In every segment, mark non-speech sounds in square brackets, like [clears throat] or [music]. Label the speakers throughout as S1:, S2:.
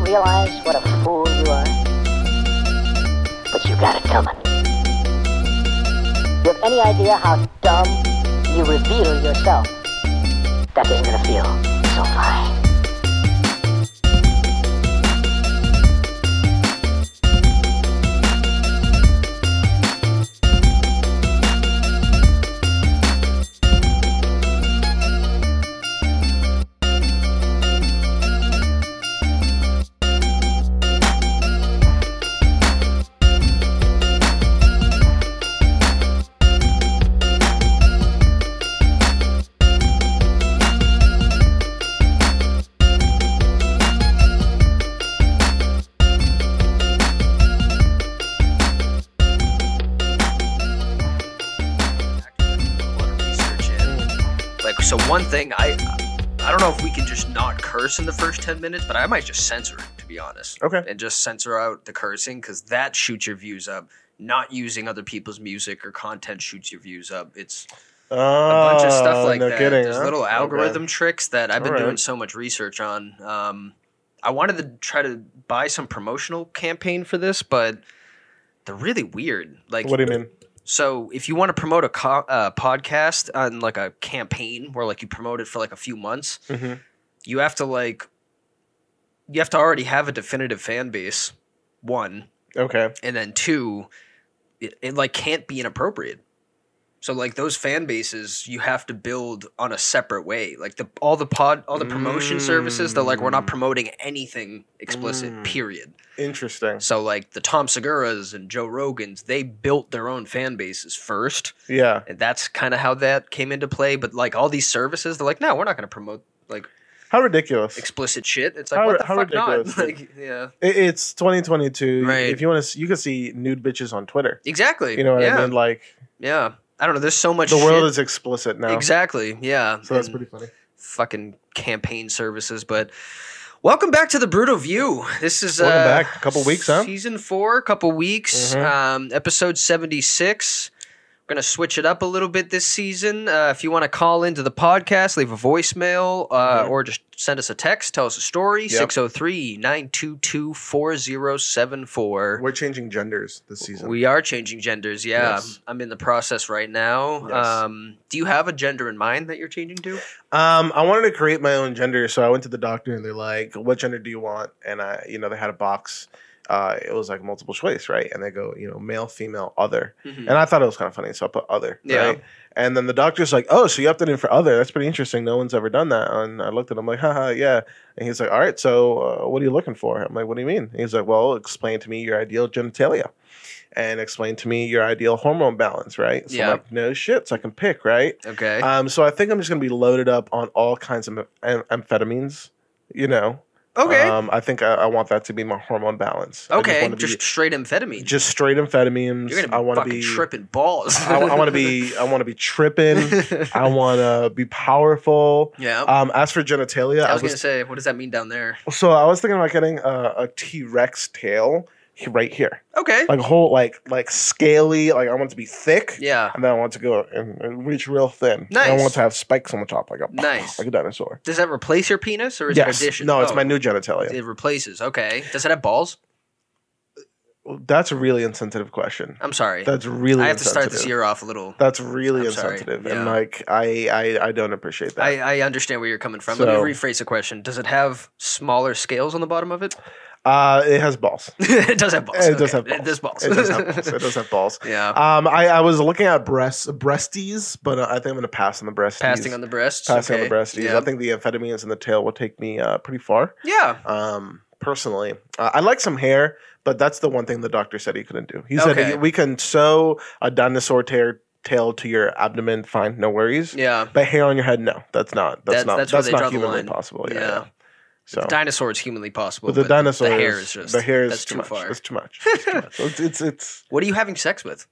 S1: realize what a fool you are? But you got it coming. You have any idea how dumb you reveal yourself? That isn't gonna feel so fine.
S2: a lot of research in. Like, so one thing I, I don't know if we can just not curse in the first ten minutes, but I might just censor it to be honest,
S3: Okay.
S2: and just censor out the cursing because that shoots your views up. Not using other people's music or content shoots your views up. It's
S3: Oh,
S2: a bunch of stuff like
S3: no
S2: that.
S3: Kidding,
S2: There's
S3: huh?
S2: little
S3: Okay.
S2: algorithm tricks that I've been
S3: All right.
S2: doing so much research on. Um, I wanted to try to buy some promotional campaign for this, but they're really weird. Like,
S3: What do you mean?
S2: so if you want to promote a co- uh, podcast on like a campaign where like you promote it for like a few months,
S3: Mhm.
S2: you have to like you have to already have a definitive fan base. One
S3: Okay.
S2: and then two, it, it like can't be inappropriate. So like those fan bases, you have to build on a separate way. Like the all the pod all the promotion services, they're like we're not promoting anything explicit.
S3: Mm.
S2: Period.
S3: Interesting.
S2: So like the Tom Seguras and Joe Rogans, they built their own fan bases first.
S3: Yeah.
S2: And that's kind of how that came into play. But like all these services, they're like, no, we're not going to promote like
S3: How ridiculous.
S2: explicit shit. It's like
S3: How-
S2: what the
S3: how
S2: fuck not? [laughs]
S3: ridiculous.
S2: Like yeah,
S3: I- it's 2022.
S2: Right.
S3: If you want to, you can see nude bitches on Twitter.
S2: exactly.
S3: You know what
S2: yeah,
S3: I mean? Like
S2: yeah. I don't know. There's so much.
S3: the world
S2: shit.
S3: is explicit now.
S2: exactly. Yeah.
S3: So that's
S2: And
S3: pretty funny.
S2: fucking campaign services, but. Welcome back to the Brutal View. This is
S3: Welcome
S2: uh,
S3: back. Couple weeks, huh?
S2: Season four, couple weeks.
S3: Mhm.
S2: Um, episode seventy six. We're gonna switch it up a little bit this season. Uh, if you want to call into the podcast, leave a voicemail uh,
S3: Mhm.
S2: or just send us a text. Tell us a story.
S3: Yep.
S2: 603-922-4074.
S3: We're changing genders this season.
S2: We are changing genders. Yeah,
S3: Yes.
S2: I'm in the process right now.
S3: Yes.
S2: Um, do you have a gender in mind that you're changing to?
S3: um, I wanted to create my own gender, so I went to the doctor and they're like, "What gender do you want?" And I, you know, they had a box. Uh, it was like multiple choice, right? And they go, you know, male, female, other.
S2: Mm-hmm.
S3: And I thought it was kind of funny, so I put other.
S2: Yeah.
S3: Right? And then the doctor's like, "Oh, so you opted in for other? That's pretty interesting. No one's ever done that." And I looked at him like, "Haha, yeah." And he's like, "All right, so uh, what are you looking for?" I'm like, "What do you mean?" And he's like, "Well, explain to me your ideal genitalia, and explain to me your ideal hormone balance, right?" So
S2: Yeah.
S3: I'm like, "No shit, so I can pick, right?"
S2: Okay.
S3: Um, so I think I'm just gonna be loaded up on all kinds of am- amphetamines. You know.
S2: okay.
S3: Um, I think I, I want that to be my hormone balance. I
S2: okay.
S3: wanna be-
S2: Just, straight amphetamine.
S3: just straight amphetamines.
S2: you're gonna be
S3: I want to
S2: fucking
S3: be.
S2: tripping balls.
S3: I, want
S2: [laughs]
S3: to be. I want to be tripping. [laughs] I want to be powerful.
S2: yeah.
S3: Um, as for genitalia,
S2: I
S3: I
S2: was
S3: was
S2: gonna say, what does that mean down there?
S3: so I was thinking about getting uh, a, a T Rex tail he- right here,
S2: Okay.
S3: like a whole like like scaly. Like I want it to be thick,
S2: Yeah.
S3: and then I want it to go and, and reach real thin. And I
S2: Nice.
S3: want it to have spikes on the top, like a
S2: Nice.
S3: like a dinosaur.
S2: Does that replace your penis or is
S3: Yes.
S2: it addition?
S3: No, it's
S2: Oh,
S3: my new genitalia.
S2: It replaces. Okay. Does it have balls?
S3: That's a really insensitive question.
S2: I'm sorry.
S3: That's really.
S2: I have to start this
S3: insensitive.
S2: year off a little.
S3: That's really
S2: I'm sorry.
S3: insensitive,
S2: Yeah.
S3: and like I, I I don't appreciate that.
S2: I, I understand where you're coming from. Let me
S3: So-
S2: rephrase the question. Does it have smaller scales on the bottom of it? [laughs]
S3: uh, it has balls.
S2: it does have balls.
S3: It does
S2: Okay.
S3: have balls.
S2: It does balls.
S3: It
S2: [laughs]
S3: does have balls. It does have balls.
S2: yeah.
S3: Um, I, I was looking at breasts, breasties, but uh, I think I'm gonna pass on the breasties.
S2: Passing on the breasts.
S3: passing
S2: okay.
S3: on the breasties.
S2: Yeah.
S3: I think the amphetamines in the tail will take me uh, pretty far.
S2: yeah.
S3: Um, personally, uh, I like some hair, but that's the one thing the doctor said he couldn't do. He said
S2: Okay.
S3: "You- we can sew a dinosaur tear, tail to your abdomen, fine, no worries.
S2: Yeah.
S3: But hair on your head, no, that's not. That's,
S2: That's-
S3: not.
S2: that's where
S3: That's,
S2: they draw
S3: not
S2: the
S3: humanly
S2: line.
S3: possible. Yeah.
S2: Yeah.
S3: yeah. So.
S2: Dinosaur is humanly possible.
S3: With the
S2: but
S3: dinosaurs,
S2: The hair is just.
S3: the hair is
S2: that's
S3: too,
S2: too
S3: much.
S2: far.
S3: It's too much. It's, too
S2: [laughs]
S3: much. it's, it's, it's
S2: What are you having sex with?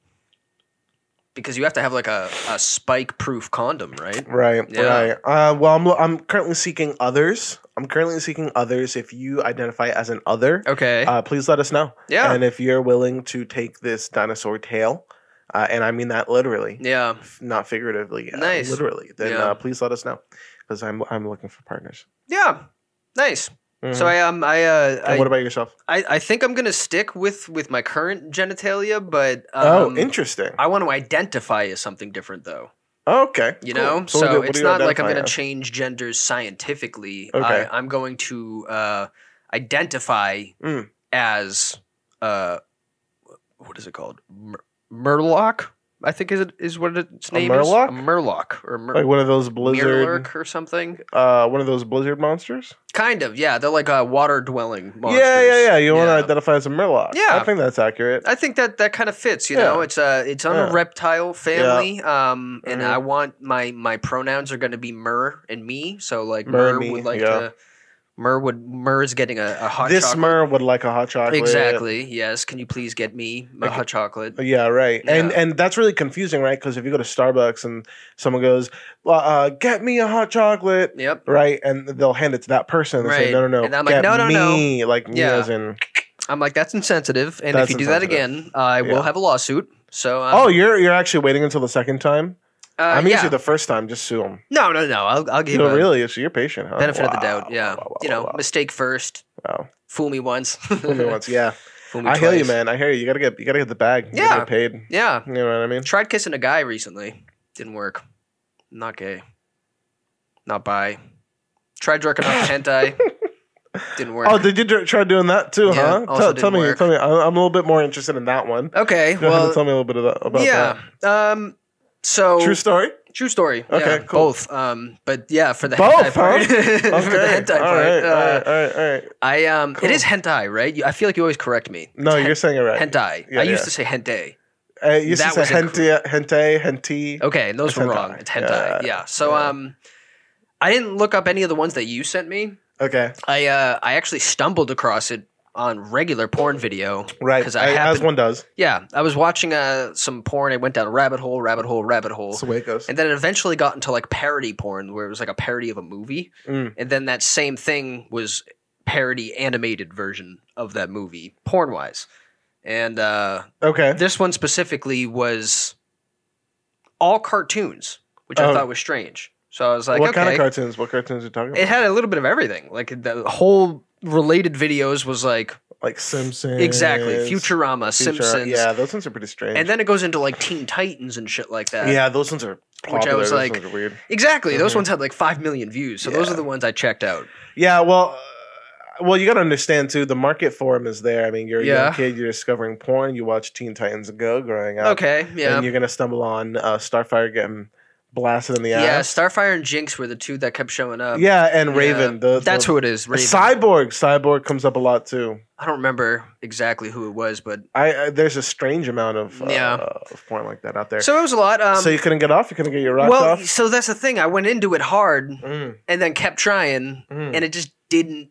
S2: Because you have to have like a, a spike proof condom, right?
S3: right,
S2: Yeah.
S3: right. Uh, well, I'm lo- I'm currently seeking others. I'm currently seeking others. If you identify as an other,
S2: Okay.
S3: uh, please let us know.
S2: Yeah.
S3: and if you're willing to take this dinosaur tail, uh, and I mean that literally,
S2: yeah.
S3: f- not figuratively, uh,
S2: Nice.
S3: literally, then
S2: Yeah.
S3: uh, please let us know because I'm I'm looking for partners.
S2: Yeah. Nice. So I um I uh
S3: and what
S2: I,
S3: about yourself?
S2: I, I think I'm gonna stick with with my current genitalia, but
S3: oh,
S2: um,
S3: interesting.
S2: I want to identify as something different though.
S3: Okay,
S2: You
S3: cool.
S2: know, so,
S3: what do- what do
S2: it's
S3: you
S2: not like I'm
S3: identify
S2: going to
S3: as?
S2: change genders scientifically.
S3: Okay.
S2: I, I'm going to uh, identify
S3: Mm.
S2: as uh, what is it called? Mur- Murloc, I think is it is what its name
S3: Murloc?
S2: is. A Murloc or Mur-
S3: Like one of those blizzard,
S2: Mirlurk or something.
S3: uh, one of those blizzard monsters.
S2: Kind of, yeah. They're like uh, water dwelling monsters.
S3: Yeah, yeah, yeah. You want
S2: Yeah.
S3: to identify as a Murloc?
S2: Yeah.
S3: I think that's accurate.
S2: I think that that kind of fits, you
S3: Yeah.
S2: know. It's uh it's on
S3: Yeah.
S2: a reptile family, um, and
S3: Mhm.
S2: I want my my pronouns are going to be Mur and me. So like
S3: Mur
S2: Mur,
S3: and me,
S2: would like
S3: yeah.
S2: to Mur would Mur is getting a, a hot
S3: this
S2: chocolate.
S3: Mur would like a hot chocolate.
S2: exactly yes. Can you please get me a hot chocolate?
S3: Yeah, right. And
S2: Yeah.
S3: and that's really confusing, right? Because if you go to Starbucks and someone goes, "Well, uh, "Get me a hot chocolate,"
S2: Yep.
S3: right, and they'll hand it to that person and say,
S2: Right.
S3: "No, no, no,
S2: And I'm like,
S3: get
S2: "No, no, no."
S3: me," like me
S2: Yeah.
S3: as in,
S2: I'm like that's insensitive, and if
S3: That's
S2: you do that
S3: insensitive.
S2: again, I
S3: Yeah.
S2: will have a lawsuit. So um,
S3: "Oh, you're you're actually waiting until the second time."
S2: uh,
S3: I'm
S2: yeah.
S3: usually the first time. Just sue them.
S2: no no no. I'll I'll give
S3: You know,
S2: a
S3: really, so you're patient, huh?
S2: benefit of the
S3: Wow,
S2: doubt. Yeah,
S3: wow, wow,
S2: you know, [laughs]
S3: wow,
S2: mistake first,
S3: wow.
S2: fool me once,
S3: Fool me once, yeah.
S2: [laughs] fool me
S3: I hear you,
S2: twice.
S3: man. I hear you. You gotta get you gotta get the bag. You gotta
S2: Yeah.
S3: get paid.
S2: Yeah,
S3: You know what I mean?
S2: Tried kissing a guy recently. Didn't work. Not gay. Not bi. Tried jerking off to
S3: [laughs]
S2: hentai. Didn't work.
S3: Oh, did you dr- try doing that too?
S2: Yeah,
S3: huh?
S2: also
S3: Tell,
S2: didn't
S3: tell me,
S2: work.
S3: tell me. I'm I'm a little bit more interested in that one.
S2: okay.
S3: Go ahead and
S2: Well,
S3: tell me a little bit of that, about
S2: yeah. Um. So
S3: that. True story.
S2: True story.
S3: Okay,
S2: yeah,
S3: cool.
S2: Both. Um. But yeah, for the
S3: Both,
S2: hentai part. [laughs]
S3: huh?
S2: for [laughs] the hentai
S3: all
S2: part.
S3: right, all
S2: uh,
S3: right, all right, all right.
S2: I um.
S3: Cool.
S2: It is hentai, right? You, I feel like you always correct me.
S3: No,
S2: It's
S3: you're saying it right.
S2: hen- hentai.
S3: Yeah,
S2: I used
S3: yeah.
S2: to say hente.
S3: I used to
S2: that
S3: say
S2: was
S3: hente, hente, hente.
S2: Okay, and those
S3: It's
S2: were
S3: hentai.
S2: wrong. It's hentai.
S3: Yeah,
S2: Yeah. So
S3: yeah.
S2: um, I didn't look up any of the ones that you sent me.
S3: Okay,
S2: I uh, I actually stumbled across it on regular porn video.
S3: right.
S2: 'Cause I
S3: I- as
S2: happened-
S3: one does.
S2: Yeah, I was watching uh, some porn. I went down a rabbit hole, rabbit hole, rabbit hole,
S3: That's the way it goes.
S2: and then it eventually got into like parody porn, where it was like a parody of a movie,
S3: Mm.
S2: and then that same thing was parody animated version of that movie, porn wise. And uh,
S3: Okay.
S2: this one specifically was all cartoons, which
S3: Oh.
S2: I thought was strange. So I was like,
S3: what
S2: okay,
S3: kind of cartoons? What cartoons are you talking about?
S2: it had a little bit of everything. Like the whole related videos was like
S3: like Simpsons.
S2: exactly Futurama,
S3: Future-
S2: Simpsons,
S3: Yeah, those ones are pretty strange.
S2: and then it goes into like Teen Titans and shit like that.
S3: yeah, those ones are. Popular.
S2: I was
S3: Those
S2: like-
S3: ones are weird.
S2: exactly. Those
S3: Mhm.
S2: ones had like five million views, so those
S3: Yeah.
S2: are the ones I checked out.
S3: Yeah, well, uh, well, you got to understand too. The market for them is there. I mean, you're a young
S2: Yeah.
S3: kid, you're discovering porn. You watch Teen Titans Go growing up.
S2: Okay, yeah,
S3: And you're gonna stumble on uh, Starfire getting blasted in the
S2: yeah.
S3: ass.
S2: Starfire and Jinx were the two that kept showing up.
S3: yeah, and
S2: um, Yeah.
S3: Raven. The,
S2: that's
S3: the,
S2: who it is. Raven.
S3: Cyborg. Cyborg comes up a lot too.
S2: I don't remember exactly who it was, but
S3: I, I there's a strange amount of uh,
S2: Yeah.
S3: of porn like that out there. So,
S2: so it was a lot. Um,
S3: you couldn't get off. You couldn't get your rocks
S2: well,
S3: off.
S2: so that's the thing. I went into it hard
S3: Mm,
S2: and then kept trying,
S3: mm.
S2: and it just didn't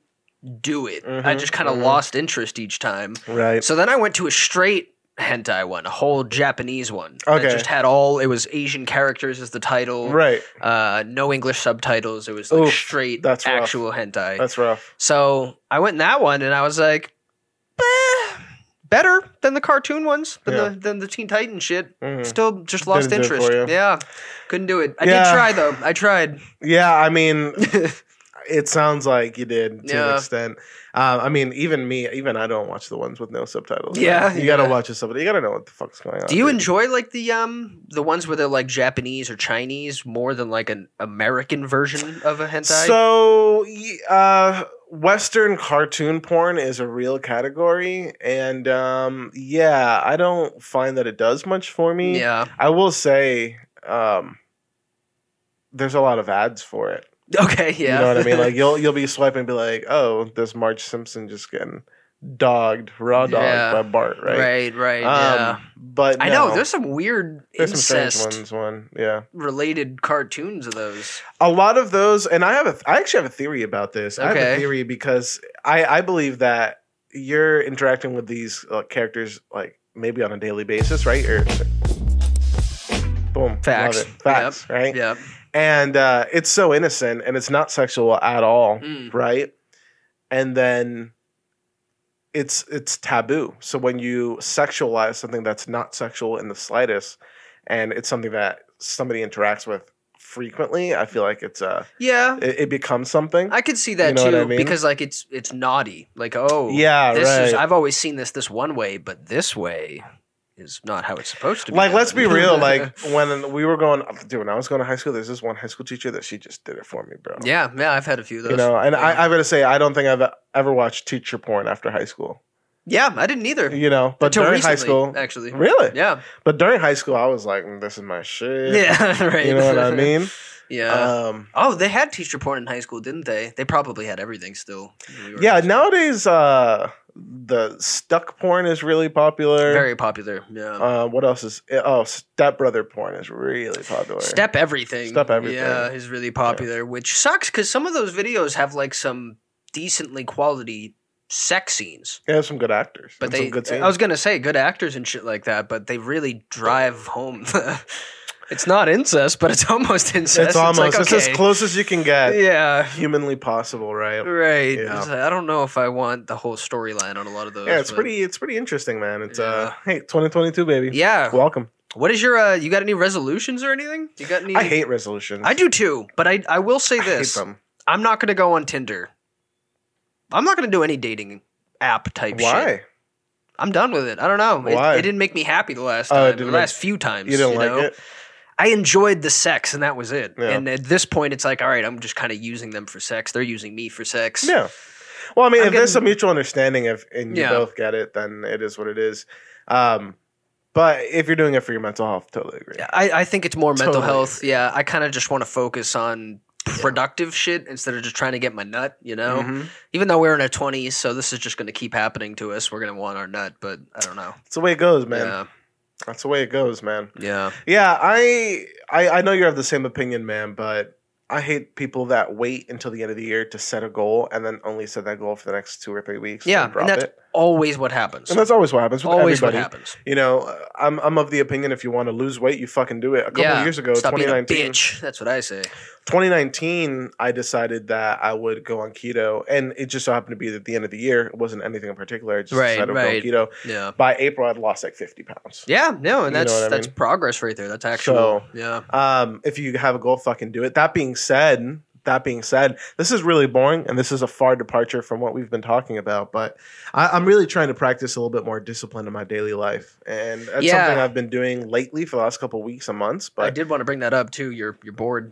S2: do it. I
S3: Mhm,
S2: just kind of
S3: mhm.
S2: lost interest each time.
S3: right.
S2: So then I went to a straight hentai one, a whole Japanese one.
S3: Okay.
S2: It just had all, it was Asian characters as the title,
S3: Right.
S2: uh, no English subtitles. It was like
S3: Oof,
S2: straight
S3: that's rough.
S2: actual hentai.
S3: That's rough.
S2: so I went in that one and I was like, "Eh, better than the cartoon ones, than, the,
S3: Yeah.
S2: than the Teen Titan shit.
S3: Mm.
S2: Still just lost
S3: Didn't do it
S2: interest.
S3: for you.
S2: Yeah. Couldn't do it. I
S3: Yeah.
S2: did try though. I tried.
S3: [laughs] Yeah, I mean, it sounds like you did to an
S2: Yeah.
S3: extent. Uh, I mean, even me, even I don't watch the ones with no subtitles.
S2: Yeah,
S3: man. you gotta
S2: yeah.
S3: watch the subtitles. You gotta know what the fuck's going on.
S2: Do you
S3: dude.
S2: enjoy like the um the ones where they're like Japanese or Chinese more than like an American version of a hentai?
S3: So, y- uh, Western cartoon porn is a real category, and um, yeah, I don't find that it does much for me.
S2: yeah. [laughs]
S3: I will say, um, there's a lot of ads for it.
S2: Okay. Yeah.
S3: You know what I mean?
S2: [laughs]
S3: Like you'll you'll be swiping and be like, oh, this Marge Simpson just getting dogged, raw dogged
S2: Yeah.
S3: by Bart, right?
S2: right. Right.
S3: Um,
S2: yeah.
S3: But
S2: I know
S3: no,
S2: there's some weird
S3: there's some strange
S2: incest
S3: ones. One, yeah,
S2: related cartoons of those.
S3: a lot of those, and I have a, I actually have a theory about this. I have a
S2: Okay.
S3: theory because I, I believe that you're interacting with these uh, characters like maybe on a daily basis, right? Or boom,
S2: Facts.
S3: love it. facts, right?
S2: Yeah.
S3: And uh, it's so innocent, and it's not sexual at all, right?
S2: Mm.
S3: And then it's it's taboo. So when you sexualize something that's not sexual in the slightest, and it's something that somebody interacts with frequently, I feel like it's uh
S2: Yeah,
S3: it, it becomes something.
S2: I could see that
S3: You know what
S2: too
S3: I mean?
S2: because like it's it's naughty. Like oh
S3: Yeah,
S2: this is
S3: right.
S2: I've always seen this this one way, but this way is not how it's supposed to be.
S3: like
S2: done.
S3: let's be
S2: [laughs]
S3: real, like when we were going dude, when I was going to high school, there's this one high school teacher that she just did it for me, bro.
S2: yeah, yeah, I've had a few of those.
S3: You know, and
S2: yeah.
S3: I, I gotta say, I don't think I've uh, ever watched teacher porn after high school.
S2: yeah, I didn't either.
S3: You know, but
S2: Until
S3: during
S2: recently,
S3: high school,
S2: actually.
S3: really.
S2: Yeah,
S3: But during high school, I was like, mm, "This is my
S2: [laughs]
S3: shit."
S2: yeah, right.
S3: You know what
S2: [laughs]
S3: I mean?
S2: yeah.
S3: Um,
S2: oh, they had teacher porn in high school, didn't they? They probably had everything still. when we were in
S3: yeah.
S2: high school.
S3: Nowadays, uh, the stuck porn is really popular.
S2: very popular. Yeah,
S3: Uh, what else is? Oh, stepbrother porn is really popular.
S2: step everything.
S3: Step everything.
S2: Yeah, is really popular, which sucks because some of those videos have like some decently quality sex scenes.
S3: They have some good actors,
S2: but
S3: and
S2: they
S3: some good scenes.
S2: I was gonna say good actors and shit like that, but they really drive home the [laughs] it's not incest, but it's almost incest.
S3: it's almost
S2: like,
S3: it's as
S2: okay,
S3: close as you can get,
S2: Yeah.
S3: humanly possible, right?
S2: Right.
S3: Yeah.
S2: It's like, I don't know if I want the whole storyline on a lot of those.
S3: Yeah, it's
S2: but-
S3: pretty. It's pretty interesting, man. It's uh, hey, 2022, baby.
S2: Yeah.
S3: welcome.
S2: What is your uh you got any resolutions or anything? You got any
S3: I hate resolutions.
S2: I do too, but I I will say
S3: I hate
S2: this.
S3: them.
S2: I'm not gonna go on Tinder. I'm not gonna do any dating app type shit.
S3: Why?
S2: I'm done with it. I don't know. It-
S3: Why?
S2: It, didn't make me happy the last
S3: Oh,
S2: time.
S3: it
S2: the
S3: didn't
S2: last few times.
S3: You didn't like
S2: know?
S3: it?
S2: I enjoyed the sex and that was it.
S3: Yeah.
S2: And at this point, it's like, all right, I'm just kind of using them for sex. They're using me for sex.
S3: Yeah. Well, I mean,
S2: I'm
S3: if there's a
S2: getting-
S3: mutual understanding, if and you
S2: Yeah.
S3: both get it, then it is what it is. Um, but if you're doing it for your mental health, totally agree.
S2: I, I think it's more mental
S3: Totally
S2: health. Yeah. I kind of just want to focus on productive shit instead of just trying to get my nut, you know?
S3: Mhm.
S2: Even though we're in our 20s, so this is just going to keep happening to us. We're going to want our nut, but I don't know.
S3: That's the way it goes, man. That's the way it goes, man.
S2: Yeah. Yeah.
S3: Yeah, I, I I know you have the same opinion, man, but I hate people that wait until the end of the year to set a goal and then only set that goal for the next two or three weeks.
S2: Yeah,
S3: and, then drop
S2: and that's
S3: it.
S2: Always what happens.
S3: and that's always what happens with
S2: Always
S3: everybody.
S2: what happens.
S3: You know, I'm I'm of the opinion if you want to lose weight, you fucking do it. A couple
S2: yeah.
S3: of years ago,
S2: Stop being a
S3: 2019,
S2: bitch. That's what I say.
S3: 2019, I decided that I would go on keto, and it just so happened to be at the end of the year. It wasn't anything in particular. I just
S2: Right,
S3: decided
S2: right.
S3: to go on keto.
S2: Yeah.
S3: By April, I'd lost like 50 pounds.
S2: Yeah. No, and
S3: You know
S2: that's
S3: what I
S2: that's
S3: mean?
S2: progress right there. That's actual.
S3: So-
S2: yeah.
S3: Um, if you have a goal, fucking do it. That being said, that being said, this is really boring, and this is a far departure from what we've been talking about. But I, I'm really trying to practice a little bit more discipline in my daily life, and that's
S2: Yeah.
S3: something I've been doing lately for the last couple of weeks and months.
S2: I
S3: But
S2: did want to bring that up too. You're you're bored.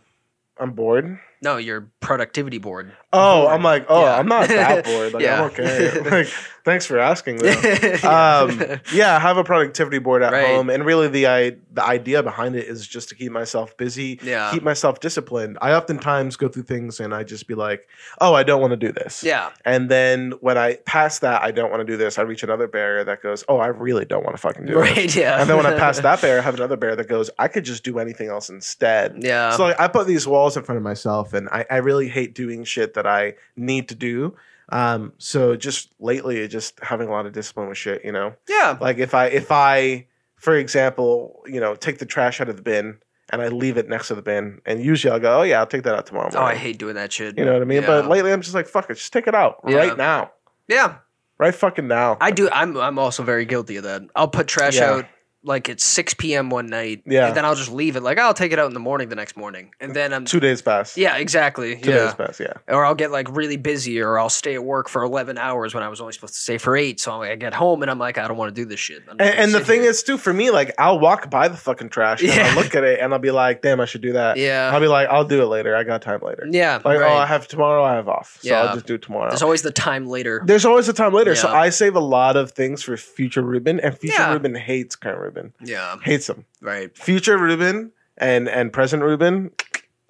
S3: I'm bored.
S2: No, your productivity board.
S3: Oh, I'm like, oh,
S2: Yeah.
S3: I'm not
S2: [laughs]
S3: that bored. Like,
S2: Yeah.
S3: I'm okay. Like, thanks for
S2: [laughs]
S3: asking. Though.
S2: Yeah.
S3: um,
S2: [laughs]
S3: yeah, I have a productivity board at
S2: Right.
S3: home, and really the I, the idea behind it is just to keep myself busy,
S2: Yeah.
S3: keep myself disciplined. I oftentimes go through things and I just be like, "Oh, I don't want to do this,"
S2: yeah.
S3: and then when I pass that, I don't want to do this. I reach another barrier that goes, "Oh, I really don't want to fucking do this,"
S2: [laughs] Right. Yeah.
S3: and then
S2: [laughs]
S3: when I pass that barrier, I have another barrier that goes, "I could just do anything else instead."
S2: Yeah.
S3: so like, I put these walls in front of myself, and I, I really hate doing shit that I need to do. Um, so just lately, just having a lot of discipline with shit, you know.
S2: yeah.
S3: Like if I if I, for example, you know, take the trash out of the bin and I leave it next to the bin, and usually I'll go, oh yeah, I'll take that out tomorrow.
S2: Oh, I
S3: Morning.
S2: hate doing that shit.
S3: you know what I mean.
S2: Yeah.
S3: But lately I'm just like, fuck it, just take it out
S2: Yeah.
S3: right now,
S2: yeah.
S3: right fucking now.
S2: I do. I'm I'm also very guilty of that. I'll put trash
S3: Yeah.
S2: out like at 6 p.m. one night.
S3: Yeah.
S2: And then I'll just leave it. Like I'll take it out in the morning the next morning. And then I'm.
S3: Two days pass.
S2: yeah. Exactly.
S3: Two days
S2: Yeah.
S3: pass. Yeah.
S2: Or I'll get like really busy, or I'll stay at work for 11 hours when I was only supposed to stay for eight. So I get home and I'm like, I don't want to do this shit. I'm just
S3: And,
S2: gonna
S3: and the
S2: sit
S3: thing
S2: here.
S3: is, too, for me, like I'll walk by the fucking trash and
S2: Yeah.
S3: I'll look at it and I'll be like, damn, I should do that.
S2: Yeah.
S3: I'll be like, I'll do it later. I got time later.
S2: Yeah.
S3: Like,
S2: Uh, right.
S3: oh, I have tomorrow. I have off, so
S2: Yeah.
S3: I'll just do it tomorrow.
S2: There's always the time later.
S3: There's always a time later. So
S2: Yeah.
S3: I save a lot of things for future Ruben, and future
S2: Yeah.
S3: Ruben hates current Ruben.
S2: Yeah.
S3: Hates him.
S2: Right.
S3: Future Ruben and and present Ruben.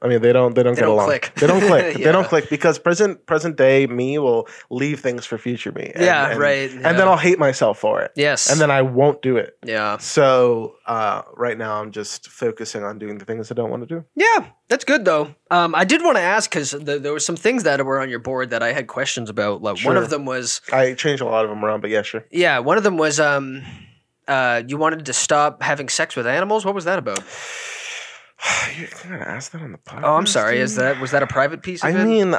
S3: I mean, they don't they don't
S2: They
S3: get
S2: don't
S3: along.
S2: click.
S3: They
S2: [laughs]
S3: don't click. They don't
S2: Yeah.
S3: click because present present day me will leave things for future me. And-
S2: yeah.
S3: and-
S2: right.
S3: And then I'll hate myself for it,
S2: Yes.
S3: and then I won't do it.
S2: Yeah.
S3: So uh, right now I'm just focusing on doing the things I don't want to do.
S2: Yeah. That's good though. Um, I did want to ask because th- there were some things that were on your board that I had questions about. Like one
S3: Sure.
S2: of them was
S3: I change a lot of them around, but yeah, sure.
S2: yeah. One of them was um, uh, you wanted to stop having sex with animals. What was that about?
S3: [sighs] You're gonna ask that on the podcast?
S2: Oh, I'm sorry. Is
S3: dude?
S2: that was that a private piece of
S3: I
S2: it?
S3: mean,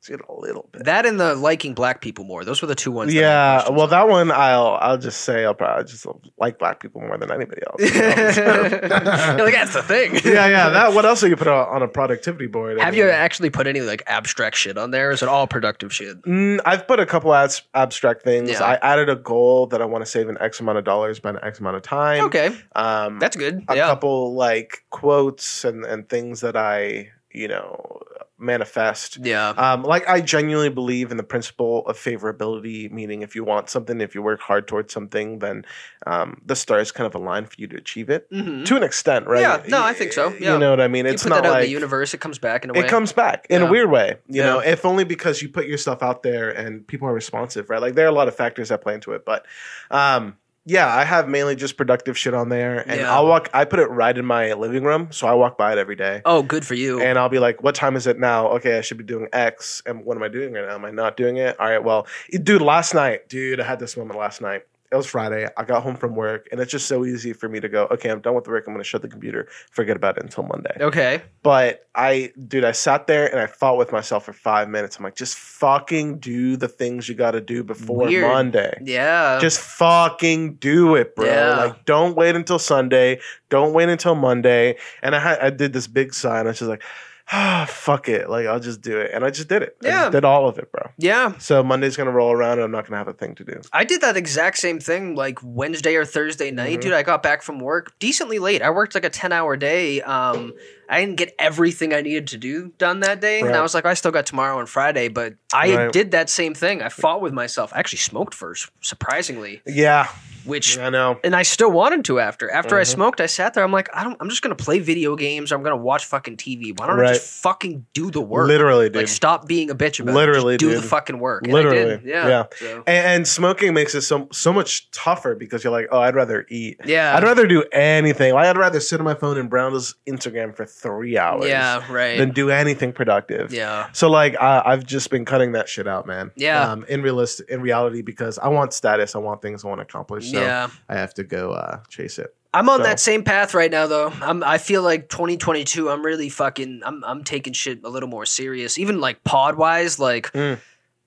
S3: See it a little bit.
S2: That and the liking black people more. Those were the two ones. that I had
S3: yeah,
S2: questions
S3: well, that one I'll I'll just say I'll probably just like black people more than anybody
S2: [laughs]
S3: else. [laughs]
S2: You're like that's the thing.
S3: yeah, yeah. That what else do you put on on a productivity board? I
S2: Have you
S3: mean-
S2: actually put any like abstract shit on there? Is it all productive shit?
S3: Mm, I've put a couple abs- abstract things.
S2: Yeah.
S3: I added a goal that I want to save an X amount of dollars by an X amount of time.
S2: Okay,
S3: Um,
S2: that's good.
S3: a
S2: yeah,
S3: couple like quotes and and things that I you know manifest.
S2: yeah,
S3: Um, like I genuinely believe in the principle of favorability, meaning if you want something, if you work hard towards something, then um, the stars kind of align for you to achieve it
S2: Mhm.
S3: to an extent, right?
S2: Yeah, no, I think so, yeah.
S3: You know what I mean? It's
S2: you put
S3: not
S2: that out
S3: like
S2: in the universe, it comes back in a way.
S3: it comes back in
S2: Yeah.
S3: a weird way, you
S2: Yeah.
S3: know, if only because you put yourself out there and people are responsive, right? Like there are a lot of factors that play into it, but um, yeah, I have mainly just productive shit on there, and
S2: Yeah.
S3: I'll walk. I put it right in my living room, so I walk by it every day,
S2: oh, good for you.
S3: and I'll be like, "What time is it now? Okay, I should be doing X, and what am I doing right now? Am I not doing it? All right, well, dude, last night, dude, I had this moment last night." It was Friday. I got home from work, and it's just so easy for me to go. Okay, I'm done with work. I'm going to shut the computer, forget about it until Monday
S2: okay,
S3: but I, dude, I sat there and I fought with myself for five minutes. I'm like, just fucking do the things you got to do before
S2: Weird.
S3: Monday.
S2: yeah,
S3: Just fucking do it, bro.
S2: Yeah.
S3: Like, don't wait until Sunday. Don't wait until Monday. And I, had, I did this big sign. I was just like, [sighs] ah, fuck it. Like, I'll just do it. And I just did it. I
S2: Yeah.
S3: just did all of it, bro.
S2: yeah.
S3: So Monday's gonna roll around and I'm not gonna have a thing to do.
S2: I did that exact same thing like Wednesday or Thursday night,
S3: Mhm.
S2: dude. I got back from work decently late. I worked like a 10 hour day. Um, I didn't get everything I needed to do done that day. And I
S3: Right.
S2: was like, I still got tomorrow and Friday, but I
S3: Right.
S2: did that same thing. I fought with myself. I actually smoked first, surprisingly,
S3: Yeah,
S2: which
S3: I know.
S2: and I still wanted to after. After I
S3: Mhm.
S2: smoked, I sat there. I'm like, I don't. I'm just gonna play video games. Or I'm gonna watch fucking TV. Why don't I
S3: Right.
S2: just fucking do the work?
S3: Literally, dude.
S2: like stop being a bitch about it. Just
S3: Literally,
S2: do
S3: dude.
S2: the fucking work. And I did.
S3: Literally,
S2: yeah,
S3: yeah.
S2: So-
S3: and, and smoking makes it so so much tougher because you're like, oh, I'd rather eat.
S2: yeah.
S3: I'd rather do anything. Like, I'd rather sit on my phone and browse Instagram for three hours
S2: yeah, right.
S3: than do anything productive.
S2: yeah,
S3: So like I I've just been cutting that shit out, man.
S2: Yeah.
S3: Um, in realist in reality, because I want status, I want things I want to accomplish. So
S2: yeah.
S3: I have to go uh, chase it.
S2: I'm on
S3: so-
S2: that same path right now, though. I'm. I feel like 2022. I'm really fucking. I'm. I'm taking shit a little more serious. Even like pod wise, like
S3: Mm.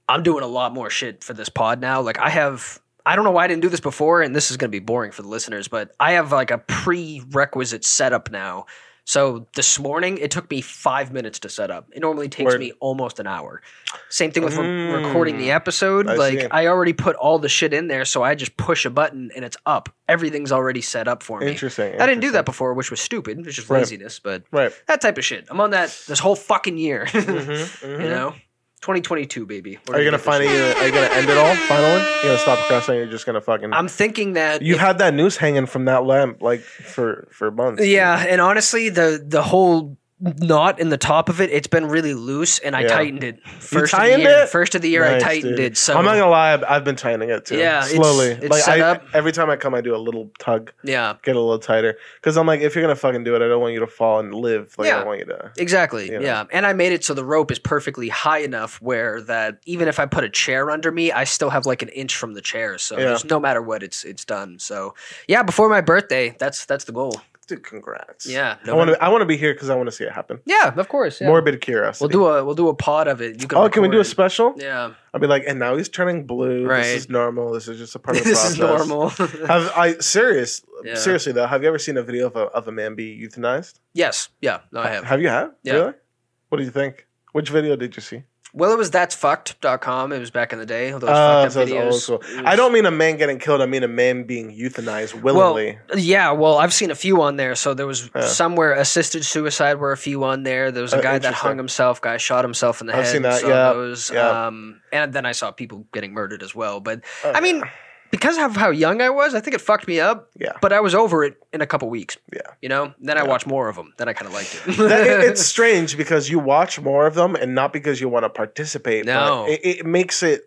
S2: I'm doing a lot more shit for this pod now. Like I have. I don't know why I didn't do this before, and this is going to be boring for the listeners, but I have like a prerequisite setup now. So this morning it took me five minutes to set up. It normally takes
S3: Word.
S2: me almost an hour. Same thing with re-
S3: Mm.
S2: recording the episode.
S3: I
S2: like
S3: see.
S2: I already put all the shit in there, so I just push a button and it's up. Everything's already set up for me.
S3: Interesting.
S2: I didn't do that
S3: interesting.
S2: before, which was stupid. It was just
S3: Right.
S2: laziness, but
S3: Right.
S2: that type of shit. I'm on that this whole fucking year. [laughs]
S3: Mhm,
S2: You
S3: mhm.
S2: know, 2022, baby. We're
S3: Are you gonna
S2: get this
S3: find it?
S2: shit.
S3: Are you gonna end it all? Finally, you gonna stop procrastinating? You're just gonna fucking.
S2: I'm thinking that
S3: you
S2: if-
S3: had that noose hanging from that lamp like for for months.
S2: yeah, and honestly, the the whole knot in the top of it, it's been really loose, and I
S3: Yeah.
S2: tightened it first
S3: tightened
S2: of the year.
S3: it?
S2: First of the year,
S3: Nice,
S2: I tightened
S3: dude.
S2: it. So
S3: I'm not gonna lie, I've, I've been tightening it too.
S2: Yeah, it's-
S3: slowly.
S2: it's
S3: like
S2: set
S3: I,
S2: up.
S3: every time I come, I do a little tug,
S2: yeah,
S3: get a little tighter, because I'm like, if you're gonna fucking do it, I don't want you to fall and live. Like
S2: Yeah.
S3: I want you to.
S2: exactly.
S3: You know.
S2: Yeah, and I made it so the rope is perfectly high enough where that even if I put a chair under me, I still have like an inch from the chair. So
S3: Yeah.
S2: there's no matter what, it's it's done. So yeah, before my birthday, that's that's the goal.
S3: Dude, congrats.
S2: Yeah,
S3: I want to. I want to be here because I want to see it happen.
S2: Yeah, of course. Yeah.
S3: Morbid curiosity.
S2: We'll do a we'll do a pod of it. You can
S3: oh, can we do a
S2: record
S3: special?
S2: it. Yeah,
S3: I'll be like, and now he's turning blue.
S2: Right.
S3: This is normal. This is just a part
S2: [laughs]
S3: of the
S2: this
S3: process.
S2: is normal.
S3: Have I serious?
S2: Yeah.
S3: Seriously though, have you ever seen a video of a, of a man be euthanized?
S2: [laughs] yes, yeah, no, I have.
S3: Have you had?
S2: Yeah.
S3: Really? What do you think? Which video did you see?
S2: Well, it was that's fucked.com. It was back in the day. Those
S3: Oh,
S2: fucked
S3: so
S2: up
S3: it's old
S2: videos.
S3: school.
S2: It
S3: I
S2: was-
S3: don't mean a man getting killed. I mean a man being euthanized willingly.
S2: Yeah, well, I've seen a few on there. So there was
S3: Yeah.
S2: somewhere assisted suicide were a few on there. There was a
S3: Uh,
S2: guy that
S3: interesting.
S2: hung himself. Guy shot himself in the
S3: I've
S2: head.
S3: seen that,
S2: so
S3: yeah,
S2: those,
S3: yeah.
S2: Um, and then I saw people getting murdered as well. But
S3: Oh,
S2: I mean, because of how young I was, I think it fucked me up.
S3: Yeah.
S2: But I was over it in a couple weeks.
S3: Yeah.
S2: You know. Then I watched more of them. Then I kind of liked it.
S3: [laughs] That- it-
S2: [laughs]
S3: it's strange because you watch more of them, and not because you want to participate. but
S2: No.
S3: it, it makes it.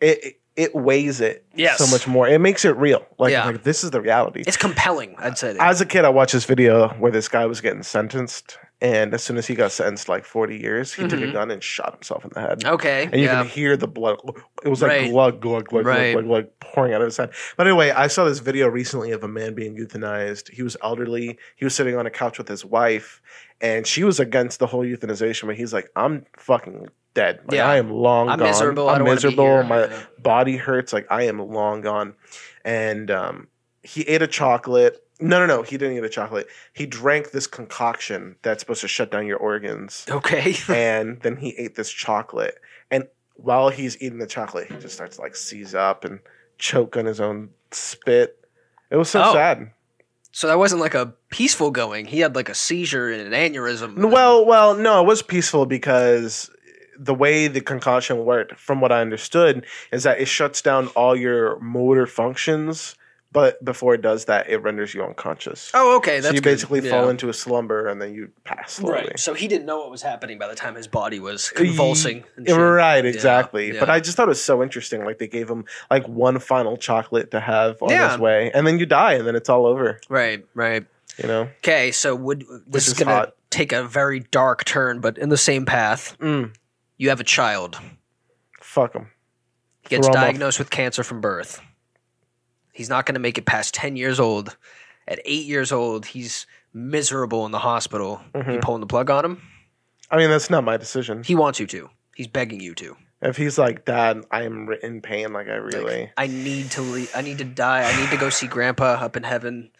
S3: It it- it weighs it
S2: Yes.
S3: so much more. It makes it real. Like,
S2: Yeah.
S3: like this is the reality.
S2: It's compelling. I'd say. that.
S3: As a kid, I watched this video where this guy was getting sentenced, And as soon as he got sentenced to like 40 years, he
S2: Mm-hmm.
S3: took a gun and shot himself in the head.
S2: Okay.
S3: And you
S2: yeah.
S3: can hear the blood. It was like
S2: Right.
S3: glug, glug, glug,
S2: Right.
S3: glug, glug, glug, pouring out of his head. But anyway, I saw this video recently of a man being euthanized. He was elderly. He was sitting on a couch with his wife, and she was against the whole euthanization. But he's like, "I'm fucking dead. Like,
S2: Yeah.
S3: I am long
S2: I'm
S3: gone.
S2: miserable. I
S3: I'm
S2: don't wanna be
S3: miserable.
S2: here."
S3: My
S2: Yeah.
S3: body hurts. Like I am long gone." And um, he ate a chocolate. No, no, no. He didn't eat a chocolate. He drank this concoction that's supposed to shut down your organs
S2: [laughs] Okay. [laughs]
S3: and then he ate this chocolate. And while he's eating the chocolate, he just starts to like seize up and choke on his own spit. It was so
S2: Oh.
S3: sad.
S2: so that wasn't like a peaceful going. He had like a seizure and an aneurysm.
S3: N- Well, well, no, it was peaceful because the way the concoction worked, from what I understood, is that it shuts down all your motor functions. But before it does that, it renders you unconscious.
S2: Oh, okay. That's
S3: so you
S2: good.
S3: basically
S2: Yeah.
S3: fall into a slumber and then you pass slowly.
S2: Right. So he didn't know what was happening by the time his body was convulsing. and shit.
S3: Right, exactly. But
S2: yeah.
S3: I just thought it was so interesting. Like they gave him like one final chocolate to have on
S2: Yeah.
S3: his way, and then you die, and then it's all over.
S2: Right. Right.
S3: You know.
S2: Okay. So would this
S3: is
S2: is gonna
S3: hot.
S2: take a very dark turn, but in the same path,
S3: Mm,
S2: you have a child.
S3: fuck them.
S2: He gets
S3: Throw 'em off.
S2: diagnosed with cancer from birth. He's not going to make it past 10 years old. At eight years old, he's miserable in the hospital. You
S3: Mhm.
S2: pulling the plug on him?
S3: I mean, that's not my decision.
S2: He wants you to. He's begging you to.
S3: If he's like, Dad, I am ri- in pain. Like I
S2: Like,
S3: really.
S2: [laughs] I need to leave. I need to die. I need to go see grandpa up in heaven.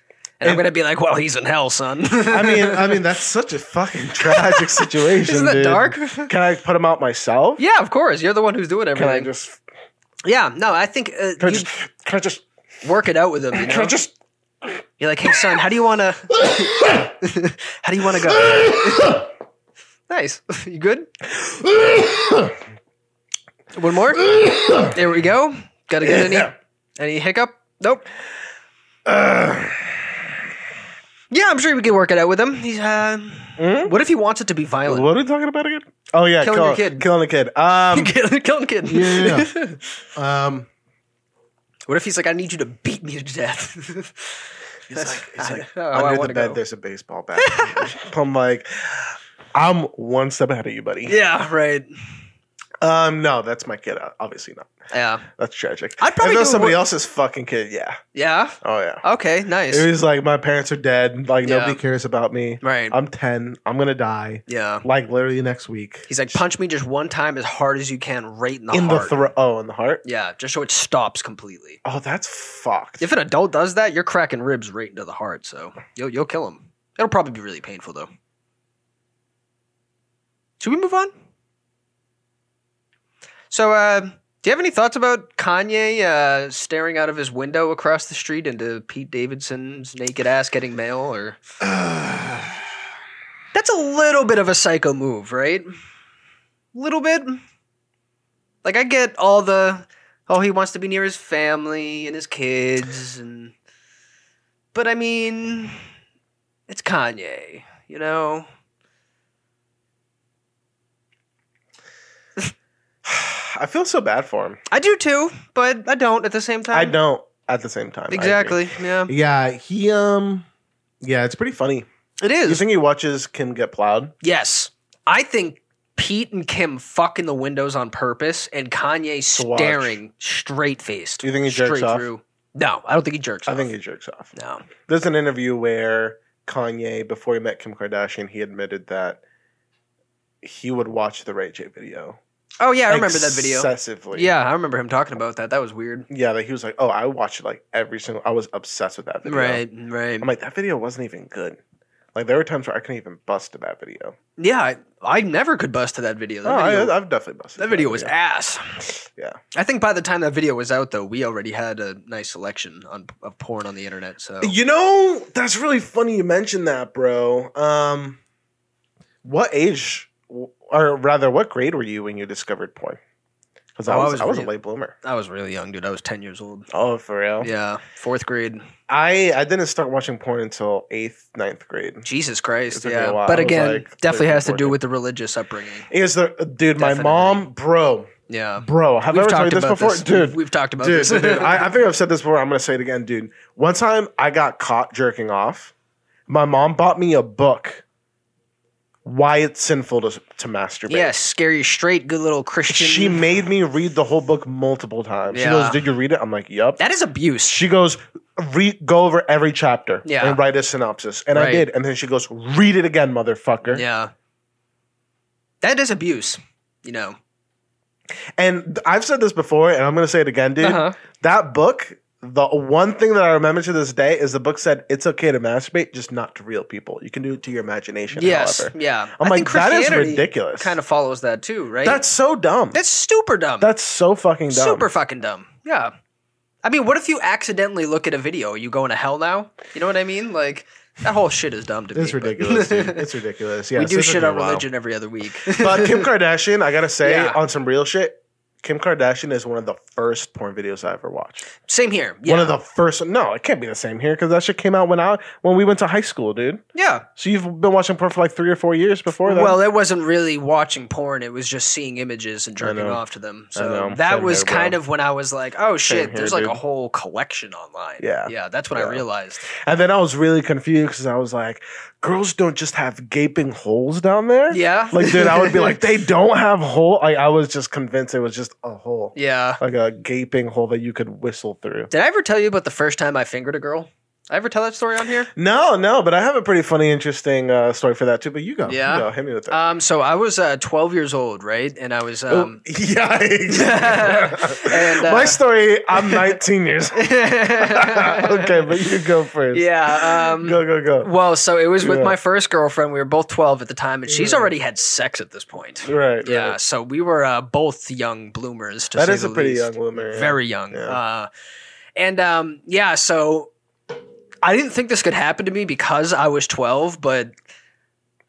S2: And I'm
S3: If-
S2: going to be like, well, he's in hell, son.
S3: I mean, I mean, that's such
S2: [laughs]
S3: a fucking tragic situation.
S2: Isn't that
S3: dude.
S2: dark? [laughs]
S3: Can I put him out myself?
S2: yeah, of course. You're the one who's doing
S3: Can I
S2: everything.
S3: just?
S2: yeah, no, I think uh,
S3: Can I
S2: you
S3: just? Can I just?
S2: work it out with him. You
S3: [coughs] Can I
S2: know? [coughs]
S3: just?
S2: You're like, hey, son, how do you
S3: [coughs]
S2: want to? [laughs] how do you want to go?
S3: [coughs]
S2: nice. [laughs] You good? One
S3: [coughs]
S2: more. there we go. Got to get any any hiccup? Nope.
S3: Uh.
S2: yeah, I'm sure we can work it out with him. He's, uh,
S3: Hmm?
S2: What if he wants it to be violent? [laughs]
S3: What are we talking about again? Oh yeah,
S2: Killing
S3: kill-
S2: your kid.
S3: Killing a kid.
S2: [laughs]
S3: Um,
S2: Killing killing kid.
S3: Yeah,
S2: [laughs]
S3: yeah, um.
S2: what if he's like, I need you to beat me to death? [laughs]
S3: It's like, it's
S2: I-
S3: like
S2: [laughs] oh, I
S3: under
S2: wanna
S3: the bed,
S2: go.
S3: there's a baseball
S2: [laughs]
S3: bat. I'm like, I'm one step ahead of you, buddy.
S2: yeah, right.
S3: Um, no, that's my kid. Uh, Obviously not.
S2: Yeah,
S3: That's tragic.
S2: I'd probably
S3: if it was
S2: do
S3: somebody
S2: what-
S3: else's fucking kid. Yeah.
S2: yeah.
S3: Oh yeah.
S2: Okay, nice.
S3: It was like my parents are dead. Like
S2: Yeah.
S3: nobody cares about me.
S2: right.
S3: I'm ten. I'm gonna die.
S2: yeah.
S3: Like literally next week.
S2: He's like, punch me just one time as hard as you can, right in the
S3: in
S2: heart.
S3: the throat. Oh, in the heart.
S2: yeah, just so it stops completely.
S3: Oh, that's fucked.
S2: If an adult does that, you're cracking ribs right into the heart, so you'll you'll kill him. It'll probably be really painful though. Should we move on? So, uh, do you have any thoughts about Kanye uh, staring out of his window across the street into Pete Davidson's naked ass getting mail? Or that's a little bit of a psycho move, right? Little bit. Like I get all the oh he wants to be near his family and his kids and but I mean it's Kanye, you know.
S3: [sighs] I feel so bad for him.
S2: I do too, but I don't at the same time.
S3: I don't. At the same time, I agree.
S2: Exactly. Yeah.
S3: Yeah, he um. Yeah, it's pretty funny.
S2: It
S3: You
S2: is.
S3: think he watches Kim get plowed?
S2: yes. I think Pete and Kim fucking the windows on purpose and Kanye
S3: To watch.
S2: staring straight faced.
S3: Do you think he jerks off?
S2: No, I don't think he jerks
S3: I
S2: off.
S3: think he jerks off.
S2: no.
S3: There's an interview where Kanye, before he met Kim Kardashian, he admitted that he would watch the Ray J video.
S2: Oh yeah, I remember that video.
S3: Obsessively.
S2: Yeah, I remember him talking about that. That was weird.
S3: Yeah, like he was like, oh, I watched like every single, I was obsessed with that video.
S2: Right, right.
S3: I'm like, that video wasn't even good. Like there were times where I couldn't even bust to that video.
S2: yeah, I, I never could bust to that video. That
S3: oh,
S2: video,
S3: I, I've definitely busted.
S2: that video was ass.
S3: Yeah.
S2: I think by the time that video was out, though, we already had a nice selection on, of porn on the internet. So
S3: You know, that's really funny you mentioned that, bro. Um, what age, or rather, what grade were you when you discovered porn? Because I
S2: Oh, I
S3: was,
S2: was
S3: I was a
S2: really-
S3: late bloomer.
S2: I was really young, dude. I was ten years old.
S3: Oh, for real?
S2: Yeah, fourth grade.
S3: I I didn't start watching porn until eighth, ninth grade.
S2: Jesus
S3: It
S2: Christ.
S3: took me a
S2: Yeah,
S3: while.
S2: but
S3: I was
S2: again,
S3: like
S2: definitely
S3: 13,
S2: has to do
S3: 14.
S2: with the religious upbringing.
S3: Is the dude? My
S2: Definitely.
S3: mom, bro,
S2: Yeah,
S3: bro. Have I ever told you this before, dude?
S2: We've, we've talked about
S3: dude,
S2: this,
S3: dude, I, I think I've said this before. I'm gonna say it again, dude. One time I got caught jerking off. My mom bought me a book why it's sinful to to
S2: [laughs]
S3: masturbate.
S2: Yeah, scare you straight, good little Christian.
S3: She made me read the whole book multiple times. She
S2: Yeah.
S3: goes, "Did you read it?" I'm like, "Yup."
S2: that is abuse.
S3: She goes, "Re go over every chapter
S2: Yeah.
S3: and write a synopsis." And I
S2: Right.
S3: did. And then she goes, "Read it again, motherfucker."
S2: Yeah, that is abuse. You know,
S3: And I've said this before, and I'm going to say it again, dude.
S2: Uh-huh.
S3: That book, the one thing that I remember to this day is the book said it's okay to masturbate, just not to real people. You can do it to your imagination.
S2: yes,
S3: however.
S2: yeah.
S3: I'm like, that is
S2: Christianity
S3: ridiculous.
S2: Kind of follows that too, right?
S3: That's so dumb.
S2: that's super dumb.
S3: That's so fucking dumb.
S2: super fucking dumb. Yeah. I mean, what if you accidentally look at a video? Are you going to hell now? You know what I mean? Like that whole shit is dumb to me.
S3: It's
S2: but- [laughs]
S3: ridiculous, dude. It's ridiculous. Yeah,
S2: we do
S3: it's
S2: shit
S3: been a
S2: on
S3: while.
S2: religion every other week.
S3: [laughs]
S2: [laughs]
S3: But Kim Kardashian, I gotta say,
S2: Yeah.
S3: on some real shit, Kim Kardashian is one of the first porn videos I ever watched.
S2: Same here. Yeah.
S3: One of the first. No, it can't be the same here because that shit came out when I when we went to high school, dude.
S2: yeah.
S3: So you've been watching porn for like three or four years before that.
S2: Well, it wasn't really watching porn. It was just seeing images and jerking
S3: know.
S2: off to them.
S3: know.
S2: So
S3: Same
S2: that was
S3: here, bro.
S2: kind of when I was like, oh shit,
S3: here,
S2: there's like
S3: dude.
S2: a whole collection online.
S3: Yeah.
S2: Yeah. That's when
S3: Yeah.
S2: I
S3: [laughs]
S2: realized.
S3: and then I was really confused because I was like, girls don't just have gaping holes down there.
S2: Yeah.
S3: Like, dude, I would be like, they don't have hole. Like, I was just convinced it was just a hole,
S2: [laughs] yeah.
S3: like a gaping hole that you could whistle through.
S2: Did I ever tell you about the first time I fingered a girl? I ever tell that story on here?
S3: No, no, but I have a pretty funny, interesting uh, story for that too. But you go,
S2: Yeah?
S3: you go, hit me with that.
S2: Um, so I was uh, 12 years old, right? And I was
S3: Oh, [laughs]
S2: um,
S3: yikes.
S2: and uh,
S3: [laughs] My story, I'm 19
S2: [laughs]
S3: years old. Oh. [laughs] okay, but you go first.
S2: yeah. Um,
S3: Go, go, go.
S2: well, so it was with
S3: Yeah.
S2: my first girlfriend. We were both 12 at the time, and she's already had sex at this point.
S3: Right.
S2: Yeah,
S3: Right.
S2: so we were uh, both young bloomers. To
S3: That
S2: say
S3: is a
S2: the
S3: pretty
S2: least.
S3: young bloomer. yeah.
S2: very young.
S3: Yeah.
S2: Uh, and um, yeah, so I didn't think this could happen to me because I was 12, but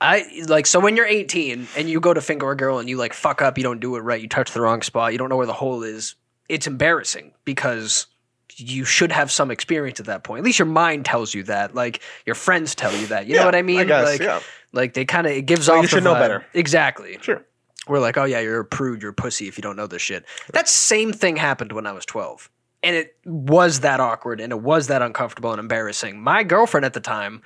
S2: I like so when you're 18 and you go to finger a girl and you like fuck up, you don't do it right, you touch the wrong spot, you don't know where the hole is. It's embarrassing because you should have some experience at that point. At least your mind tells you that. Like your friends tell you that. You
S3: Yeah,
S2: know what I mean?
S3: I guess.
S2: like
S3: yeah.
S2: like they kind of it gives
S3: Well,
S2: off
S3: you
S2: the
S3: should know
S2: vibe.
S3: better.
S2: Exactly
S3: Sure.
S2: we're like, oh yeah, you're a prude, you're a pussy if you don't know this shit. That same thing happened when I was 12. And it was that awkward and it was that uncomfortable and embarrassing. My girlfriend at the time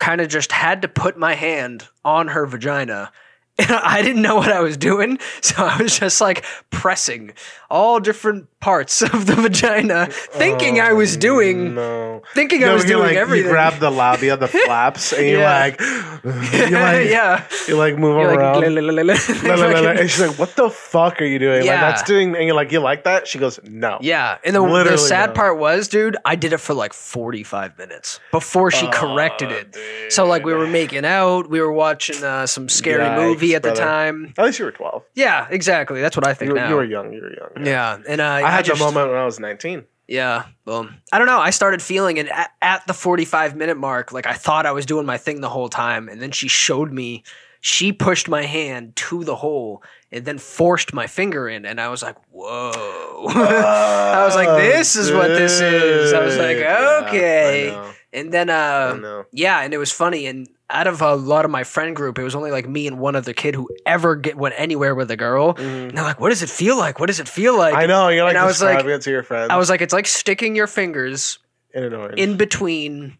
S2: kind of just had to put my hand on her vagina. [laughs] And I didn't know what I was doing. [laughs] So I was just like pressing all different parts of the vagina, thinking I was doing,
S3: Oh, No.
S2: thinking I
S3: No,
S2: was
S3: you're
S2: doing
S3: like,
S2: everything.
S3: You grab the
S2: [laughs]
S3: labia, the flaps, and you're
S2: Yeah.
S3: like,
S2: [laughs]
S3: you like,
S2: yeah.
S3: you like move
S2: You're like,
S3: around.
S2: "La, la, la, [laughs] la,
S3: [laughs]
S2: la."
S3: La, la, la, la.
S2: [laughs]
S3: And she's like, "What the fuck are you doing?
S2: Yeah.
S3: Like that's doing." And you're like, "You like that?" She goes, "No."
S2: Yeah, and the, the
S3: Literally
S2: sad
S3: no.
S2: part was, dude, I did it for like 45 minutes before she corrected it. So like we were making out, we were watching uh, some scary
S3: Yikes,
S2: movie at
S3: brother.
S2: the time.
S3: At least you were 12.
S2: Yeah, exactly. That's what I think
S3: You were,
S2: now.
S3: you were young. You were young.
S2: yeah, and uh,
S3: I had
S2: just,
S3: the moment when I was 19.
S2: Yeah, well, I don't know. I started feeling it at, at the 45 minute mark. Like I thought I was doing my thing the whole time, and then she showed me. She pushed my hand to the hole and then forced my finger in, and I was like, "Whoa." [laughs]
S3: I
S2: was like, this is what this is. I was like, okay.
S3: Oh, Ah, I know,
S2: And then,
S3: I
S2: uh,
S3: know.
S2: yeah, and it was funny. And out of a lot of my friend group, it was only like me and one other kid who ever get, went anywhere with a girl. And they're like, "What does it feel like? What does it feel mm-hmm. like?"
S3: I know. You're like
S2: and I was like-
S3: describing it to your friends.
S2: I was like, "It's like sticking your fingers
S3: in an orange.
S2: in between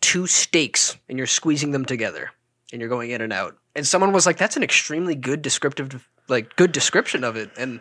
S2: two stakes, and you're squeezing them together, and you're going in and out." And someone was like, "That's an extremely good descriptive, like good description of it." And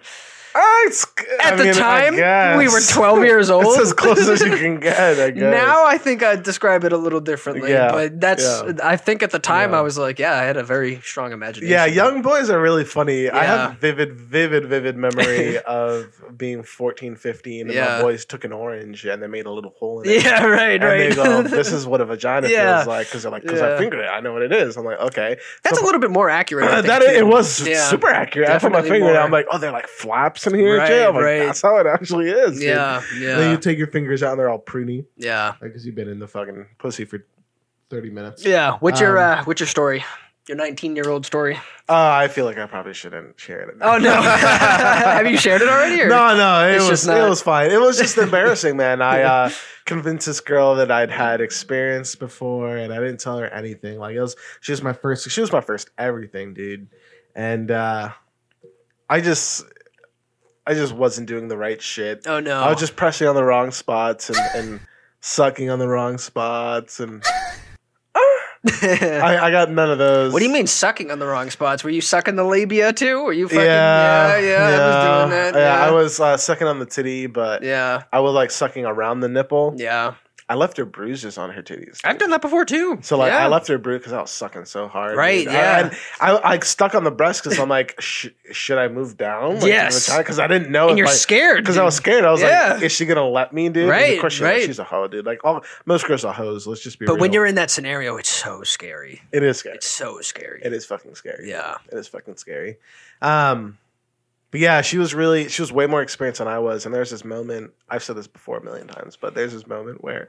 S3: Ah, it's- I
S2: at the
S3: mean, I
S2: time, we were
S3: [laughs] guess.
S2: 12 years old.
S3: It's as
S2: [laughs]
S3: close as you can get. I guess.
S2: Now I think I'd describe it a little differently,
S3: Yeah,
S2: but that's
S3: yeah.
S2: I think at the time
S3: Yeah.
S2: I was like, yeah, I had a very strong imagination.
S3: Yeah, young boys are really funny. I
S2: Yeah.
S3: have vivid, vivid,
S2: [laughs]
S3: vivid memory of being 14, 15, and my
S2: Yeah.
S3: boys took an orange and they made a little hole in
S2: [laughs]
S3: it.
S2: [laughs] Yeah, right,
S3: And
S2: right.
S3: they go,
S2: [laughs]
S3: "This is what a vagina
S2: Yeah.
S3: feels like," because they're like, "Because I
S2: Yeah.
S3: fingered it, I know what it is." I'm like, "Okay,
S2: That's a little bit more accurate. I think,
S3: [laughs] that it,
S2: too.
S3: it was
S2: Yeah.
S3: super accurate." I put my
S2: Definitely
S3: finger in, it,
S2: more.
S3: I'm like, "Oh, they're like flaps in here."
S2: Right,
S3: Jay." I'm like,
S2: right.
S3: "That's how it actually is." dude."
S2: Yeah,
S3: And Then
S2: yeah,
S3: you take your fingers out and they're all pruny,
S2: yeah,
S3: like because you've been in the fucking pussy for thirty minutes.
S2: yeah. What's your
S3: Um,
S2: uh, what's your story? Your 19 year old story?
S3: Uh, I feel like I probably shouldn't share it.
S2: Oh
S3: [laughs]
S2: no, [laughs] have you shared it already? Or?
S3: No, no, it
S2: It's
S3: was
S2: just not-
S3: it was fine. It was just embarrassing, man.
S2: [laughs]
S3: I uh, convinced this girl that I'd had experience before, and I didn't tell her anything. Like it was, she was my first. She was my first everything, dude. And uh, I just, I just wasn't doing the right shit.
S2: Oh no. [laughs]
S3: I was just pressing on the wrong spots and, and sucking on the wrong spots, and I, I got none of those.
S2: What do you mean sucking on the wrong spots? Were you sucking the labia too? Were you fucking
S3: yeah,
S2: yeah, yeah, I was doing that.
S3: Yeah, I
S2: yeah.
S3: was uh, sucking on the titty, but
S2: Yeah,
S3: I was like sucking around the nipple.
S2: yeah.
S3: I left her bruises on her titties.
S2: I've done that before too.
S3: So like
S2: yeah.
S3: I left her brew because I was sucking so hard.
S2: Right,
S3: dude.
S2: yeah.
S3: I, I, I stuck on the breast because I'm like, Sh- should I move down? Like,
S2: Yes.
S3: Because I didn't know.
S2: and you're scared
S3: Because I was scared. I was
S2: Yeah.
S3: like, is she gonna let me, dude? And
S2: Right,
S3: Of course she,
S2: right.
S3: She's a hoe, dude. Like all most girls are hoes. Let's just be.
S2: But when
S3: real.
S2: you're in that scenario, it's so scary.
S3: it is scary.
S2: It's so scary.
S3: It is fucking scary.
S2: Yeah.
S3: It is fucking scary. Um, but yeah, she was really she was way more experienced than I was, and there's this moment I've said this before a million times, but there's this moment where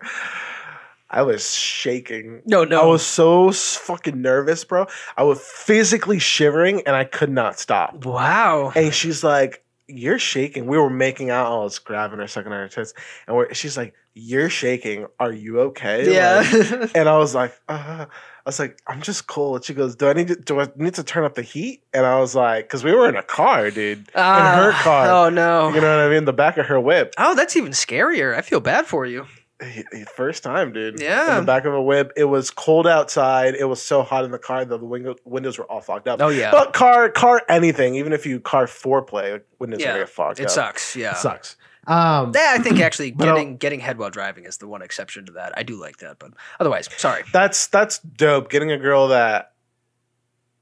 S3: I was shaking.
S2: No, no.
S3: I was so s- fucking nervous, bro. I was physically shivering, and I could not stop.
S2: Wow.
S3: And she's like, "You're shaking." We were making out. I was grabbing her, sucking on her tits, and we're, she's like, "You're shaking. Are you okay?" Like,
S2: Yeah.
S3: and I was like, uh, I was like, I'm just cold. And she goes, Do I need to do I need to turn up the heat? And I was like, because we were in a car, dude, in her
S2: [laughs] Ah,
S3: car.
S2: Oh no.
S3: You know what I mean? The back of her whip.
S2: oh, that's even scarier. I feel bad for you.
S3: He- he- First time, dude.
S2: Yeah.
S3: In the back of a whip. It was cold outside. It was so hot in the car that the window, windows were all fogged up.
S2: Oh yeah.
S3: But car, car, anything. Even if you car foreplay, like, windows
S2: Yeah.
S3: are gonna get fogged
S2: it
S3: up.
S2: sucks. Yeah.
S3: It sucks. Um,
S2: Yeah, I think actually
S3: But I'll-
S2: getting getting head while driving is the one exception to that. I do like that, but otherwise, sorry.
S3: that's that's dope. Getting a girl that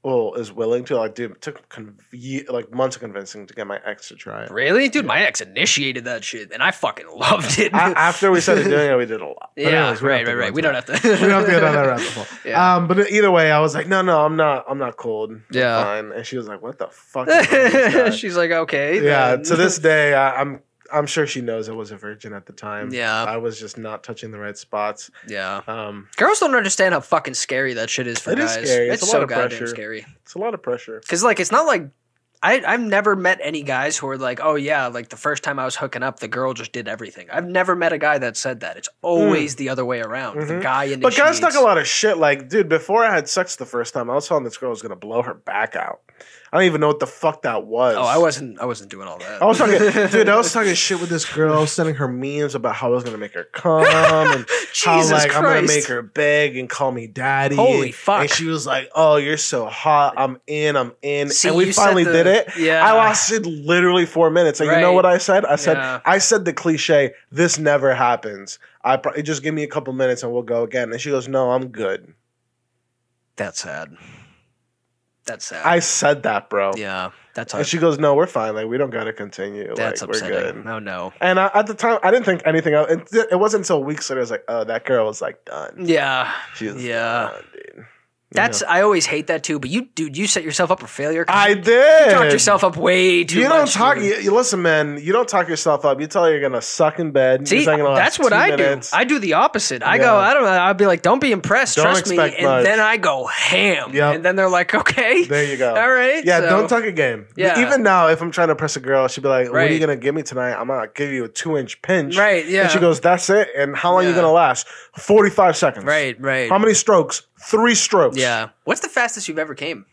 S3: well is willing to like, dude, it took conv- ye- like months of convincing to get my ex to try it.
S2: Really, dude, my ex initiated that shit, and I fucking loved it. [laughs]
S3: A- after we started doing it, we did a lot. But
S2: yeah,
S3: anyways, we don't
S2: right,
S3: have to
S2: right,
S3: go
S2: right. We
S3: into
S2: don't have to.
S3: that. we don't have to go down that
S2: [laughs]
S3: rabbit hole.
S2: Yeah.
S3: Um, but either way, I was like, no, no, I'm not, I'm not cold. I'm
S2: Yeah.
S3: fine. And she was like, what the
S2: [laughs]
S3: fuck? is wrong with this guy?
S2: She's like, okay.
S3: yeah.
S2: then.
S3: To this day, I, I'm, I'm sure she knows I was a virgin at the time.
S2: Yeah.
S3: I was just not touching the right spots.
S2: Yeah.
S3: Um,
S2: Girls don't understand how fucking scary that shit is for
S3: It is
S2: guys.
S3: scary.
S2: It's,
S3: It's a lot
S2: so
S3: of
S2: goddamn
S3: pressure.
S2: scary.
S3: it's a lot of pressure.
S2: Because like, it's not like. I, I've never met any guys who are like, oh yeah, like the first time I was hooking up, the girl just did everything. I've never met a guy that said that. It's always the other way around. The
S3: Mhm.
S2: guy initiates.
S3: Mm. But guys talk a lot of shit. Like, dude, before I had sex the first time, I was telling this girl I was gonna blow her back out. I don't even know what the fuck that was.
S2: Oh, I wasn't. I wasn't doing all that.
S3: I
S2: [laughs]
S3: was talking, dude. I was talking shit with this girl, I was sending her memes about how I was gonna make her come
S2: [laughs]
S3: and how
S2: Jesus
S3: like I'm gonna
S2: Christ.
S3: make her beg and call me daddy.
S2: Holy fuck.
S3: And she was like, "Oh, you're so hot. I'm in. I'm in."
S2: See,
S3: and we
S2: you said
S3: finally
S2: the-
S3: did it.
S2: yeah.
S3: I lasted literally four minutes. And you know
S2: Right.
S3: what I said? I said,
S2: Yeah.
S3: "I said the cliche. This never happens. I probably just give me a couple minutes and we'll go again." And she goes, "No, I'm good."
S2: That's sad. That's sad.
S3: I said that, bro.
S2: yeah, that's
S3: And
S2: hard.
S3: she goes, "No, we're fine. Like we don't gotta continue.
S2: That's
S3: like we're
S2: upsetting.
S3: good."
S2: No, no.
S3: And I, at the time, I didn't think anything of it. It wasn't until weeks later I was like, "Oh, that girl was like done.
S2: Yeah,
S3: She was
S2: Yeah.
S3: done, dude." You
S2: that's.
S3: know.
S2: I always hate that too. But you, dude, you set yourself up for failure. 'cause
S3: I
S2: you
S3: did.
S2: talked yourself up way too
S3: You
S2: much.
S3: don't talk.
S2: dude.
S3: You, you- listen, man. You don't talk yourself up. You tell her you're gonna suck in bed.
S2: See,
S3: It's not gonna last
S2: that's what
S3: two
S2: I
S3: minutes.
S2: do. I do the opposite. I go,
S3: Yeah.
S2: I don't know. I'll be like, don't be impressed.
S3: Don't
S2: trust me.
S3: expect
S2: And
S3: much.
S2: then I go ham.
S3: Yep.
S2: And then they're like, okay.
S3: there you
S2: [laughs]
S3: go.
S2: All right.
S3: Yeah,
S2: so-
S3: don't talk a game.
S2: Yeah.
S3: Even now, if I'm trying to press a girl, she'd be like, "What are you
S2: Right.
S3: gonna give me tonight? I'm gonna give you a two inch pinch."
S2: Right. Yeah.
S3: And she goes, "That's it." And how long are you
S2: Yeah.
S3: gonna last? Forty five seconds.
S2: right. Right.
S3: How many strokes? Three strokes.
S2: Yeah. What's the fastest you've ever came?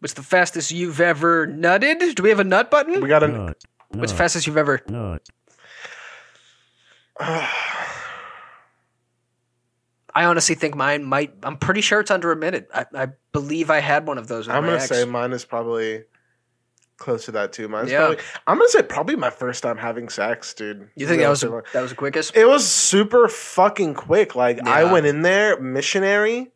S2: What's the fastest you've ever nutted? Do we have a nut button?
S3: We got an. [sighs]
S4: Nut,
S2: What's the
S4: nut,
S2: fastest you've ever?
S4: nut.
S2: I honestly think mine might. I'm pretty sure it's under a minute. I, I believe I had one of those. With
S3: I'm
S2: my
S3: gonna
S2: ex.
S3: say mine is probably close to that too. Mine's
S2: Yeah.
S3: probably. I'm gonna say probably my first time having sex, dude.
S2: You think that was
S3: Relatively-
S2: that was the quickest?
S3: It was super fucking quick. Like I
S2: Yeah.
S3: went in there missionary,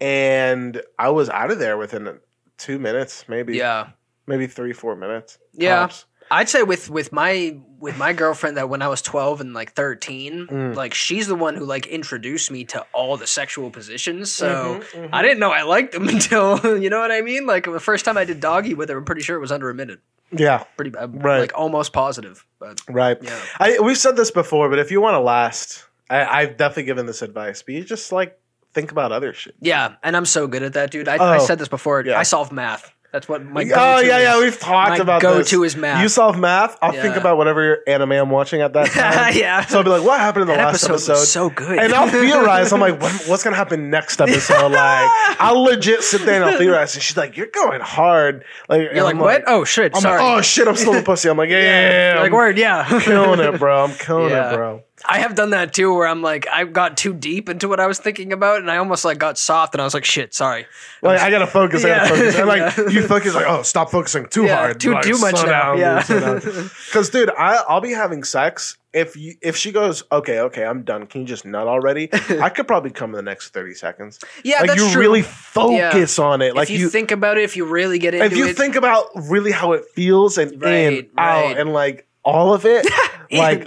S3: and I was out of there within two minutes, maybe.
S2: Yeah,
S3: Maybe three, four minutes.
S2: yeah.
S3: tops.
S2: Uh, I'd say with with my with my girlfriend that when I was 12 and like 13,
S3: Mm.
S2: like she's the one who like introduced me to all the sexual positions. So.
S3: Mhm, mhm.
S2: I didn't know I liked them [laughs] until you know what I mean. Like the first time I did doggy with her, I'm pretty sure it was under a minute.
S3: yeah,
S2: Pretty, I'm
S3: Right.
S2: like almost positive. But
S3: right.
S2: yeah,
S3: I we've said this before, but if you want to last, I, I've definitely given this advice. But you just like think about other shit.
S2: yeah, and I'm so good at that, dude. I, I
S3: Oh.
S2: said this before.
S3: Yeah.
S2: I solve math. That's what my
S3: oh
S2: go-to
S3: yeah, yeah,
S2: is.
S3: we've talked
S2: my
S3: about this.
S2: go-to is math.
S3: You solve math. I'll think
S2: Yeah.
S3: about whatever anime I'm watching
S2: [laughs]
S3: at that time.
S2: yeah.
S3: So I'll be like, what happened in the
S2: that
S3: last
S2: episode,
S3: episode?
S2: was so good.
S3: and I'll theorize.
S2: [laughs]
S3: I'm like, what, what's gonna happen next episode? Like, I'll legit sit there and I'll theorize. And she's like, you're going hard. Like, and
S2: You're like,
S3: I'm
S2: what? oh shit!
S3: I'm
S2: sorry. [laughs]
S3: like, oh shit, I'm still a pussy. I'm like, yeah, yeah, yeah,
S2: You're
S3: yeah,
S2: like
S3: I'm
S2: word, yeah.
S3: killing it, bro. I'm killing
S2: Yeah.
S3: it, bro.
S2: I have done that too, where I'm like, I got too deep into what I was thinking about, and I almost like got soft, and I was like, shit, sorry.
S3: Like I gotta focus. I
S2: Yeah.
S3: gotta focus. And like
S2: Yeah. [laughs]
S3: you focus, like oh, stop focusing too
S2: Yeah,
S3: hard.
S2: too-
S3: like,
S2: too much
S3: slow
S2: now,
S3: down,
S2: yeah. [laughs]
S3: Because dude, I, I'll be having sex if you if she goes, okay, okay, I'm done. Can you just
S2: [laughs]
S3: nut already? I could probably come in the next thirty seconds.
S2: Yeah,
S3: like
S2: that's
S3: you
S2: true.
S3: really focus on it. Like
S2: if you, think about it, if you really get into
S3: if you
S2: it,
S3: think about really how it feels and in
S2: Right,
S3: out
S2: right.
S3: and like all of it, like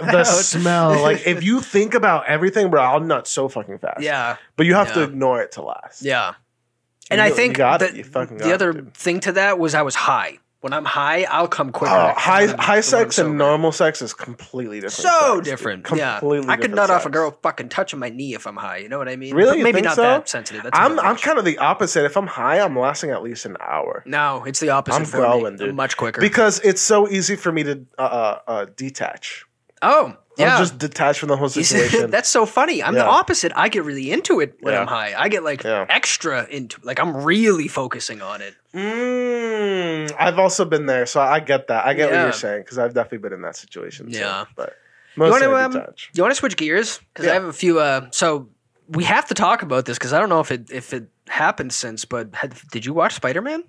S2: [laughs] In,
S3: the
S2: out.
S3: smell. Like if you think about everything, bro, I'll nut so fucking fast.
S2: yeah,
S3: but you have to
S2: Yeah.
S3: ignore it to last.
S2: yeah. And
S3: You-
S2: I
S3: you
S2: think
S3: got it.
S2: that
S3: You fucking got
S2: the
S3: it,
S2: other
S3: dude.
S2: thing to that was I was high. When I'm high, I'll come quicker.
S3: Oh, high
S2: than when I'm-
S3: high
S2: than when I'm
S3: sex and
S2: sober.
S3: normal sex is completely different. sex,
S2: So
S3: dude.
S2: different.
S3: Completely.
S2: yeah. I could
S3: different
S2: nut off a
S3: sex.
S2: girl fucking touching my knee if I'm high. You know what I mean?
S3: Really?
S2: But
S3: You
S2: maybe
S3: think
S2: not
S3: so?
S2: that sensitive. That's
S3: I'm
S2: another
S3: I'm
S2: issue.
S3: kind of the opposite. If I'm high, I'm lasting at least an hour
S2: No, it's the opposite.
S3: I'm
S2: for
S3: growing,
S2: me.
S3: dude.
S2: I'm much quicker.
S3: because it's so easy for me to uh, uh, uh, detach.
S2: oh, yeah.
S3: I'm just detached from the
S2: [laughs]
S3: whole
S2: You see,
S3: situation.
S2: That's so funny. I'm
S3: Yeah.
S2: the opposite. I get really into it when
S3: Yeah.
S2: I'm high. I get like
S3: Yeah.
S2: extra into like I'm really focusing on it.
S3: Mm, I've also been there, so I get that. I get what
S2: Yeah.
S3: you're saying because I've definitely been in that situation. too.
S2: Yeah.
S3: but mostly
S2: wanna,
S3: I
S2: um,
S3: detach.
S2: You want to switch gears because
S3: Yeah.
S2: I have a few. Uh, so we have to talk about this because I don't know if it if it happened since. But had, did you watch Spider Man?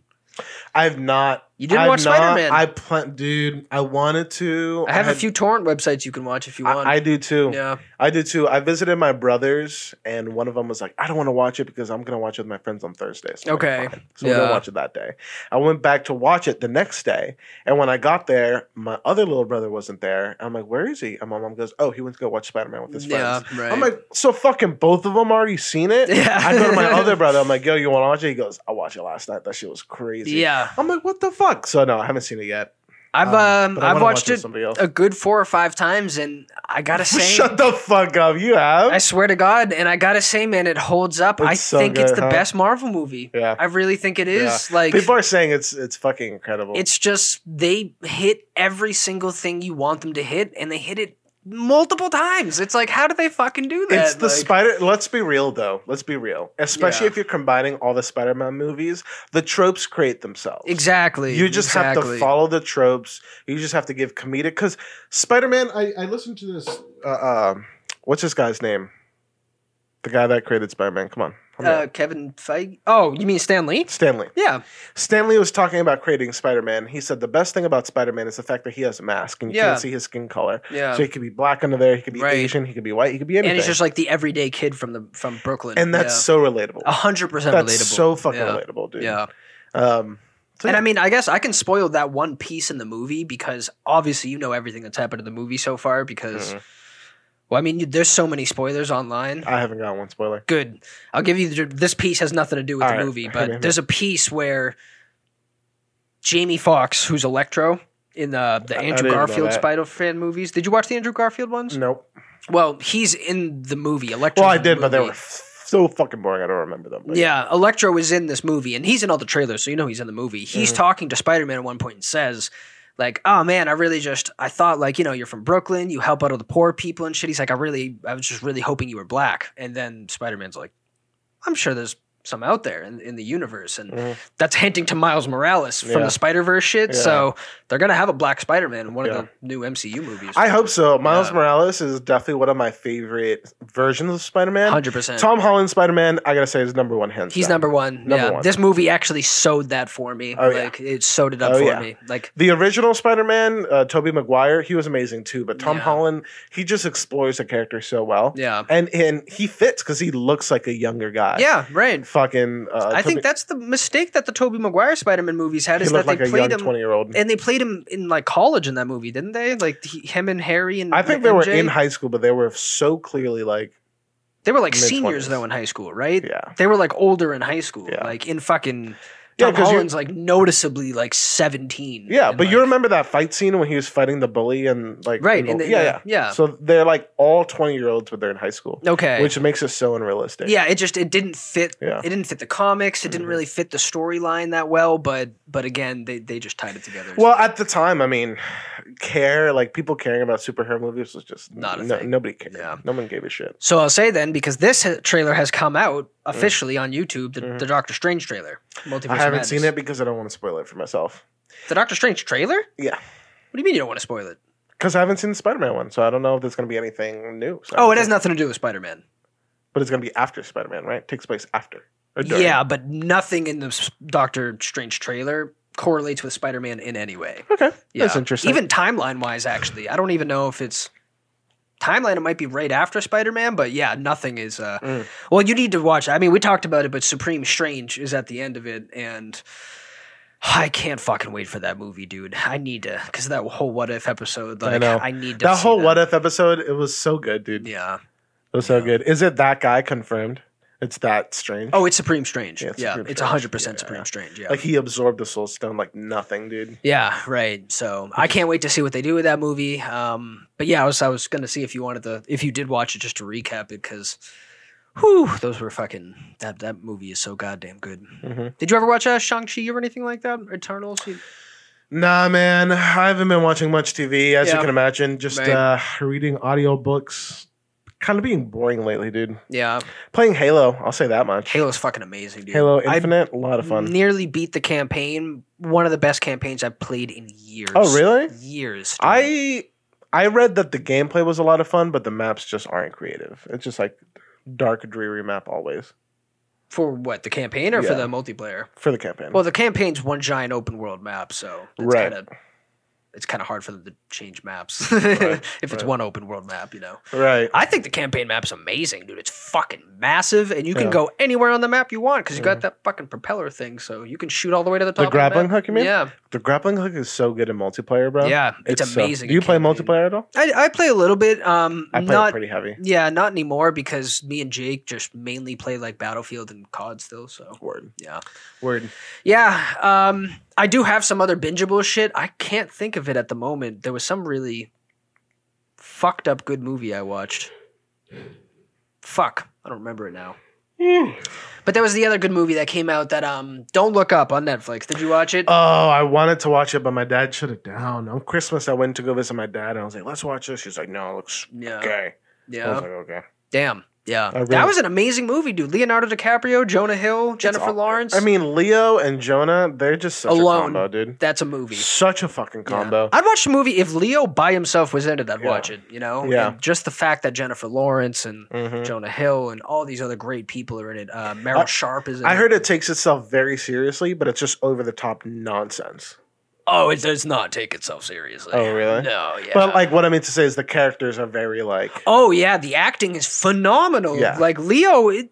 S3: I've not.
S2: You didn't
S3: I've
S2: watch
S3: not-
S2: Spider-Man.
S3: I plan, dude. I wanted to.
S2: I have a
S3: had-
S2: few torrent websites you can watch if you want.
S3: I, I do too.
S2: yeah,
S3: I do too. I visited my brothers, and one of them was like, "I don't want to watch it because I'm gonna watch it with my friends on Thursday." So I'm like,
S2: Okay.
S3: "Fine." So we didn't
S2: Yeah.
S3: watch it that day. I went back to watch it the next day, and when I got there, my other little brother wasn't there. I'm like, "Where is he?" And my mom goes, "Oh, he went to go watch Spider Man with his friends."
S2: yeah, right.
S3: I'm like, so fucking both of them already seen it.
S2: [laughs] Yeah.
S3: I go to my other brother. I'm like, yo, you want to watch it? He goes, I watched it last night. That shit was crazy.
S2: yeah.
S3: I'm like, what the fuck? So no, I haven't seen it yet.
S2: I've
S3: Um,
S2: um,
S3: but I
S2: I've
S3: wanna watch
S2: watched
S3: it with
S2: it
S3: somebody else.
S2: a good four or five times, and I gotta say,
S3: [laughs] Shut the fuck up. You have.
S2: I swear to God, and I gotta say, man, it holds up. I
S3: It's so
S2: think it's
S3: good,
S2: the
S3: huh?
S2: best Marvel movie.
S3: Yeah.
S2: I really think it is. Like,
S3: People are saying it's it's fucking incredible.
S2: it's just they hit every single thing you want them to hit, and they hit it multiple times. It's like, how do they fucking do that?
S3: It's the
S2: Like,
S3: Spider. Let's be real, though. Let's be real. Especially
S2: Yeah.
S3: if you're combining all the Spider-Man movies, the tropes create themselves.
S2: exactly.
S3: You just have to
S2: exactly.
S3: follow the tropes. You just have to give comedic. Because Spider-Man, I, I listened to this. Uh, um what's this guy's name? The guy that created Spider-Man. Come on, help me
S2: Uh,
S3: out.
S2: Kevin Feige. Oh, you mean Stan Lee?
S3: Stanley.
S2: Yeah,
S3: Stanley was talking about creating Spider-Man. He said the best thing about Spider-Man is the fact that he has a mask and you
S2: Yeah.
S3: can't see his skin color.
S2: yeah.
S3: So he could be black under there. He could be
S2: Right.
S3: Asian. He could be white. He could be anything.
S2: and it's just like the everyday kid from the from Brooklyn,
S3: and that's so relatable.
S2: a hundred percent
S3: That's
S2: Oh, relatable.
S3: so fucking
S2: Yeah.
S3: relatable, dude.
S2: Yeah.
S3: Um, so
S2: And
S3: yeah.
S2: I mean, I guess I can spoil that one piece in the movie because obviously you know everything that's happened in the movie so far. Because,
S3: Mhm.
S2: well, I mean, you, there's so many spoilers online.
S3: I haven't got one spoiler.
S2: Good. I'll give you the, this piece has nothing to do with
S3: All
S2: the
S3: right. [laughs]
S2: movie,
S3: Hit
S2: but
S3: me, hit me.
S2: there's a piece where Jamie Foxx, who's Electro in the, the
S3: I- I
S2: Andrew
S3: didn't know
S2: Garfield
S3: that.
S2: Spider fan movies. Did you watch the Andrew Garfield ones?
S3: Nope.
S2: Well, he's in the movie. Electro.
S3: Well, I did, but they were f- so fucking boring. I don't remember them. but
S2: Yeah, Electro is in this movie, and he's in all the trailers, so you know he's in the movie. He's
S3: Mm-hmm.
S2: talking to Spider Man at one point and says, like, oh man, I really just, I thought, like, you know, you're from Brooklyn, you help out all the poor people and shit. He's like, I really, I was just really hoping you were black. And then Spider Man's like, I'm sure there's some out there in, in the universe. And
S3: Mhm.
S2: that's hinting to Miles Morales from
S3: Yeah.
S2: the Spider Verse shit.
S3: Yeah.
S2: So they're going to have a black Spider Man in one
S3: Yeah.
S2: of the new MCU movies.
S3: I hope so. Miles
S2: Yeah.
S3: Morales is definitely one of my favorite versions of Spider Man.
S2: 100%.
S3: Tom Holland Spider Man, I gotta say, is number one hands.
S2: He's
S3: down.
S2: number one.
S3: Number
S2: yeah,
S3: one.
S2: this movie actually sewed that for me.
S3: Oh, yeah.
S2: like it sewed it up
S3: Oh,
S2: for
S3: yeah.
S2: me. Like
S3: The original Spider Man, uh, Tobey Maguire, he was amazing too. But Tom
S2: Yeah.
S3: Holland, he just explores the character so well,
S2: yeah,
S3: and and he fits because he looks like a younger guy.
S2: yeah, right.
S3: Fucking. Uh,
S2: I
S3: Tobey-
S2: think that's the mistake that the Tobey Maguire Spider-Man movies had
S3: he
S2: is
S3: looked
S2: that they
S3: like a young
S2: played him
S3: twenty year old.
S2: and they played him in like college in that movie, didn't they? Like he, him and Harry and
S3: I think they were
S2: MJ?
S3: in high school, but they were so clearly like,
S2: They were like
S3: mid-twenties.
S2: seniors though in high school, right?
S3: yeah,
S2: They were like older in high school,
S3: Yeah.
S2: like in fucking.
S3: Yeah,
S2: Tom
S3: 'cause you-
S2: Holland's like noticeably like seventeen.
S3: yeah.
S2: and,
S3: But
S2: like-
S3: you remember that fight scene when he was fighting the bully and like,
S2: right?
S3: in
S2: And
S3: the-
S2: the,
S3: yeah, yeah.
S2: yeah.
S3: So they're like all 20 year olds, but they're in high school,
S2: okay.
S3: which makes it so unrealistic.
S2: yeah it just it didn't fit
S3: Yeah.
S2: it didn't fit the comics it didn't
S3: Mhm.
S2: really fit the storyline that well but but again they, they just tied it together
S3: Well, at the time, I mean, care like people caring about superhero movies was just
S2: Not a
S3: no,
S2: thing.
S3: nobody cared.
S2: Yeah.
S3: No one gave a shit.
S2: so i'll say then because this ha- trailer has come out officially on youtube the,
S3: Mhm.
S2: the doctor strange trailer Multiverse
S3: I
S2: of
S3: haven't
S2: Madness.
S3: seen it because I don't want to spoil it for myself.
S2: the doctor strange trailer what
S3: Yeah,
S2: do you mean you don't want to spoil it
S3: Because I haven't seen the Spider Man one, so I don't know if there's going to be anything new. So
S2: Oh, it has nothing to do with Spider Man.
S3: But it's going to be after Spider Man, right? takes place after. Or during.
S2: Yeah, but nothing in the Doctor Strange trailer correlates with Spider Man in any way.
S3: Okay.
S2: Yeah.
S3: That's interesting.
S2: Even timeline wise, actually, I don't even know if it's timeline. It might be right after Spider Man, but yeah, nothing is. Uh,
S3: Mm.
S2: Well, you need to watch. I mean, we talked about it, but Supreme Strange is at the end of it, and I can't fucking wait for that movie, dude. I need to because that whole What If episode. Like, I,
S3: know.
S2: need to
S3: that
S2: see
S3: whole what if episode, it was so good, dude.
S2: Yeah.
S3: It was so good. Is it that guy confirmed? It's that strange.
S2: Oh, it's Supreme Strange.
S3: Yeah,
S2: Yeah,
S3: it's Supreme
S2: it's
S3: Strange.
S2: hundred percent
S3: Yeah.
S2: Supreme Strange. Yeah.
S3: like he absorbed the soul stone like nothing, dude.
S2: Yeah, right. So I can't wait to see what they do with that movie. Um, but yeah, I was I was gonna see if you wanted to if you did watch it just to recap it because, whew, those were fucking that that movie is so goddamn good.
S3: Mhm.
S2: Did you ever watch uh, Shang Chi or anything like that? Eternals. You-
S3: Nah, man, I haven't been watching much TV, as you
S2: Yeah.
S3: can imagine. Just
S2: Right.
S3: uh, reading audiobooks. Kind of being boring lately, dude.
S2: Yeah,
S3: Playing Halo, I'll say that much.
S2: Halo's fucking amazing, dude.
S3: Halo
S2: I
S3: Infinite, a lot of fun.
S2: Nearly beat the campaign. One of the best campaigns I've played in years.
S3: Oh, really?
S2: Years. dude.
S3: I I read that the gameplay was a lot of fun, but the maps just aren't creative. It's just like dark, dreary map always
S2: for what the campaign or for
S3: Yeah.
S2: the multiplayer?
S3: for the campaign.
S2: Well, the campaign's one giant open world map, so it's
S3: Right.
S2: Kinda, it's kind of hard for them to change maps [laughs] if it's
S3: right.
S2: one open world map, you know.
S3: right.
S2: I think the campaign map's amazing, dude. It's fucking massive, and you can
S3: Yeah.
S2: go anywhere on the map you want because you got that fucking propeller thing, so you can shoot all the way to the top. of
S3: grappling
S2: map.
S3: hook, you mean?
S2: Yeah,
S3: The grappling hook is so good in multiplayer, bro.
S2: yeah, it's,
S3: so-
S2: amazing.
S3: Do you
S2: in
S3: play
S2: campaign.
S3: multiplayer at all?
S2: I, I play a little bit. Um,
S3: I play it
S2: not
S3: pretty heavy.
S2: yeah, not anymore because me and Jake just mainly play like Battlefield and COD still. So
S3: Word.
S2: yeah.
S3: Word.
S2: Yeah, um, I do have some other bingeable shit. I can't think of it at the moment. There was some really fucked up good movie I watched. Fuck, I don't remember it now. But there was the other good movie that came out that um, don't look up on Netflix. Did you watch it?
S3: Oh, I wanted to watch it, but my dad shut it down. On Christmas, I went to go visit my dad, and I was like, "Let's watch this." She's like, "No, it looks
S2: yeah,
S3: okay." I
S2: yeah.
S3: was like, "Okay."
S2: Damn, yeah.
S3: I really-
S2: that was an amazing movie, dude. Leonardo DiCaprio, Jonah Hill, Jennifer
S3: all-
S2: Lawrence.
S3: I mean, Leo and Jonah, they're just such
S2: Alone.
S3: a combo, dude.
S2: that's a movie.
S3: Such a fucking
S2: Yeah.
S3: combo.
S2: I'd watch the movie if Leo by himself was in it. I'd
S3: Yeah.
S2: watch it. You know,
S3: Yeah.
S2: And just the fact that Jennifer Lawrence and
S3: Mhm.
S2: Jonah Hill and all these other great people are in it. Uh, Meryl
S3: I-
S2: Sharp is. in
S3: I
S2: it.
S3: heard it takes itself very seriously, but it's just over the top nonsense.
S2: Oh, it does not take itself seriously.
S3: Oh, really?
S2: No, yeah.
S3: But like, what I mean to say is, the characters are very like.
S2: oh yeah, the acting is phenomenal.
S3: Yeah.
S2: Like Leo, it,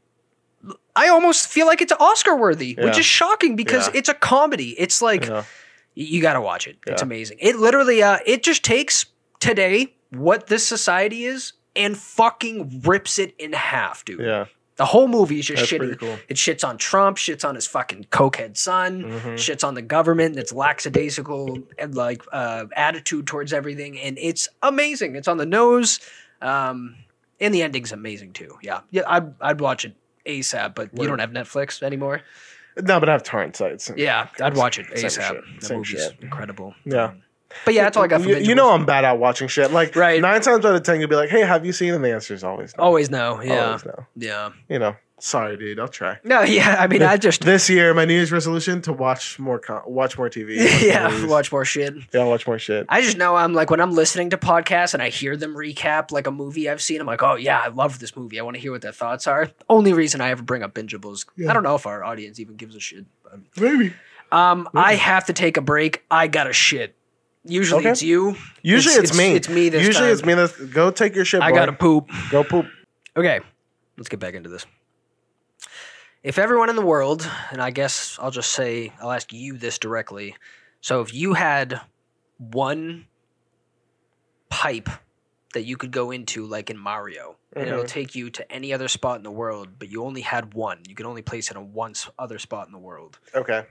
S2: I almost feel like it's Oscar worthy, which
S3: Yeah.
S2: is shocking because
S3: Yeah.
S2: it's a comedy. It's like
S3: you know,
S2: Y- you got to watch it. It's
S3: Yeah.
S2: amazing. It literally, uh, it just takes today what this society is and fucking rips it in half, dude.
S3: yeah,
S2: The whole movie is just
S3: That's pretty
S2: shitty.
S3: cool.
S2: It shits on Trump, shits on his fucking cokehead son,
S3: Mm-hmm.
S2: shits on the government. It's lackadaisical and like uh, attitude towards everything, and it's amazing. It's on the nose, um, and the ending's amazing too. Yeah, yeah, I'd, I'd watch it asap, but you
S3: Word.
S2: don't have Netflix anymore.
S3: No, but I have torrent sites.
S2: Yeah, I'd watch it
S3: Same
S2: ASAP.
S3: shit.
S2: That
S3: Same
S2: movie's
S3: shit.
S2: incredible.
S3: Yeah.
S2: Um, But yeah, that's all I got for
S3: you, you know
S2: bingeables.
S3: I'm bad at watching shit. Like
S2: Right.
S3: nine times out of ten, you'll be like, "Hey, have you seen?" And the answer is always no.
S2: always know. Yeah.
S3: Always no.
S2: Yeah.
S3: You know, sorry, dude. I'll try.
S2: No, [laughs] yeah. I mean, I
S3: [laughs]
S2: just,
S3: This year, my New Year's resolution to watch more co- watch
S2: [laughs]
S3: more TV. watch more
S2: yeah,
S3: movies.
S2: watch more shit.
S3: yeah, watch more shit.
S2: I just know I'm like, when I'm listening to podcasts and I hear them recap like a movie I've seen, I'm like, oh, yeah, I love this movie. I want to hear what their thoughts are. Only reason I ever bring up bingeables. I don't know if our audience even gives a shit. but-
S3: Maybe.
S2: Um, I have to take a break. I got to shit. Usually
S3: Okay.
S2: it's you.
S3: Usually it's,
S2: It's-
S3: me.
S2: it's me this
S3: Usually
S2: time.
S3: it's me. That's, go take your shit.
S2: I
S3: boy.
S2: got to poop.
S3: go poop.
S2: Okay, let's get back into this. If everyone in the world, and I guess I'll just say, I'll ask you this directly. So if you had one pipe that you could go into, like in Mario, and it'll
S3: Mhm.
S2: take you to any other spot in the world, but you only had one, you could only place it on one s- other spot in the world,
S3: Okay.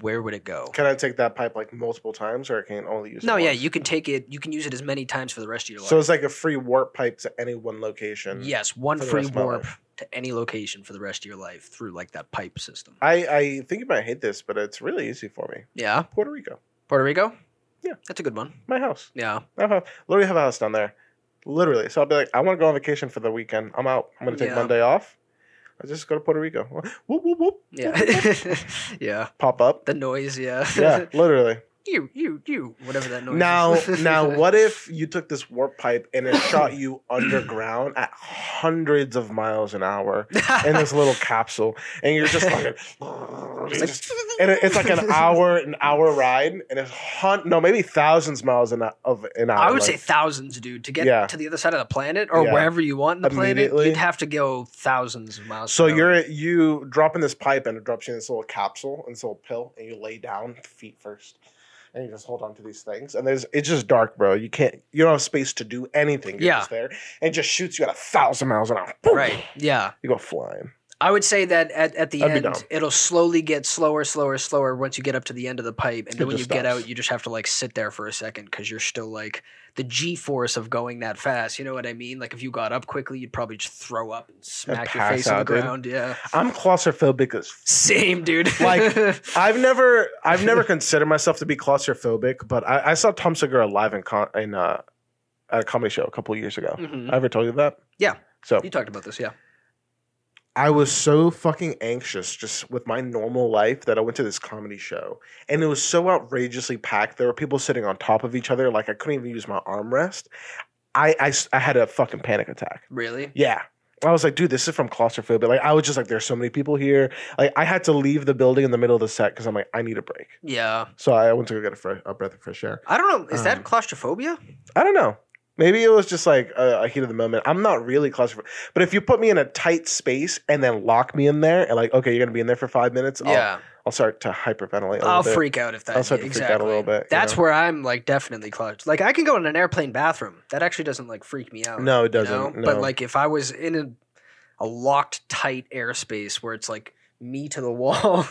S2: where would it go?
S3: Can I take that pipe like multiple times, or I can only use? it
S2: No, yeah,
S3: once?
S2: you can take it, you can use it as many times for the rest of your life.
S3: So it's like a free warp pipe to any one location.
S2: yes, one
S3: for the
S2: free
S3: rest of my
S2: warp to any location for the rest of your life through like that pipe system.
S3: I I think you might hate this, but it's really easy for me.
S2: Yeah.
S3: Puerto Rico,
S2: Puerto Rico?
S3: Yeah.
S2: That's a good one.
S3: my house.
S2: Yeah.
S3: I have, Uh-huh. literally have a house down there. Literally. So I'll be like, I want to go on vacation for the weekend. I'm out. I'm going to take
S2: Yeah.
S3: Monday off. I just go to Puerto Rico. Whoop, whoop, whoop.
S2: Yeah. [laughs] yeah.
S3: Pop up.
S2: The noise, yeah. [laughs]
S3: Yeah, literally.
S2: you, you, you, whatever that noise.
S3: Now,
S2: [laughs] is.
S3: now, what if you took this warp pipe and it
S2: [clears throat]
S3: shot you underground at hundreds of miles an hour in this little capsule, and you're just
S2: [laughs]
S3: like, [laughs] just- and it- it's like an hour, an hour ride, and it's hun- no, maybe thousands miles an hou- of an hour.
S2: I would
S3: like,
S2: say thousands, dude, to get
S3: Yeah.
S2: to the other side of the planet or
S3: Yeah.
S2: wherever you want in the planet.
S3: Immediately.
S2: You'd have to go thousands of miles.
S3: So
S2: per hour.
S3: you're you dropping this pipe and it drops you in this little capsule and this little pill and you lay down feet first and you just hold on to these things and there's it's just dark, bro. You can't you don't have space to do anything. You're
S2: Yeah.
S3: just there and it just shoots you at a thousand miles an hour.
S2: right. Yeah,
S3: You go flying.
S2: I would say that at, at the
S3: That'd be
S2: end,
S3: dumb.
S2: it'll slowly get slower, slower, slower. Once you get up to the end of the pipe, and then
S3: It
S2: when you
S3: just
S2: get
S3: stops.
S2: out, you just have to like sit there for a second because you're still like the G force of going that fast. You know what I mean? Like if you got up quickly, you'd probably just throw up and smack your
S3: pass
S2: face on the
S3: out, dude.
S2: ground. Yeah,
S3: I'm claustrophobic as f-
S2: same, dude. [laughs]
S3: Like, I've never I've never considered myself to be claustrophobic, but I, I saw Tom Segura live in con- in uh, at a comedy show a couple of years ago.
S2: Mhm.
S3: I ever told you that?
S2: Yeah.
S3: So
S2: you talked about this, yeah.
S3: I was so fucking anxious just with my normal life that I went to this comedy show and it was so outrageously packed. There were people sitting on top of each other, like I couldn't even use my armrest. I, I s- I had a fucking panic attack.
S2: Really?
S3: Yeah. I was like, dude, this is from claustrophobia. Like, I was just like, there's so many people here. Like, I had to leave the building in the middle of the set because I'm like, I need a break.
S2: Yeah.
S3: So I went to go get a, fre- a breath of fresh air.
S2: I don't know. Is
S3: Um,
S2: that claustrophobia?
S3: I don't know. Maybe it was just like a, a heat of the moment. I'm not really claustrophobic, but if you put me in a tight space and then lock me in there, and like, okay, you're gonna be in there for five minutes, I'll-
S2: Yeah.
S3: I'll, start to hyperventilate. A
S2: I'll
S3: little bit.
S2: freak out if that.
S3: I'll start to freak out a
S2: exactly.
S3: little bit, you
S2: That's
S3: know?
S2: where I'm like definitely clutch. Like I can go in an airplane bathroom. That actually doesn't like freak me out.
S3: No, it
S2: you
S3: doesn't.
S2: know?
S3: no.
S2: But like if I was in a, a locked, tight airspace where it's like me to the [laughs] wall,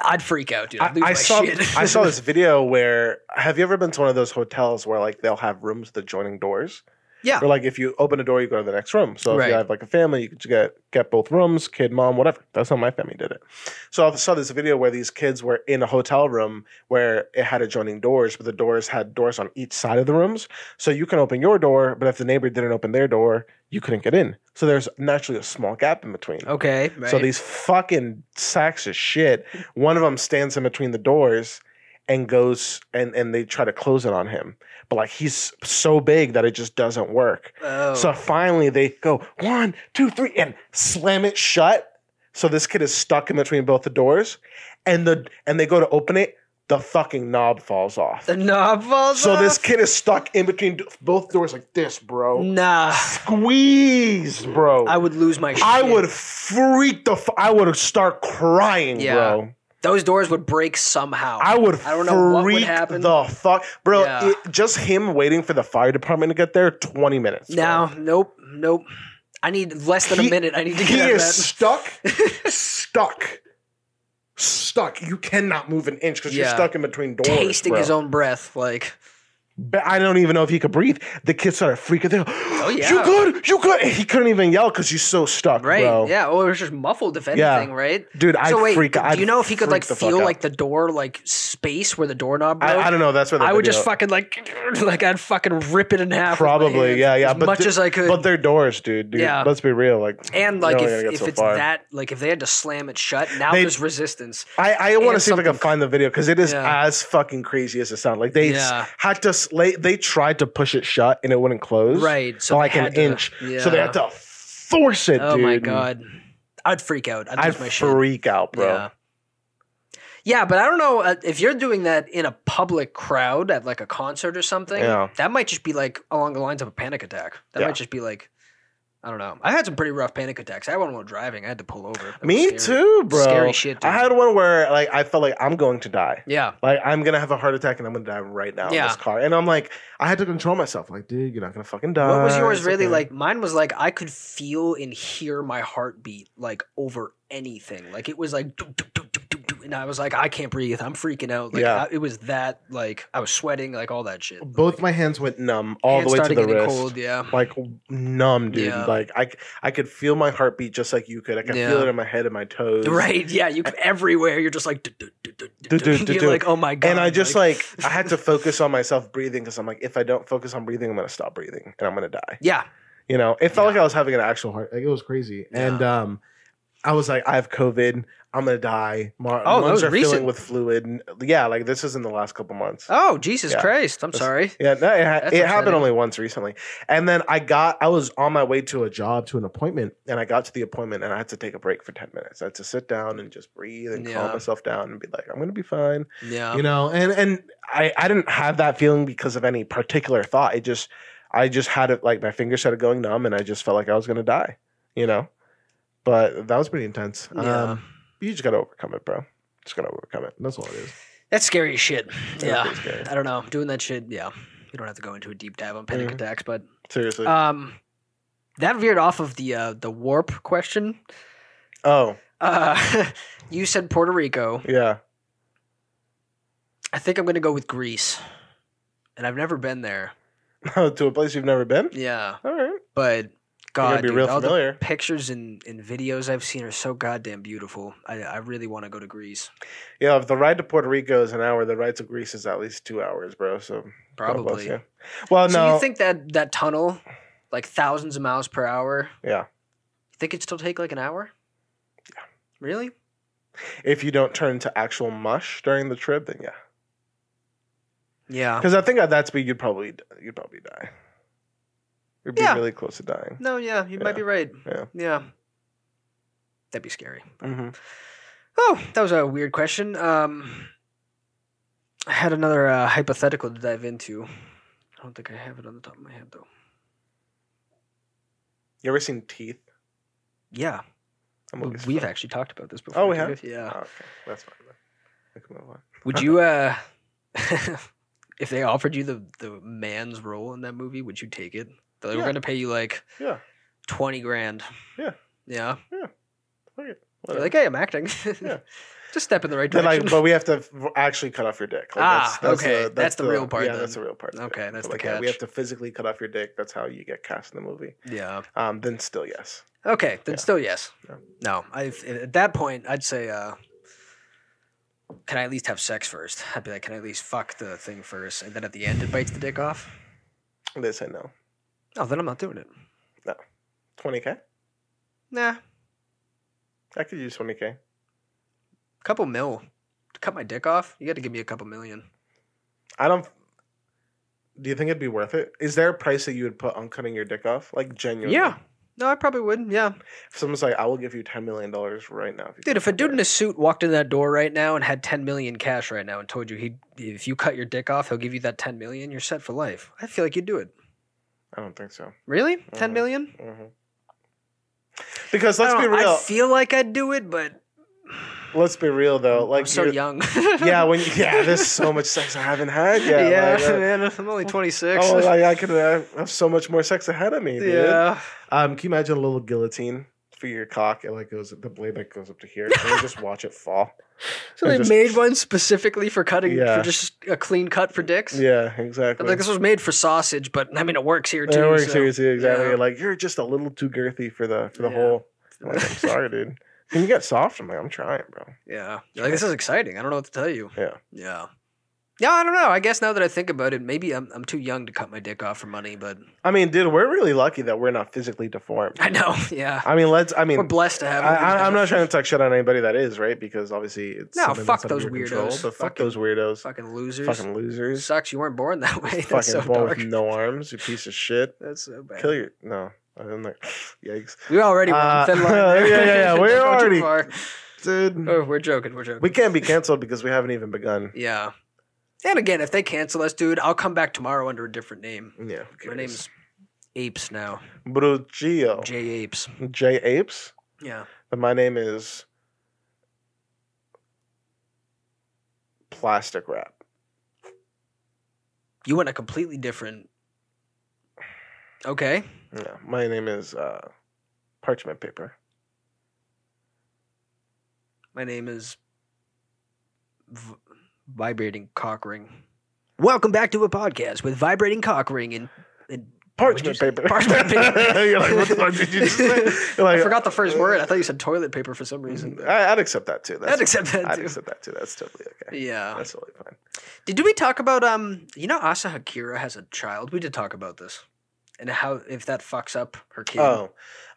S2: I'd freak out, dude.
S3: I,
S2: I'd lose
S3: I
S2: my
S3: saw
S2: shit.
S3: I
S2: [laughs]
S3: saw this video where have you ever been to one of those hotels where like they'll have rooms with adjoining doors?
S2: Yeah.
S3: Or like if you open a door, you go to the next room. So if
S2: Right.
S3: you have like a family, you could get get both rooms, kid, mom, whatever. That's how my family did it. So I saw this video where these kids were in a hotel room where it had adjoining doors, but the doors had doors on each side of the rooms. So you can open your door, but if the neighbor didn't open their door, you couldn't get in. So there's naturally a small gap in between. [laughs]
S2: Okay. Right.
S3: So these fucking sacks of shit. One of them stands in between the doors and goes and and they try to close it on him, but like he's so big that it just doesn't work.
S2: Oh.
S3: So finally they go one, two, three, and slam it shut. So this kid is stuck in between both the doors, and the and they go to open it. The fucking knob falls off.
S2: the knob falls
S3: So this
S2: off?
S3: kid is stuck in between d- both doors like this, bro.
S2: Nah.
S3: Squeeze, bro.
S2: I would lose my shit.
S3: I would freak the. F- I would start crying,
S2: Yeah.
S3: bro.
S2: Those doors would break somehow.
S3: I would
S2: I don't know what would
S3: freak
S2: happen.
S3: the fuck, bro.
S2: Yeah.
S3: It, just him waiting for the fire department to get there, twenty minutes. bro.
S2: Now, [laughs] nope, nope. I need less than
S3: He-
S2: a minute. I need to
S3: he
S2: get out of
S3: is
S2: that. [laughs]
S3: stuck, stuck, stuck. You cannot move an inch because you're
S2: Yeah.
S3: stuck in between doors.
S2: Tasting
S3: bro.
S2: his own breath, like
S3: But I don't even know if he could breathe. The kid started freaking out. Oh
S2: yeah.
S3: you good, you good. And he couldn't even yell because he's so stuck,
S2: right,
S3: bro.
S2: yeah. Or it was just muffled, if anything,
S3: Yeah.
S2: right?
S3: Dude, I
S2: so wait,
S3: freak.
S2: do
S3: I'd
S2: you know if he could like
S3: freak the fuck
S2: feel
S3: out.
S2: like the door like space where the doorknob broke?
S3: I, I don't know. That's where the
S2: I would
S3: video-
S2: just fucking like, [laughs] like I'd fucking rip it in half. with my
S3: [laughs] Probably,
S2: hands
S3: yeah, yeah.
S2: As much
S3: th-
S2: as I could.
S3: But they're doors, dude. dude
S2: Yeah.
S3: Let's be real. Like,
S2: and like
S3: you're only gonna
S2: if,
S3: get
S2: if
S3: so
S2: it's
S3: far.
S2: that, like if they had to slam it shut, now
S3: They-
S2: there's resistance.
S3: I, I want to
S2: and
S3: see if I can
S2: something-
S3: find the video because it is
S2: Yeah.
S3: as fucking crazy as it sounds. Like they s-
S2: Yeah.
S3: had to, s- like, they tried to push it shut and it wouldn't close,
S2: Right. So
S3: So like
S2: they
S3: an
S2: had to-
S3: inch.
S2: Yeah.
S3: So they had to force it.
S2: Oh
S3: dude.
S2: my
S3: and
S2: god, I'd freak out. I'd,
S3: I'd
S2: lose my shit.
S3: freak out, bro.
S2: Yeah. Yeah, but I don't know uh, if you're doing that in a public crowd at like a concert or something.
S3: Yeah.
S2: That might just be like along the lines of a panic attack. That
S3: Yeah.
S2: might just be like, I don't know. I had some pretty rough panic attacks. I had one while driving. I had to pull over. That was scary.
S3: Me too, bro.
S2: Scary shit,
S3: I
S2: dude.
S3: had one where like I felt like I'm going to die.
S2: Yeah.
S3: Like I'm gonna have a heart attack and I'm gonna die right now in
S2: Yeah.
S3: this car. And I'm like, I had to control myself. Like, dude, you're not gonna fucking die.
S2: What was yours
S3: Uh, It's
S2: really
S3: okay.
S2: like? Mine was like I could feel and hear my heartbeat like over anything. Like it was like, doo, doo, doo, doo, doo, doo, and I was like, I can't breathe. I'm freaking out. Like
S3: Yeah.
S2: I, it was that. Like I was sweating. Like all that shit.
S3: Both my hands went numb all
S2: Hands
S3: the way to
S2: started
S3: the
S2: getting
S3: wrist.
S2: cold. Yeah.
S3: Like numb, dude.
S2: Yeah.
S3: Like I, c- I could feel my heartbeat just like you could. I could feel
S2: Yeah.
S3: it in my head and my toes.
S2: Right. Yeah. You could everywhere. You're just like, "Du- du- du- du- du-
S3: Du- du-
S2: du."
S3: du- du.
S2: you're like, oh my god.
S3: And I just like, I had to focus on myself breathing because I'm like, if I don't focus on breathing, I'm gonna stop breathing and I'm gonna die.
S2: yeah,
S3: You know, it felt
S2: Yeah.
S3: like I was having an actual heart. Like it was crazy. And um, I was like, I have COVID. I'm gonna die. Mar-
S2: Oh, that
S3: lungs
S2: was
S3: are
S2: recent.
S3: filling with fluid. N- Yeah, like this is in the last couple months.
S2: Oh, Jesus
S3: Yeah.
S2: Christ. I'm sorry.
S3: Yeah, no, it, ha-
S2: That's
S3: it happened
S2: upsetting.
S3: only once recently. And then I got, I was on my way to a job to an appointment, and I got to the appointment, and I had to take a break for ten minutes. I had to sit down and just breathe and
S2: Yeah. Um,
S3: calm myself down and be like, I'm gonna be fine,
S2: Yeah.
S3: you know. And and I I didn't have that feeling because of any particular thought. It just I just had it like my fingers started going numb, and I just felt like I was gonna die, you know. But that was pretty intense.
S2: Yeah.
S3: Um, you just gotta overcome it, bro. Just gotta overcome it. That's all it is.
S2: That's scary as shit.
S3: It's
S2: Yeah.
S3: pretty scary.
S2: I don't know. Doing that shit, yeah. You don't have to go into a deep dive on panic
S3: Mhm.
S2: attacks, but
S3: Seriously.
S2: um that veered off of the uh the warp question.
S3: oh
S2: Uh [laughs] you said Puerto Rico.
S3: yeah.
S2: I think I'm going to go with Greece. And I've never been there.
S3: [laughs] to a place you've never been.
S2: Yeah,
S3: All right.
S2: but God,
S3: be
S2: dude,
S3: real
S2: all the
S3: familiar.
S2: pictures and, and videos I've seen are so goddamn beautiful. I, I really want to go to Greece.
S3: Yeah, if the ride to Puerto Rico is an hour, the ride to Greece is at least two hours, bro. So God bless
S2: Probably.
S3: you. Well,
S2: So
S3: Oh, no.
S2: you think that that tunnel, like thousands of miles per hour?
S3: Yeah.
S2: You think it'd still take like an hour? Yeah. Really?
S3: if you don't turn to actual mush during the trip, then yeah. [laughs]
S2: Yeah.
S3: Because I think at that speed, you'd probably you'd probably die. You'd be
S2: Yeah.
S3: really close to dying.
S2: No, yeah, you
S3: Yeah.
S2: might be right.
S3: Yeah.
S2: Yeah. That'd be scary.
S3: Mm-hmm.
S2: Oh, that was a weird question. Um, I had another uh, hypothetical to dive into. I don't think I have it on the top of my head though.
S3: You ever seen Teeth?
S2: Yeah,
S3: That
S2: we-
S3: movie's
S2: we've
S3: fun.
S2: actually talked about this before.
S3: Oh, we
S2: too.
S3: have?
S2: Yeah.
S3: Oh, okay, that's fine. Then. We can move on.
S2: Would
S3: [laughs]
S2: you, uh, [laughs] if they offered you the the man's role in that movie, would you take it? They're like,
S3: Yeah.
S2: We're gonna pay you like
S3: Yeah.
S2: twenty grand.
S3: Yeah.
S2: Yeah. You're
S3: Whatever.
S2: like, hey, I'm acting.
S3: Yeah.
S2: [laughs] Just step in the right
S3: Then,
S2: direction.
S3: like, but we have to f- actually cut off your dick. Like,
S2: Ah, okay. That's the real part
S3: Yeah,
S2: then.
S3: that's the real part. of it.
S2: [laughs] Okay, that's the
S3: like, yeah, we
S2: catch.
S3: have to physically cut off your dick. That's how you get cast in the movie.
S2: yeah.
S3: Um, then still yes.
S2: Okay, then
S3: Yeah.
S2: still yes.
S3: Yeah.
S2: No, I at that point I'd say, uh, can I at least have sex first? I'd be like, can I at least fuck the thing first, and then at the end it bites the dick off.
S3: They say no.
S2: Oh, then I'm not doing it.
S3: Twenty k.
S2: Nah,
S3: I could use twenty k.
S2: couple mil to cut my dick off. You got to give me a couple million.
S3: I don't. Do you think it'd be worth it? Is there a price that you would put on cutting your dick off? Like genuinely?
S2: Yeah. No, I probably would. Yeah,
S3: If someone's like, "I will give you ten million dollars right now," if you
S2: dude.
S3: cut
S2: If a
S3: my
S2: dude in
S3: dick
S2: a suit walked in that door right now and had ten million cash right now and told you he, if you cut your dick off, he'll give you that ten million. You're set for life. I feel like you'd do it.
S3: off." I don't think so.
S2: Really, ten
S3: Mhm.
S2: million?
S3: hmm Because let's
S2: Oh, I
S3: be
S2: don't know.
S3: real.
S2: I feel like I'd do it, but
S3: let's be real though. Like
S2: I'm so
S3: you're-
S2: young.
S3: [laughs]
S2: [laughs]
S3: yeah, when yeah, there's so much sex I haven't had
S2: [laughs]
S3: yet.
S2: yeah,
S3: like, uh,
S2: man, I'm only 26. [laughs]
S3: oh, like, I could uh, have so much more sex ahead of me. Dude.
S2: yeah.
S3: Um, can you imagine a little guillotine for your cock? It like goes the blade like goes up to here. and you just watch it
S2: [laughs]
S3: fall.
S2: So
S3: I
S2: they
S3: just-
S2: made one specifically for cutting,
S3: Yeah.
S2: for just a clean cut for dicks.
S3: Yeah,
S2: I'm
S3: exactly.
S2: like this was made for sausage, but I mean it works here too.
S3: Yeah, we're
S2: so-
S3: seriously exactly.
S2: yeah.
S3: Like you're just a little too girthy for the for the
S2: Yeah. [laughs]
S3: whole. I'm, like, I'm sorry, dude. Can you get soft? I'm like, I'm trying, bro.
S2: yeah, You're like this is exciting. I don't know what to tell you.
S3: Yeah.
S2: yeah, yeah. I don't know. I guess now that I think about it, maybe I'm I'm too young to cut my dick off for money, but [laughs]
S3: I mean, dude, we're really lucky that we're not physically deformed.
S2: I know. [laughs] Yeah,
S3: I mean, let's. I
S2: we're
S3: mean,
S2: blessed to
S3: I,
S2: have. it.
S3: I, I'm not trying to talk shit on anybody that is right because obviously it's
S2: No,
S3: something
S2: fuck
S3: that's out of
S2: those
S3: your control,
S2: weirdos.
S3: But fuck
S2: Fucking-
S3: those weirdos.
S2: [laughs] fucking losers.
S3: Fucking
S2: [laughs]
S3: losers.
S2: Sucks. You weren't born that way.
S3: Fucking
S2: That's so
S3: born
S2: dark.
S3: with no arms. You piece of shit.
S2: [laughs] That's so bad.
S3: Kill your no. I'm like, [laughs] yikes,
S2: We already were on
S3: Uh,
S2: thin line. there.
S3: [laughs] yeah, yeah, yeah,
S2: [laughs] Don't
S3: we're
S2: go too
S3: already-
S2: far.
S3: dude.
S2: Oh, we're joking. We're joking.
S3: We can't be canceled because we haven't even begun.
S2: [laughs] yeah. And again, if they cancel us, dude, I'll come back tomorrow under a different name.
S3: Yeah.
S2: My name's Apes now.
S3: Brugio.
S2: J Apes.
S3: J Apes.
S2: Yeah.
S3: And my name is Plastic Wrap.
S2: You went a completely different. Okay.
S3: No, my name is uh, Parchment Paper.
S2: My name is v- Vibrating Cock Ring. Welcome back to a podcast with Vibrating Cock Ring and. and
S3: Parchment
S2: What'd you
S3: paper.
S2: say?
S3: [laughs]
S2: Parchment paper.
S3: You're like, what the fuck did
S2: [laughs]
S3: you just say? You're like, uh,
S2: I forgot the first word. I thought you said toilet paper for some reason.
S3: I, would accept that too.
S2: [laughs] I'd accept that
S3: I'd
S2: too.
S3: accept that too. That's totally okay.
S2: Yeah.
S3: That's totally fine.
S2: Did, did we talk about um? You know, Asa Hakira has a child. We did talk about this. and how if that fucks up her kid.
S3: Oh,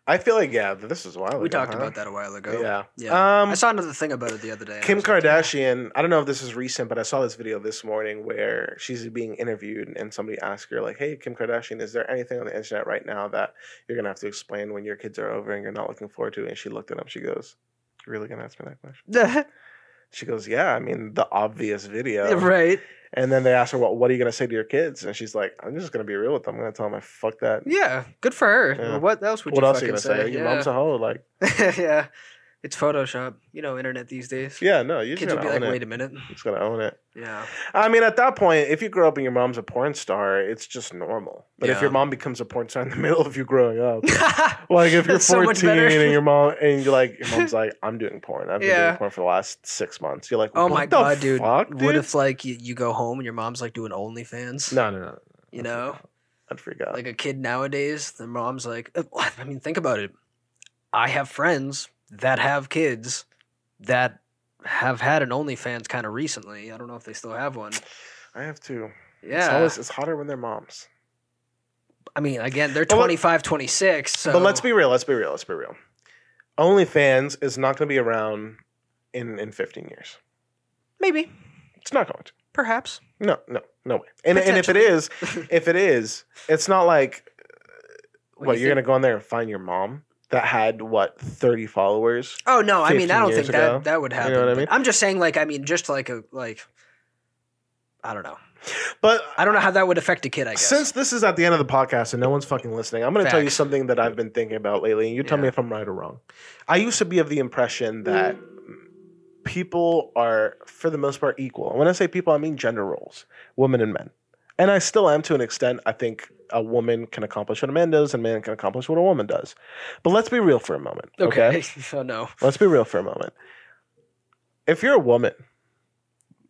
S3: I feel like yeah, this is why
S2: we talked about that a while ago.
S3: Yeah.
S2: yeah.
S3: Um,
S2: I saw another thing about it the other day. and I
S3: Kim
S2: was like, [laughs]
S3: Kardashian, I don't know if this is recent, but I saw this video this morning where she's being interviewed and somebody asked her, like, hey, Kim Kardashian, is there anything on the internet right now that you're going to have to explain when your kids are over and you're not looking forward to? And she looked at him. She goes, You're really going to ask me that question? She goes, Yeah, I mean, the obvious video.
S2: [laughs] right.
S3: And then they asked her, Well, what are you going to say to your kids? And she's like, I'm just going to be real with them. I'm going to tell them I fuck that.
S2: Yeah. Good for her.
S3: Yeah.
S2: What else would
S3: what
S2: you
S3: else are you
S2: fucking
S3: going to say? Your
S2: Yeah.
S3: mom's a hoe. Like,
S2: yeah. [laughs] It's Photoshop. You know, internet these days.
S3: yeah, no, you're just
S2: Kids will
S3: going
S2: be
S3: to
S2: like,
S3: own
S2: wait
S3: it.
S2: a minute.
S3: You're just going to own it. [laughs]
S2: Yeah.
S3: I mean, at that point, if you grow up and your mom's a porn star, it's just normal. But if
S2: Yeah.
S3: your mom becomes a porn star in the [laughs] middle of you growing up, like
S2: [laughs]
S3: if you're
S2: That's so
S3: 14
S2: much better.
S3: and
S2: [laughs]
S3: your mom and you're like, your mom's like, I'm doing porn. I've been
S2: Yeah.
S3: doing porn for the last six months. You're like,
S2: oh
S3: what
S2: my
S3: the
S2: god, dude.
S3: fuck,
S2: What
S3: dude?
S2: if like you, you go home and your mom's like doing OnlyFans?
S3: No, no, no.
S2: You know,
S3: I'd freak out.
S2: like a kid nowadays, their mom's like, uh, [laughs] I mean, think about it. I have friends that have kids that have had an OnlyFans kind of recently. I don't know if they still have one.
S3: I have to. It's,
S2: Yeah.
S3: always, it's hotter when they're moms.
S2: I mean, again, they're
S3: But let-
S2: 25, 26. So
S3: But let's be real. Let's be real. Let's be real. OnlyFans is not going to be around in, in 15 years.
S2: maybe,
S3: It's not going to.
S2: [laughs] perhaps.
S3: No, no, no way. And, and if it is, if it is, it's not like
S2: What do
S3: what
S2: you
S3: you're gonna go in there and find your mom that had what 30 followers
S2: Oh no, I mean I
S3: 15
S2: don't
S3: years
S2: think that
S3: ago.
S2: that would
S3: know
S2: happen.
S3: what I
S2: but
S3: mean?
S2: I'm just saying like I mean just like a like I don't know.
S3: but
S2: I don't know how that would affect a kid, I guess.
S3: since this is at the end of the podcast and no one's fucking listening i'm gonna tell you
S2: Facts.
S3: something that i've been thinking about lately and you tell
S2: Yeah.
S3: me if i'm right or wrong i used to be of the impression that people are for the most part equal and when i say people i mean gender roles women and men and i still am to an extent i think a woman can accomplish what a man does and a man can accomplish what a woman does but let's be real for a moment okay?
S2: [laughs] [laughs] okay. oh no.
S3: Let's be real for a moment. If you're a woman,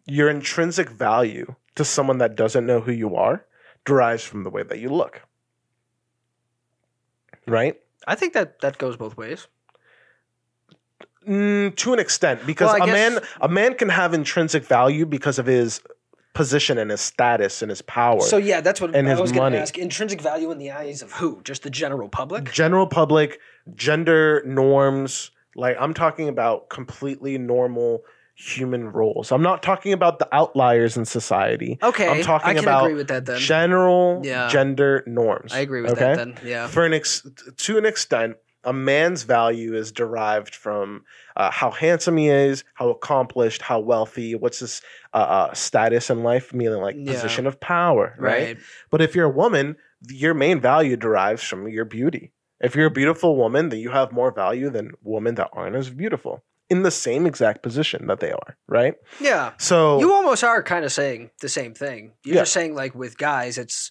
S3: your intrinsic value to someone that doesn't know who you are derives from the way that you look. Right?
S2: I think that that goes both ways.
S3: Mm, to an extent, because
S2: Well, I
S3: a man
S2: guess-
S3: a man can have intrinsic value because of his position and his status and his power.
S2: So yeah, that's what
S3: And
S2: I
S3: his
S2: was going
S3: money.
S2: to ask. Intrinsic value in the eyes of who? Just the general public?
S3: general public gender norms like i'm talking about completely normal human roles i'm not talking about the outliers in society
S2: Okay.
S3: i'm talking
S2: I can
S3: about
S2: agree with that then.
S3: general
S2: Yeah.
S3: gender norms
S2: I agree with that then. Yeah.
S3: for an ex- to an extent a man's value is derived from uh, how handsome he is, how accomplished, how wealthy, what's his uh, uh, status in life, meaning like
S2: Yeah.
S3: position of power, right?
S2: Right.
S3: But if you're a woman, your main value derives from your beauty. If you're a beautiful woman, then you have more value than women that aren't as beautiful in the same exact position that they are, right?
S2: Yeah.
S3: So
S2: You almost are kind of saying the same thing. You're
S3: Oh. Yeah.
S2: just saying like with guys, it's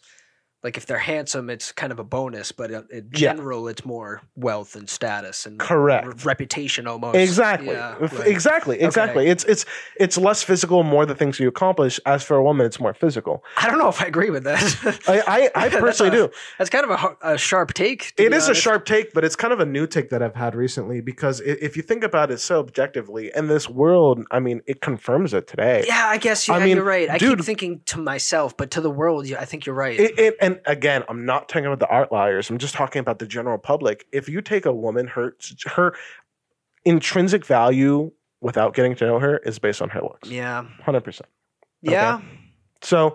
S2: like if they're handsome, it's kind of a bonus, but uh, in
S3: Yeah.
S2: general, it's more wealth and status and
S3: correct.
S2: re- reputation almost.
S3: Exactly.
S2: Yeah,
S3: F-
S2: right.
S3: Exactly. Exactly. It's it's it's less physical, more the things you accomplish. As for a woman, it's more physical.
S2: I don't know if I agree with that.
S3: I I, I
S2: That's
S3: personally
S2: a-
S3: do.
S2: [laughs] That's kind of a, har- a sharp take. to
S3: It
S2: be
S3: is a
S2: honest.
S3: sharp take, but it's kind of a new take that I've had recently because i- if you think about it so objectively, in this world, I mean, it confirms it today.
S2: Yeah, I guess you,
S3: I mean,
S2: you're right. I keep
S3: dude-
S2: thinking to myself, but to the world, yeah, I think you're right.
S3: It, it, and again, I'm not talking about the outliers. I'm just talking about the general public. If you take a woman, her her intrinsic value without getting to know her is based on her looks,
S2: yeah.
S3: hundred percent.
S2: Yeah.
S3: So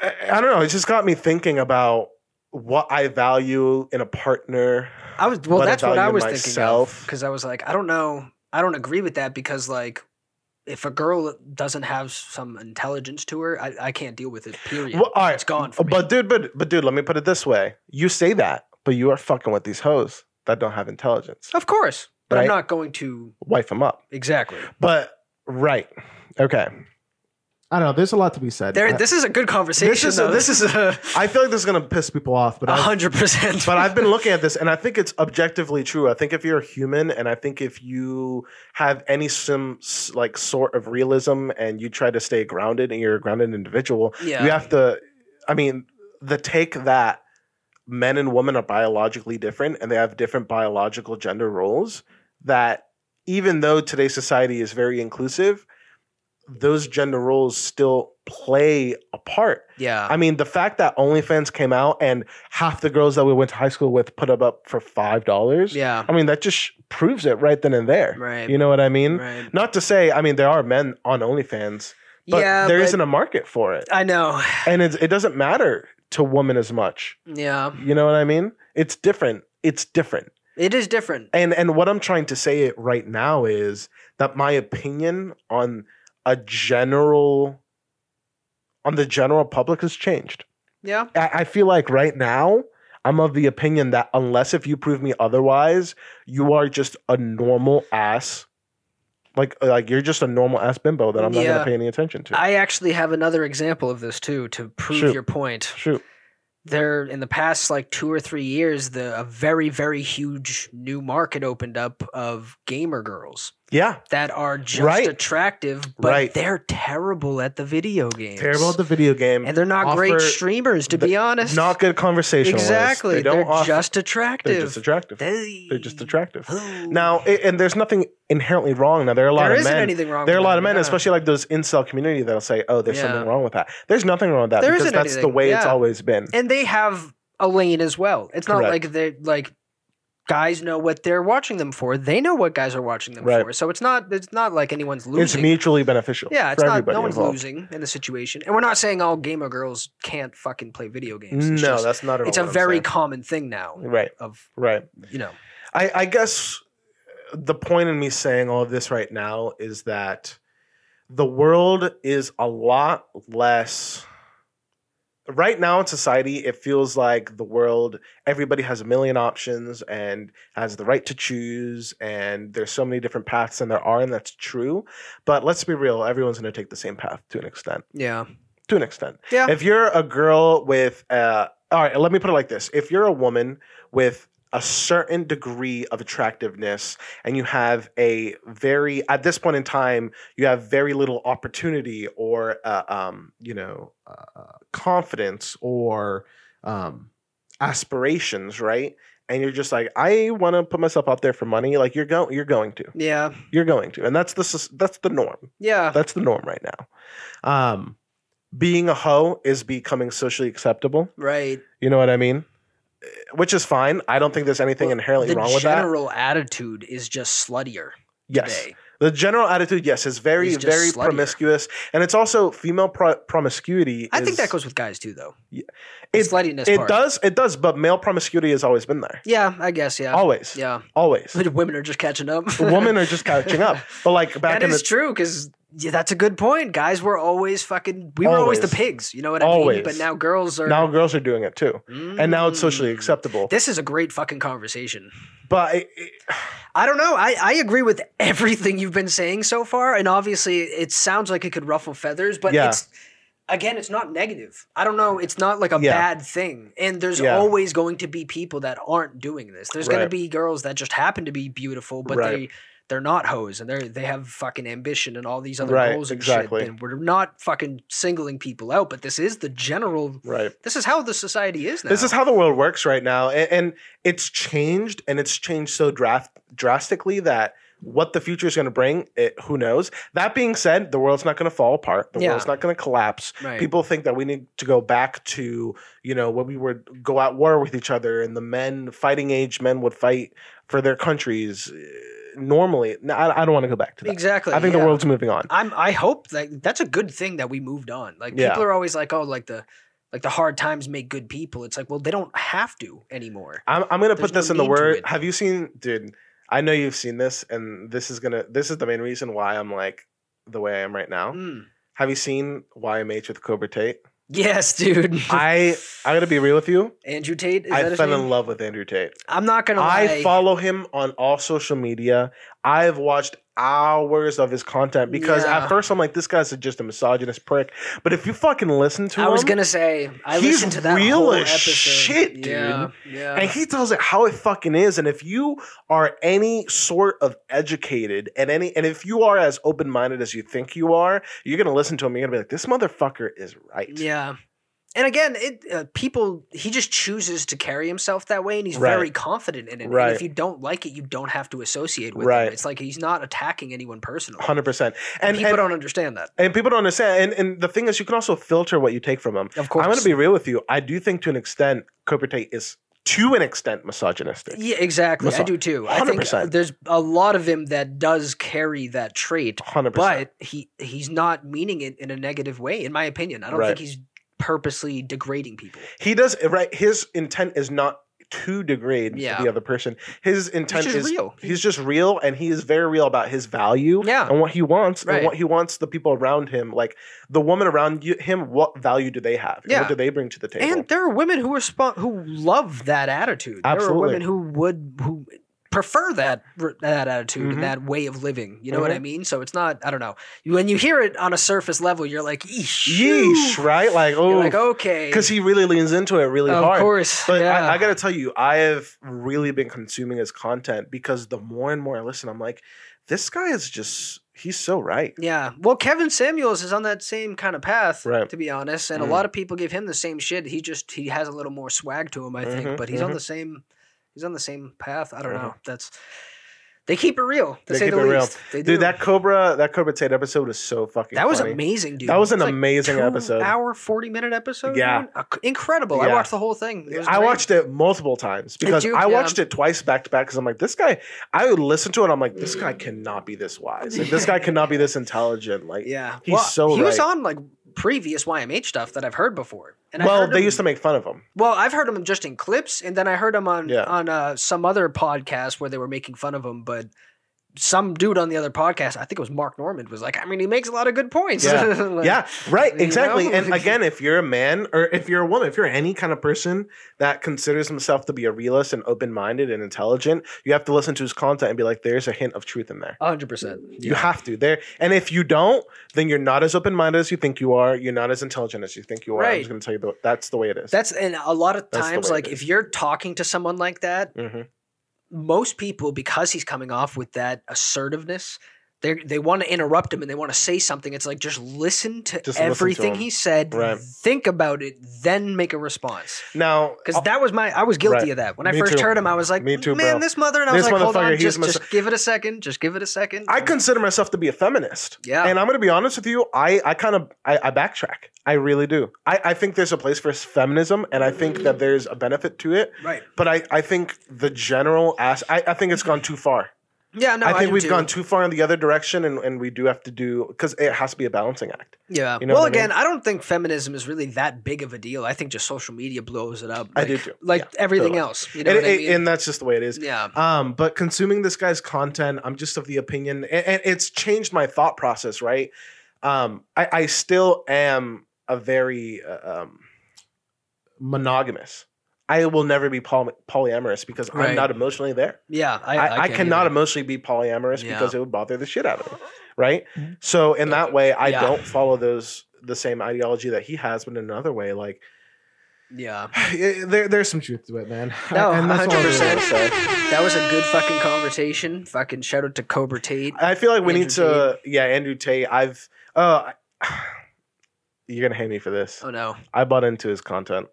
S3: I, I don't know. It just got me thinking about what I value in a partner.
S2: I was well.
S3: But I
S2: that's what I
S3: value
S2: was thinking
S3: myself.
S2: of because I was like, I don't know, I don't agree with that because like, if a girl doesn't have some intelligence to her, I, I can't deal with it. Period.
S3: Well, all right,
S2: it's gone. For me.
S3: But dude, but but dude, let me put it this way: you say that, but you are fucking with these hoes that don't have intelligence.
S2: of course, but I'm
S3: Right.
S2: not going to
S3: Wife them up,
S2: exactly.
S3: but right, okay.
S4: I don't know. There's a lot to be said.
S2: There.
S4: I-
S2: This is a good conversation. This is
S3: a-
S2: this is a
S3: I feel like this is gonna piss people off,
S2: [laughs]
S3: but
S2: a
S3: I,
S2: hundred percent. [laughs]
S3: but I've been looking at this and I think it's objectively true. I think if you're a human and I think if you have any some s- like sort of realism and you try to stay grounded and you're a grounded individual,
S2: yeah.
S3: you have to. I mean, the take that men and women are biologically different and they have different biological gender roles. That even though today's society is very inclusive, those gender roles still play a part.
S2: Yeah.
S3: I mean, the fact that OnlyFans came out and half the girls that we went to high school with put up up for five dollars.
S2: yeah.
S3: I mean, that just sh- proves it right then and there.
S2: Right.
S3: You know what I mean?
S2: right.
S3: Not to say, I mean, there are men on OnlyFans, but
S2: yeah.
S3: there
S2: but
S3: not a market for it,
S2: I know.
S3: and it, it doesn't matter to women as much.
S2: Yeah.
S3: You know what I mean? It's different. It's different.
S2: It is different.
S3: and and what I'm trying to say it right now is that my opinion on a general on the general public has changed.
S2: Yeah.
S3: I, I feel like right now I'm of the opinion that unless if you prove me otherwise, you are just a normal ass. Like like you're just a normal ass bimbo that I'm not
S2: Yeah.
S3: gonna pay any attention to.
S2: I actually have another example of this too to prove
S3: Shoot.
S2: your point.
S3: Shoot.
S2: There in the past like 2 or 3 years the a very very huge new market opened up of gamer girls
S3: Yeah.
S2: that are just
S3: Right.
S2: attractive but
S3: Right.
S2: they're terrible at the video games.
S3: Terrible at the video game.
S2: and they're not
S3: Offer-
S2: great streamers to be honest.
S3: not good conversationalists.
S2: exactly.
S3: They don't
S2: are
S3: offer-
S2: just
S3: they're just
S2: attractive.
S3: attractive.
S2: They-
S3: They're just attractive.
S2: Oh.
S3: Now, i and there's nothing inherently wrong. Now, there are a lot
S2: there
S3: of
S2: isn't
S3: men.
S2: anything wrong.
S3: there are a
S2: with
S3: lot of
S2: them, Uh-huh.
S3: men,
S2: yeah.
S3: especially like those incel community that'll say, "Oh, there's
S2: Yeah.
S3: something wrong with that." There's nothing wrong with that
S2: There
S3: because
S2: isn't
S3: that's the
S2: anything,
S3: way it's
S2: yeah.
S3: always been.
S2: and they have a lane as well. It's not
S3: Correct.
S2: like they like guys know what they're watching them for. They know what guys are watching them
S3: Right.
S2: for. So it's not it's not like anyone's losing.
S3: It's mutually beneficial.
S2: yeah, it's
S3: for
S2: not.
S3: everybody
S2: No one's
S3: involved.
S2: losing in the situation, and we're not saying all gamer girls can't fucking play video games.
S3: No,
S2: It's just-
S3: that's not at all.
S2: it's a
S3: what I'm
S2: very
S3: saying.
S2: common thing now.
S3: right,
S2: Of
S3: right.
S2: you know,
S3: I, I guess the point in me saying all of this right now is that the world is a lot less. Right now in society, it feels like the world, everybody has a million options and has the right to choose, and there's so many different paths than there are, and that's true. But let's be real, everyone's going to take the same path to an extent
S2: yeah,
S3: to an extent.
S2: Yeah.
S3: If you're a girl with, uh, all right, let me put it like this: if you're a woman with a certain degree of attractiveness, and you have a very, at this point in time, you have very little opportunity or, uh, um, you know, uh, confidence or um, aspirations, right? And you're just like, I want to put myself out there for money. Like you're going, you're going to,
S2: yeah,
S3: you're going to, and that's the sus- that's the norm
S2: yeah.
S3: that's the norm right now. Um, being a hoe is becoming socially acceptable.
S2: Right.
S3: You know what I mean? Eh, Which is fine. I don't think there's anything
S2: Well,
S3: inherently
S2: the
S3: wrong with that.
S2: general attitude is just sluttier
S3: Yes,
S2: today.
S3: the general attitude, yes, is very,
S2: Is just
S3: very
S2: sluttier.
S3: promiscuous, and it's also female pro- promiscuity.
S2: I think
S3: is-
S2: that goes with guys too, though.
S3: Yeah.
S2: The
S3: It-
S2: sluttiness
S3: It
S2: part.
S3: does. It does. But male promiscuity has always been there.
S2: Yeah, I guess. Yeah.
S3: Always.
S2: Yeah. [laughs]
S3: Always.
S2: Women are just catching up.
S3: Women are just catching up. But like
S2: [laughs]
S3: back
S2: That
S3: in the
S2: is true because yeah, that's a good point. Guys were always fucking. We were always, the
S3: Always.
S2: pigs. You know what I
S3: Always.
S2: mean? But now girls are.
S3: now girls are doing it too, and now it's socially
S2: Mm.
S3: acceptable.
S2: This is a great fucking conversation.
S3: But it, it,
S2: I don't know. I, I agree with everything you've been saying so far, and obviously it sounds like it could ruffle feathers, but
S3: Yeah.
S2: it's again, it's not negative. I don't know. It's not like a
S3: Yeah.
S2: bad thing. And there's
S3: Yeah.
S2: always going to be people that aren't doing this. There's going
S3: Right.
S2: to be girls that just happen to be beautiful, but
S3: Right.
S2: they they're not hoes and they they have fucking ambition and all these other
S3: Right,
S2: goals and
S3: exactly.
S2: shit. And we're not fucking singling people out, but this is the general.
S3: right.
S2: This is how the society is now.
S3: This is how the world works right now, and, and it's changed, and it's changed so draft drastically that what the future is going to bring, it, who knows? That being said, the world's not going to fall apart. The
S2: Yeah.
S3: world's not going to collapse.
S2: right.
S3: People think that we need to go back to you know when we would go at war with each other, and the men fighting age men would fight for their countries. eh, Normally, no, I, I don't want to go back to that.
S2: exactly.
S3: I think the
S2: yeah.
S3: world's moving on.
S2: I'm I hope that that's a good thing that we moved on. Like
S3: Yeah.
S2: people are always like, oh, like the like the hard times make good people. It's like, well, they don't have to anymore.
S3: I'm, I'm gonna
S2: There's
S3: put
S2: no
S3: this in the
S2: need to
S3: word.
S2: it.
S3: Have you seen, dude? I know you've seen this, and this is gonna. This is the main reason why I'm like the way I am right now.
S2: Mm.
S3: Have you seen YMH with
S2: [laughs]
S3: Cobra Tate?
S2: Yes, dude.
S3: [laughs] I I'm gonna be real with you.
S2: [laughs] Andrew Tate. Is that
S3: I
S2: his
S3: fell
S2: name?
S3: in love with Andrew Tate.
S2: I'm not gonna. Lie.
S3: I follow him on all social media. I've watched hours of his content because
S2: Yeah.
S3: at first I'm like, this guy's just a misogynist prick. But if you fucking listen to
S2: I
S3: him,
S2: was gonna say I
S3: He's
S2: listened to that
S3: real
S2: whole
S3: as
S2: episode.
S3: shit, dude.
S2: Yeah, yeah.
S3: And he tells it how it fucking is. And if you are any sort of educated and any and if you are as open minded as you think you are, you're gonna listen to him, you're gonna be like, This motherfucker is right.
S2: yeah. And again, it uh, people he just chooses to carry himself that way, and he's
S3: Right.
S2: very confident in it. And
S3: Right.
S2: if you don't like it, you don't have to associate with
S3: Right.
S2: him. It's like he's not attacking anyone personally.
S3: hundred percent.
S2: And
S3: And
S2: people
S3: and,
S2: don't understand that.
S3: and people don't understand. And and the thing is, you can also filter what you take from them.
S2: Of course,
S3: I'm going to be real with you. I do think to an extent, Cobra Tate is to an extent misogynistic.
S2: Yeah, exactly. I
S3: Massa-
S2: do too. I think uh,
S3: 100%.
S2: there's a lot of him that does carry that trait,
S3: Hundred percent.
S2: but he he's not meaning it in a negative way, in my opinion. I don't
S3: Right.
S2: think he's purposely degrading people.
S3: He does right. His intent is not to degrade
S2: Yeah.
S3: the other person. His
S2: He's
S3: intent
S2: just
S3: is
S2: real.
S3: he's just real, and he is very real about his value
S2: Yeah.
S3: and what he wants
S2: Right.
S3: and what he wants the people around him, like the woman around you, him. What value do they have?
S2: Yeah.
S3: What do they bring to the table?
S2: And there are women who respond who love that attitude. There are
S3: Absolutely.
S2: women who would who prefer that that attitude
S3: Mhm.
S2: and that way of living. You know what
S3: Mhm.
S2: I mean? So it's not I don't know. When you hear it on a surface level, you're like, "Eesh."
S3: Yeesh, right? Like
S2: You're
S3: oh,
S2: like, "Okay."
S3: because he really leans into it really
S2: of
S3: hard.
S2: course.
S3: But
S2: yeah.
S3: I, I gotta tell you, I have really been consuming his content because the more and more I listen, I'm like, this guy is just—he's so right.
S2: Yeah. Well, Kevin Samuels is on that same kind of path,
S3: Right.
S2: to be honest. And
S3: Mm.
S2: a lot of people give him the same shit. He just he has a little more swag to him, I think.
S3: Mhm,
S2: but he's on
S3: mhm.
S2: the same he's on the same path. I don't
S3: Mhm.
S2: know. That's they keep it real. To
S3: They
S2: say
S3: keep
S2: the
S3: it real.
S2: least. They do.
S3: Dude, that Cobra, that Cobra Tate episode was so fucking.
S2: That was
S3: funny.
S2: amazing, dude.
S3: That was an
S2: It's like
S3: amazing
S2: two
S3: episode.
S2: Hour forty minute episode.
S3: Yeah.
S2: dude? Uh, incredible. I
S3: Yeah.
S2: watched the whole thing. It was
S3: I
S2: great.
S3: watched it multiple times because
S2: you? Yeah.
S3: I watched it twice back to back because I'm like, this guy. I would listen to it. I'm like, this
S2: Mm.
S3: guy cannot be this wise. Like, this guy cannot be this intelligent. Like,
S2: Yeah,
S3: He's so
S2: he was
S3: right.
S2: on like previous YMH stuff that I've heard before. And I
S3: well,
S2: heard
S3: they
S2: him-
S3: used to make fun of him.
S2: Well, I've heard him just in clips, and then I heard him on
S3: Yeah.
S2: on uh, some other podcast where they were making fun of him. But some dude on the other podcast, I think it was Mark Norman, was like, "I mean, he makes a lot of good points." [laughs]
S3: Yeah.
S2: Like,
S3: yeah, right,
S2: you know?
S3: exactly.
S2: [laughs]
S3: And again, if you're a man or if you're a woman, if you're any kind of person that considers himself to be a realist and open minded and intelligent, you have to listen to his content and be like, there's a hint of truth in there.
S2: a hundred percent.
S3: You have to there, and if you don't, then you're not as open minded as you think you are. You're not as intelligent as you think you are. I'm
S2: Right.
S3: just going to tell you the, that's the way it is.
S2: That's and a lot of
S3: That's the
S2: times,
S3: way
S2: like
S3: it
S2: if you're talking to someone like that,
S3: Mhm.
S2: most people because he's coming off with that assertiveness. They they want to interrupt him and they want to say something. It's like just listen to
S3: Just listen to
S2: everything
S3: him.
S2: he said,
S3: Right.
S2: think about it, then make a response.
S3: Now, uh,
S2: Because that was my, I was guilty
S3: Oh. Right.
S2: of that when I
S3: Me
S2: first
S3: too.
S2: heard him. I was like,
S3: Me too,
S2: man,
S3: bro.
S2: this mother, and I was
S3: This
S2: like, hold
S3: motherfucker,
S2: on,
S3: he's
S2: just,
S3: mis-
S2: just give it a second, just give it a second.
S3: I consider myself to be a feminist.
S2: Yeah.
S3: And I'm going to be honest with you, I, I kind of I, I backtrack. I really do. I, I think there's a place for feminism, and I think that there's a benefit to it.
S2: right,
S3: But I, I think the general ass, I, I think it's gone too far.
S2: yeah, no,
S3: I think
S2: do
S3: we've
S2: too.
S3: gone too far in the other direction, and, and we do have to do because it has to be a balancing act.
S2: yeah.
S3: you know
S2: well,
S3: what I mean?
S2: again, I don't think feminism is really that big of a deal. I think just social media blows it up.
S3: I
S2: Like,
S3: do too.
S2: like
S3: Yeah,
S2: everything
S3: totally.
S2: else. You know
S3: and,
S2: what I
S3: it-
S2: mean?
S3: and that's just the way it is.
S2: yeah,
S3: Um, but consuming this guy's content, I'm just of the opinion, and, and it's changed my thought process. Right, um, I, I still am a very uh, um, monogamous. I will never be poly- polyamorous because
S2: Right.
S3: I'm not emotionally there.
S2: yeah. I,
S3: I, I,
S2: can't
S3: cannot
S2: either.
S3: emotionally be polyamorous
S2: Yeah. Mm-hmm.
S3: because it would bother the shit out of me. Right. So in that way, I
S2: Yeah.
S3: don't follow those the same ideology that he has, but in another way, like [sighs] eh,
S2: Yeah,
S3: there, there's some
S4: Some truth to it, man.
S2: No,
S4: and that's all it is.
S2: 100%.
S3: so.
S2: that was a good fucking conversation. Fucking shout out to Cobra Tate.
S3: I feel like we
S2: Andrew
S3: need to. Yeah, Andrew Tate. I've. Uh, [sighs] I- you're gonna hate me for this.
S2: Oh no,
S3: I bought into his content.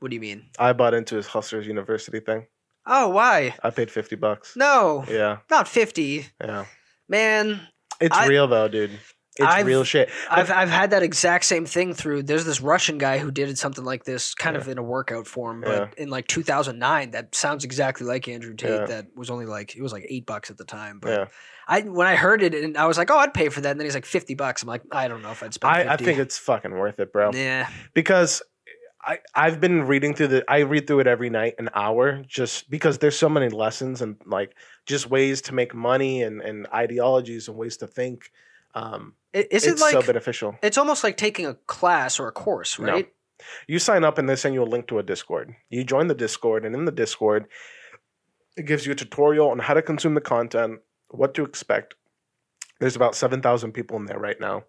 S2: what do you mean?
S3: I bought into his Hustlers University thing.
S2: Oh, why?
S3: I paid fifty bucks.
S2: No,
S3: Yeah,
S2: not fifty,
S3: yeah.
S2: man.
S3: It's
S2: I-
S3: real though, dude. It's
S2: I've-
S3: real shit.
S2: I've I've had that exact same thing through. There's this Russian guy who did something like this, kind of in a workout form, but in like 2009. That sounds exactly like Andrew Tate.
S3: Yeah.
S2: That was only like it was like eight bucks at the time. But
S3: Yeah,
S2: I when I heard it and I was like, oh, I'd pay for that. And then he's like fifty bucks. I'm like, I don't know if I'd spend.
S3: I,
S2: 50.
S3: I think it's fucking worth it, bro.
S2: yeah,
S3: Because I I've been reading through the. I read through it every night, an hour, just because there's so many lessons and like just ways to make money and and ideologies and ways to think. Um,
S2: I- is it
S3: it's so
S2: like
S3: beneficial.
S2: it's almost like taking a class or a course,
S3: No.
S2: right?
S3: you sign up and they send you a link to a discord you join the discord and in the discord it gives you a tutorial on how to consume the content what to expect there's about 7000 people in there right now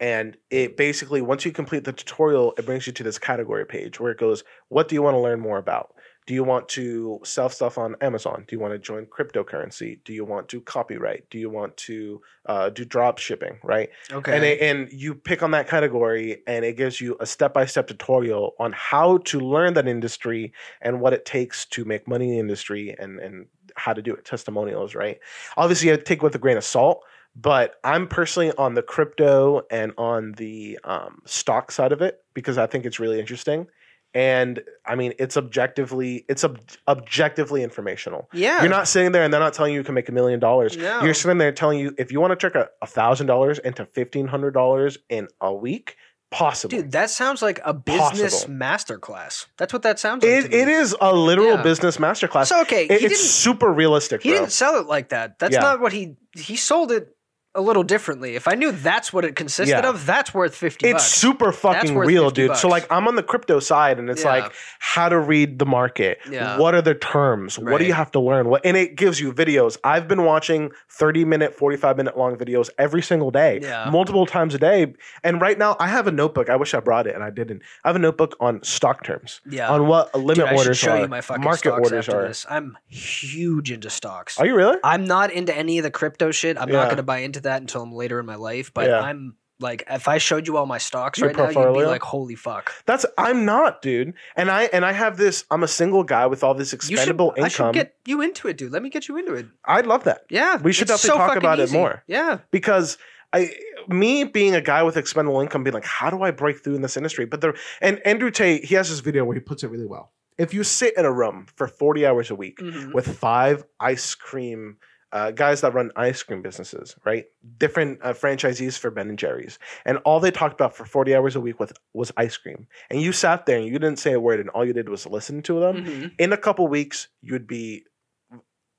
S3: and it basically once you complete the tutorial it brings you to this category page where it goes what do you want to learn more about Do you want to sell stuff on Amazon? Do you want to join cryptocurrency? Do you want to copyright? Do you want to uh, do drop shipping? Right.
S2: Okay.
S3: And, it, and you pick on that category, and it gives you a step by step tutorial on how to learn that industry and what it takes to make money in the industry and, and how to do it. Testimonials, right? Obviously, you have to take it with a grain of salt, but I'm personally on the crypto and on the um, stock side of it because I think it's really interesting. And I mean, it's objectively it's ob- objectively informational.
S2: yeah.
S3: You're not sitting there and they're not telling you you can make a million dollars.
S2: No.
S3: You're sitting there telling you if you want to trick a thousand dollars into fifteen hundred dollars in a week, possible.
S2: Dude, that sounds like a business
S3: Possible.
S2: masterclass. That's what that sounds like.
S3: it,
S2: to me.
S3: it is a literal
S2: Yeah.
S3: business masterclass.
S2: So okay,
S3: It-
S2: he
S3: it's
S2: didn't
S3: super realistic,
S2: he
S3: bro.
S2: didn't sell it like that. That's
S3: Yeah.
S2: not what he he sold it a little differently. If I knew that's what it consisted
S3: Yeah.
S2: of, that's worth 50
S3: it's
S2: bucks.
S3: super fucking
S2: worth
S3: real,
S2: 50
S3: dude. So
S2: bucks.
S3: like, I'm on the crypto side, and it's
S2: Yeah.
S3: like how to read the market.
S2: Yeah.
S3: What are the terms? What do you
S2: Right.
S3: have to learn? What and it gives you videos. I've been watching 30 minute, 45 minute long videos every single day,
S2: Yeah.
S3: multiple times a day. And right now, I have a notebook. I wish I brought it, and I didn't. I have a notebook on stock terms,
S2: yeah.
S3: on what a
S2: Dude,
S3: limit
S2: I should
S3: orders
S2: show
S3: are,
S2: you my fucking
S3: market
S2: stocks
S3: orders
S2: after
S3: are.
S2: this. I'm huge into stocks.
S3: Are you really?
S2: I'm not into any of the crypto shit. I'm not
S3: Yeah.
S2: going to buy into that until I'm later in my life. But
S3: Yeah.
S2: I'm like, if I showed you all my stocks
S3: Your
S2: right now, you'd be
S3: portfolio?
S2: like, holy fuck.
S3: That's I'm not, dude. And I and I have this. I'm a single guy with all this
S2: You should,
S3: expendable
S2: I should
S3: income.
S2: get you into it, dude. Let me get you into it.
S3: I'd love that.
S2: Yeah.
S3: We should
S2: it's
S3: definitely talk
S2: fucking
S3: about it more.
S2: Yeah.
S3: because I, me being a guy with expendable income, being like, how do I break through in this industry? But there, and Andrew Tate, he has this video where he puts it really well. If you sit in a room for 40 hours a week
S2: Mhm.
S3: with five ice cream uh, guys that run ice cream businesses, right? Different uh, franchisees for Ben and Jerry's, and all they talked about for 40 hours a week with was ice cream, and you sat there and you didn't say a word, and all you did was listen to them
S2: Mhm.
S3: in a couple weeks you'd be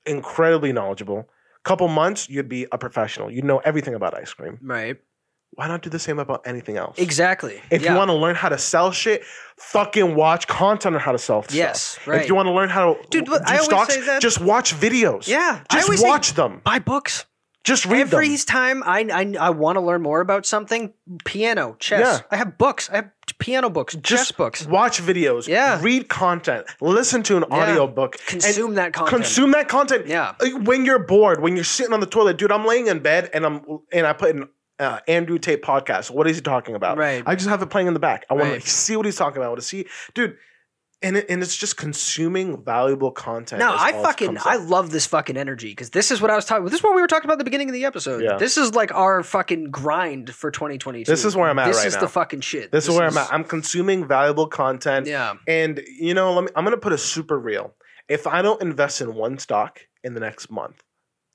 S3: incredibly knowledgeable couple months you'd be a professional you'd know everything about ice cream
S2: Right.
S3: why not do the same about anything else
S2: Exactly.
S3: if
S2: yeah.
S3: you want to learn how to sell shit fucking watch content on how to sell stuff
S2: Yes. Right.
S3: if you want to learn how to
S2: Dude,
S3: do
S2: what- I always
S3: stocks
S2: say that-
S3: just watch videos
S2: yeah. I
S3: just
S2: always say
S3: watch them
S2: buy books.
S3: just read
S2: Every
S3: them
S2: time I I, I want to learn more about something, piano, chess.
S3: Yeah.
S2: I have books. I have piano books, chess
S3: just
S2: books.
S3: watch videos
S2: Yeah.
S3: read content listen to an
S2: Yeah.
S3: audio book
S2: Consume that content.
S3: consume that content
S2: Yeah.
S3: Like, when you're bored, when you're sitting on the toilet, dude, I'm laying in bed and I'm and I put in uh, Andrew Tate podcast. What is he talking about?
S2: Right.
S3: Oh, I just have it playing in the back. I want
S2: Right.
S3: to see what he's talking about. I want to see, dude. And it, and it's just consuming valuable content.
S2: No,
S3: is
S2: I
S3: all it
S2: fucking
S3: comes
S2: I
S3: up.
S2: love this fucking energy because this is what I was talking. This is what we were talking about at the beginning of the episode.
S3: Yeah.
S2: This is like our fucking grind for 2022.
S3: This is where I'm at
S2: This
S3: right
S2: is
S3: now.
S2: the fucking shit.
S3: This, is where I'm at. I'm consuming valuable content,
S2: Yeah,
S3: and you know, let me, I'm gonna put a super real. If I don't invest in one stock in the next month,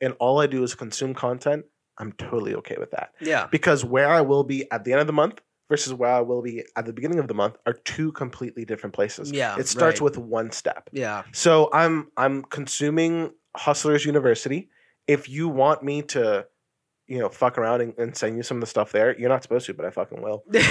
S3: and all I do is consume content, I'm totally okay with that.
S2: yeah,
S3: because where I will be at the end of the month versus where I will be at the beginning of the month are two completely different places.
S2: Yeah,
S3: It starts
S2: right.
S3: with one step.
S2: yeah. [laughs]
S3: So I'm I'm consuming Hustlers University. If you want me to, you know, fuck around and, and send you some of the stuff there, you're not supposed to, but I fucking will.
S2: yeah,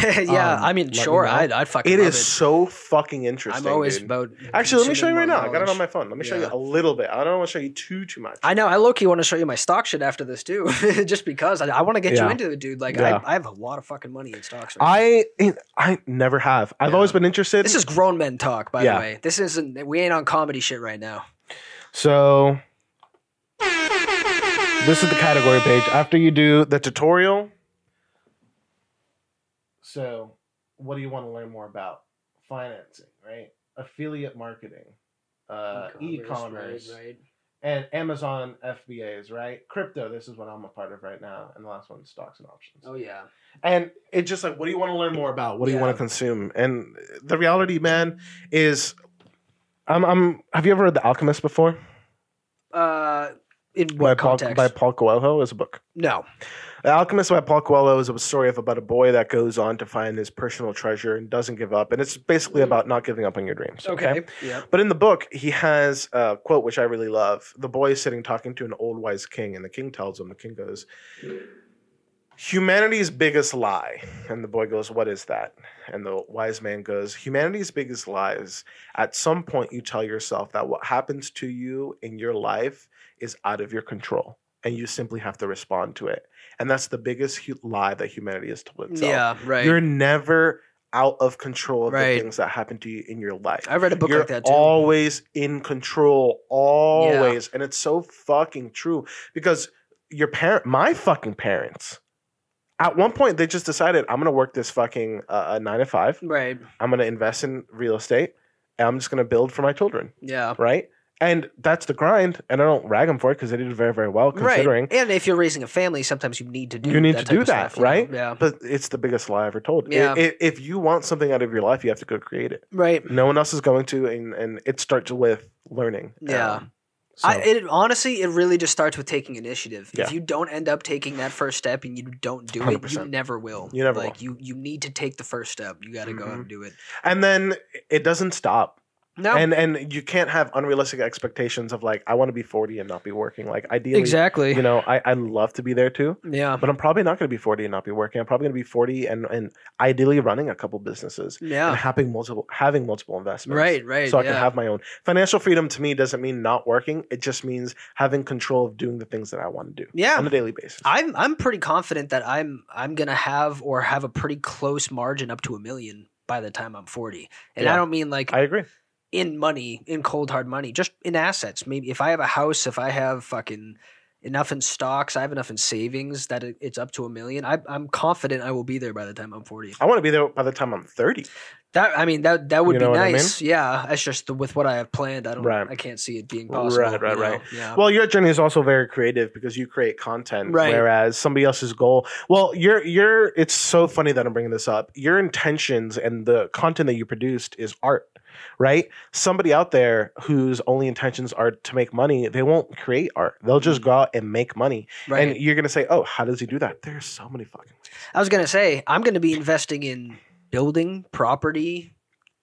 S3: Um,
S2: I mean,
S3: let me
S2: sure,
S3: know.
S2: I'd, I'd fucking
S3: It
S2: love
S3: is so fucking interesting.
S2: I'm always
S3: dude.
S2: about.
S3: Actually, let me show you
S2: consuming
S3: right
S2: more
S3: now. I got it
S2: knowledge.
S3: on my phone. Let me show you
S2: Yeah.
S3: a little bit. I don't want to show you too too much.
S2: I know. I low key want to show you my stock shit after this too, [laughs] just because I, I want to get you
S3: Yeah.
S2: into it, dude. Like
S3: Yeah.
S2: I, I have a lot of fucking money in stocks. Right
S3: I I never have. I've
S2: Yeah.
S3: always been
S2: now.
S3: interested.
S2: This is grown men talk, by
S3: Yeah.
S2: the way. This isn't. We ain't on comedy shit right now.
S3: So this is the category page. After you do the tutorial. So what do you want to learn more about? Financing, right? Affiliate marketing, uh, e-commerce,
S2: right?
S3: and Amazon FBAs, right? Crypto. This is what I'm a part of right now, and the last one, stocks and options.
S2: Oh yeah.
S3: And it's just like, what do you want to learn more about? What do
S2: Yeah.
S3: you want to consume? And the reality, man, is, I'm, I'm. Have you ever read The Alchemist before?
S2: Uh, in
S3: by
S2: what
S3: Paul,
S2: context?
S3: by Paul Coelho is a book.
S2: no.
S3: The Alchemist by Paul Coelho is a story of about a boy that goes on to find his personal treasure and doesn't give up. And it's basically
S2: Hmm.
S3: about not giving up on your dreams.
S2: Yeah.
S3: But in the book, he has a quote which I really love. The boy is sitting talking to an old wise king, and the king tells him, the king goes, Humanity's biggest lie. And the boy goes, What is that? And the wise man goes, Humanity's biggest lie is at some point you tell yourself that what happens to you in your life is out of your control, and you simply have to respond to it. And that's the biggest hu- lie that humanity has told itself.
S2: Yeah. Right.
S3: You're never out of control of
S2: Right.
S3: the things that happen to you in your life.
S2: I read a book
S3: You're
S2: like that too.
S3: always in control, always, and it's so fucking true because your parent, my fucking parents, at one point they just decided I'm gonna work this fucking uh, uh, nine to five.
S2: right.
S3: I'm gonna invest in real estate, and I'm just gonna build for my children,
S2: Yeah.
S3: right? And that's the grind, and I don't rag them for it because they did very, very well considering.
S2: Right. And if you're raising a family, sometimes you need to do
S3: You need
S2: that
S3: to
S2: type
S3: do
S2: of
S3: that,
S2: stuff, you know?
S3: right?
S2: Yeah.
S3: But it's the biggest lie ever told. I-
S2: Yeah.
S3: i- if you want something out of your life, you have to go create it.
S2: Right.
S3: No one else is going to, and, and it starts with learning.
S2: Yeah.
S3: Um,
S2: I,
S3: so-
S2: it honestly, it really just starts with taking initiative.
S3: Yeah.
S2: If you don't end up taking that first step and you don't do it, you
S3: 100%.
S2: never will.
S3: You never
S2: like you. You need to take the first step. You got to go out
S3: Mhm.
S2: and do it.
S3: and then it doesn't stop
S2: No,
S3: and and you can't have unrealistic expectations of like i want to be 40 and not be working like ideally
S2: exactly.
S3: you know i i love to be there too
S2: yeah,
S3: but i'm probably not going to be 40 and not be working i'm probably going to be 40 and and ideally running a couple businesses and
S2: yeah.
S3: having multiple having multiple investments
S2: [laughs] Right, right.
S3: so i
S2: yeah.
S3: can have my own financial freedom to me doesn't mean not working it just means having control of doing the things that i want to do
S2: yeah.
S3: on a daily basis
S2: I'm I'm pretty confident that I'm I'm gonna have or have a pretty close margin up to a million by the time I'm 40. And I
S3: Yeah.
S2: don't mean like
S3: i agree
S2: in money, in cold hard money, just in assets. Maybe if I have a house, if I have fucking enough in stocks, I have enough in savings that it, it's up to a million. I, I'm confident I will be there by the time I'm 40.
S3: i want to be there by the time i'm 30
S2: That I mean that that would
S3: You know
S2: be
S3: what I
S2: nice. Yeah, that's just the, with what I have planned. I don't.
S3: Right.
S2: I can't see it being possible.
S3: Right, right,
S2: you know?
S3: right.
S2: Yeah.
S3: Well, your journey is also very creative because you create content,
S2: Right.
S3: whereas somebody else's goal. Well, your your it's so funny that I'm bringing this up. Your intentions and the content that you produced is art, right? Somebody out there whose only intentions are to make money, they won't create art. They'll just go out and make money.
S2: right.
S3: And you're gonna say, "Oh, how does he do that?" There's so many fucking.
S2: I was gonna say I'm gonna be investing in building property,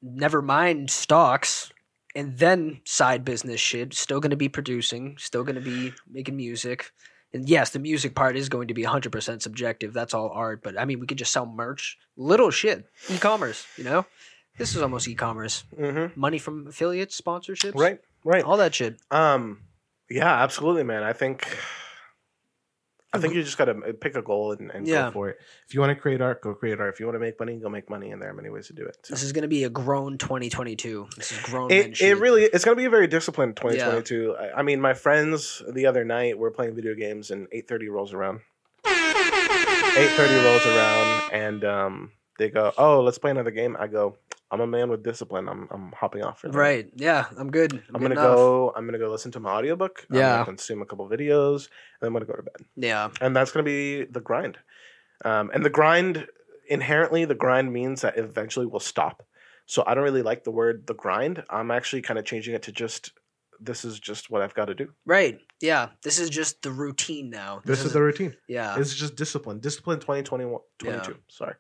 S2: never mind stocks, and then side business shit. Still gonna be producing, still gonna be making music, and yes, the music part is going to be 100 percent subjective. That's all art, but I mean we could just sell merch, little shit, e-commerce. You know, this is almost e-commerce.
S3: Mhm.
S2: Money from affiliates, sponsorships,
S3: Right. Right.
S2: All that shit.
S3: Um. Yeah. Absolutely, man. I think. I think you just gotta uh, pick a goal and, and
S2: Yeah.
S3: go for it. If you want to create art, go create art. If you want to make money, go make money. And there are many ways to do it.
S2: This is gonna be a grown 2022. This is grown. men
S3: It, it
S2: shit.
S3: really it's gonna be a very disciplined 2022. I, I mean, my friends the other night were playing video games and 8:30 rolls around. 8:30 rolls around and um, they go, "Oh, let's play another game." I go, "I'm a man with discipline. I'm I'm hopping off for that.
S2: Right. Yeah. I'm good. I'm,
S3: I'm
S2: good
S3: gonna
S2: enough.
S3: go. I'm gonna go listen to my audiobook. I'm
S2: Yeah.
S3: gonna consume a couple videos, and I'm gonna go to bed
S2: Yeah.
S3: and that's going to be the grind. Um, and the grind inherently, the grind means that eventually we'll stop. So I don't really like the word the grind. I'm actually kind of changing it to just this is just what I've got to do.
S2: Right. Yeah. This is just the routine now.
S4: This is the routine.
S2: yeah.
S4: It's just discipline.
S3: Discipline 2021,
S2: Yeah.
S3: 22. Sorry,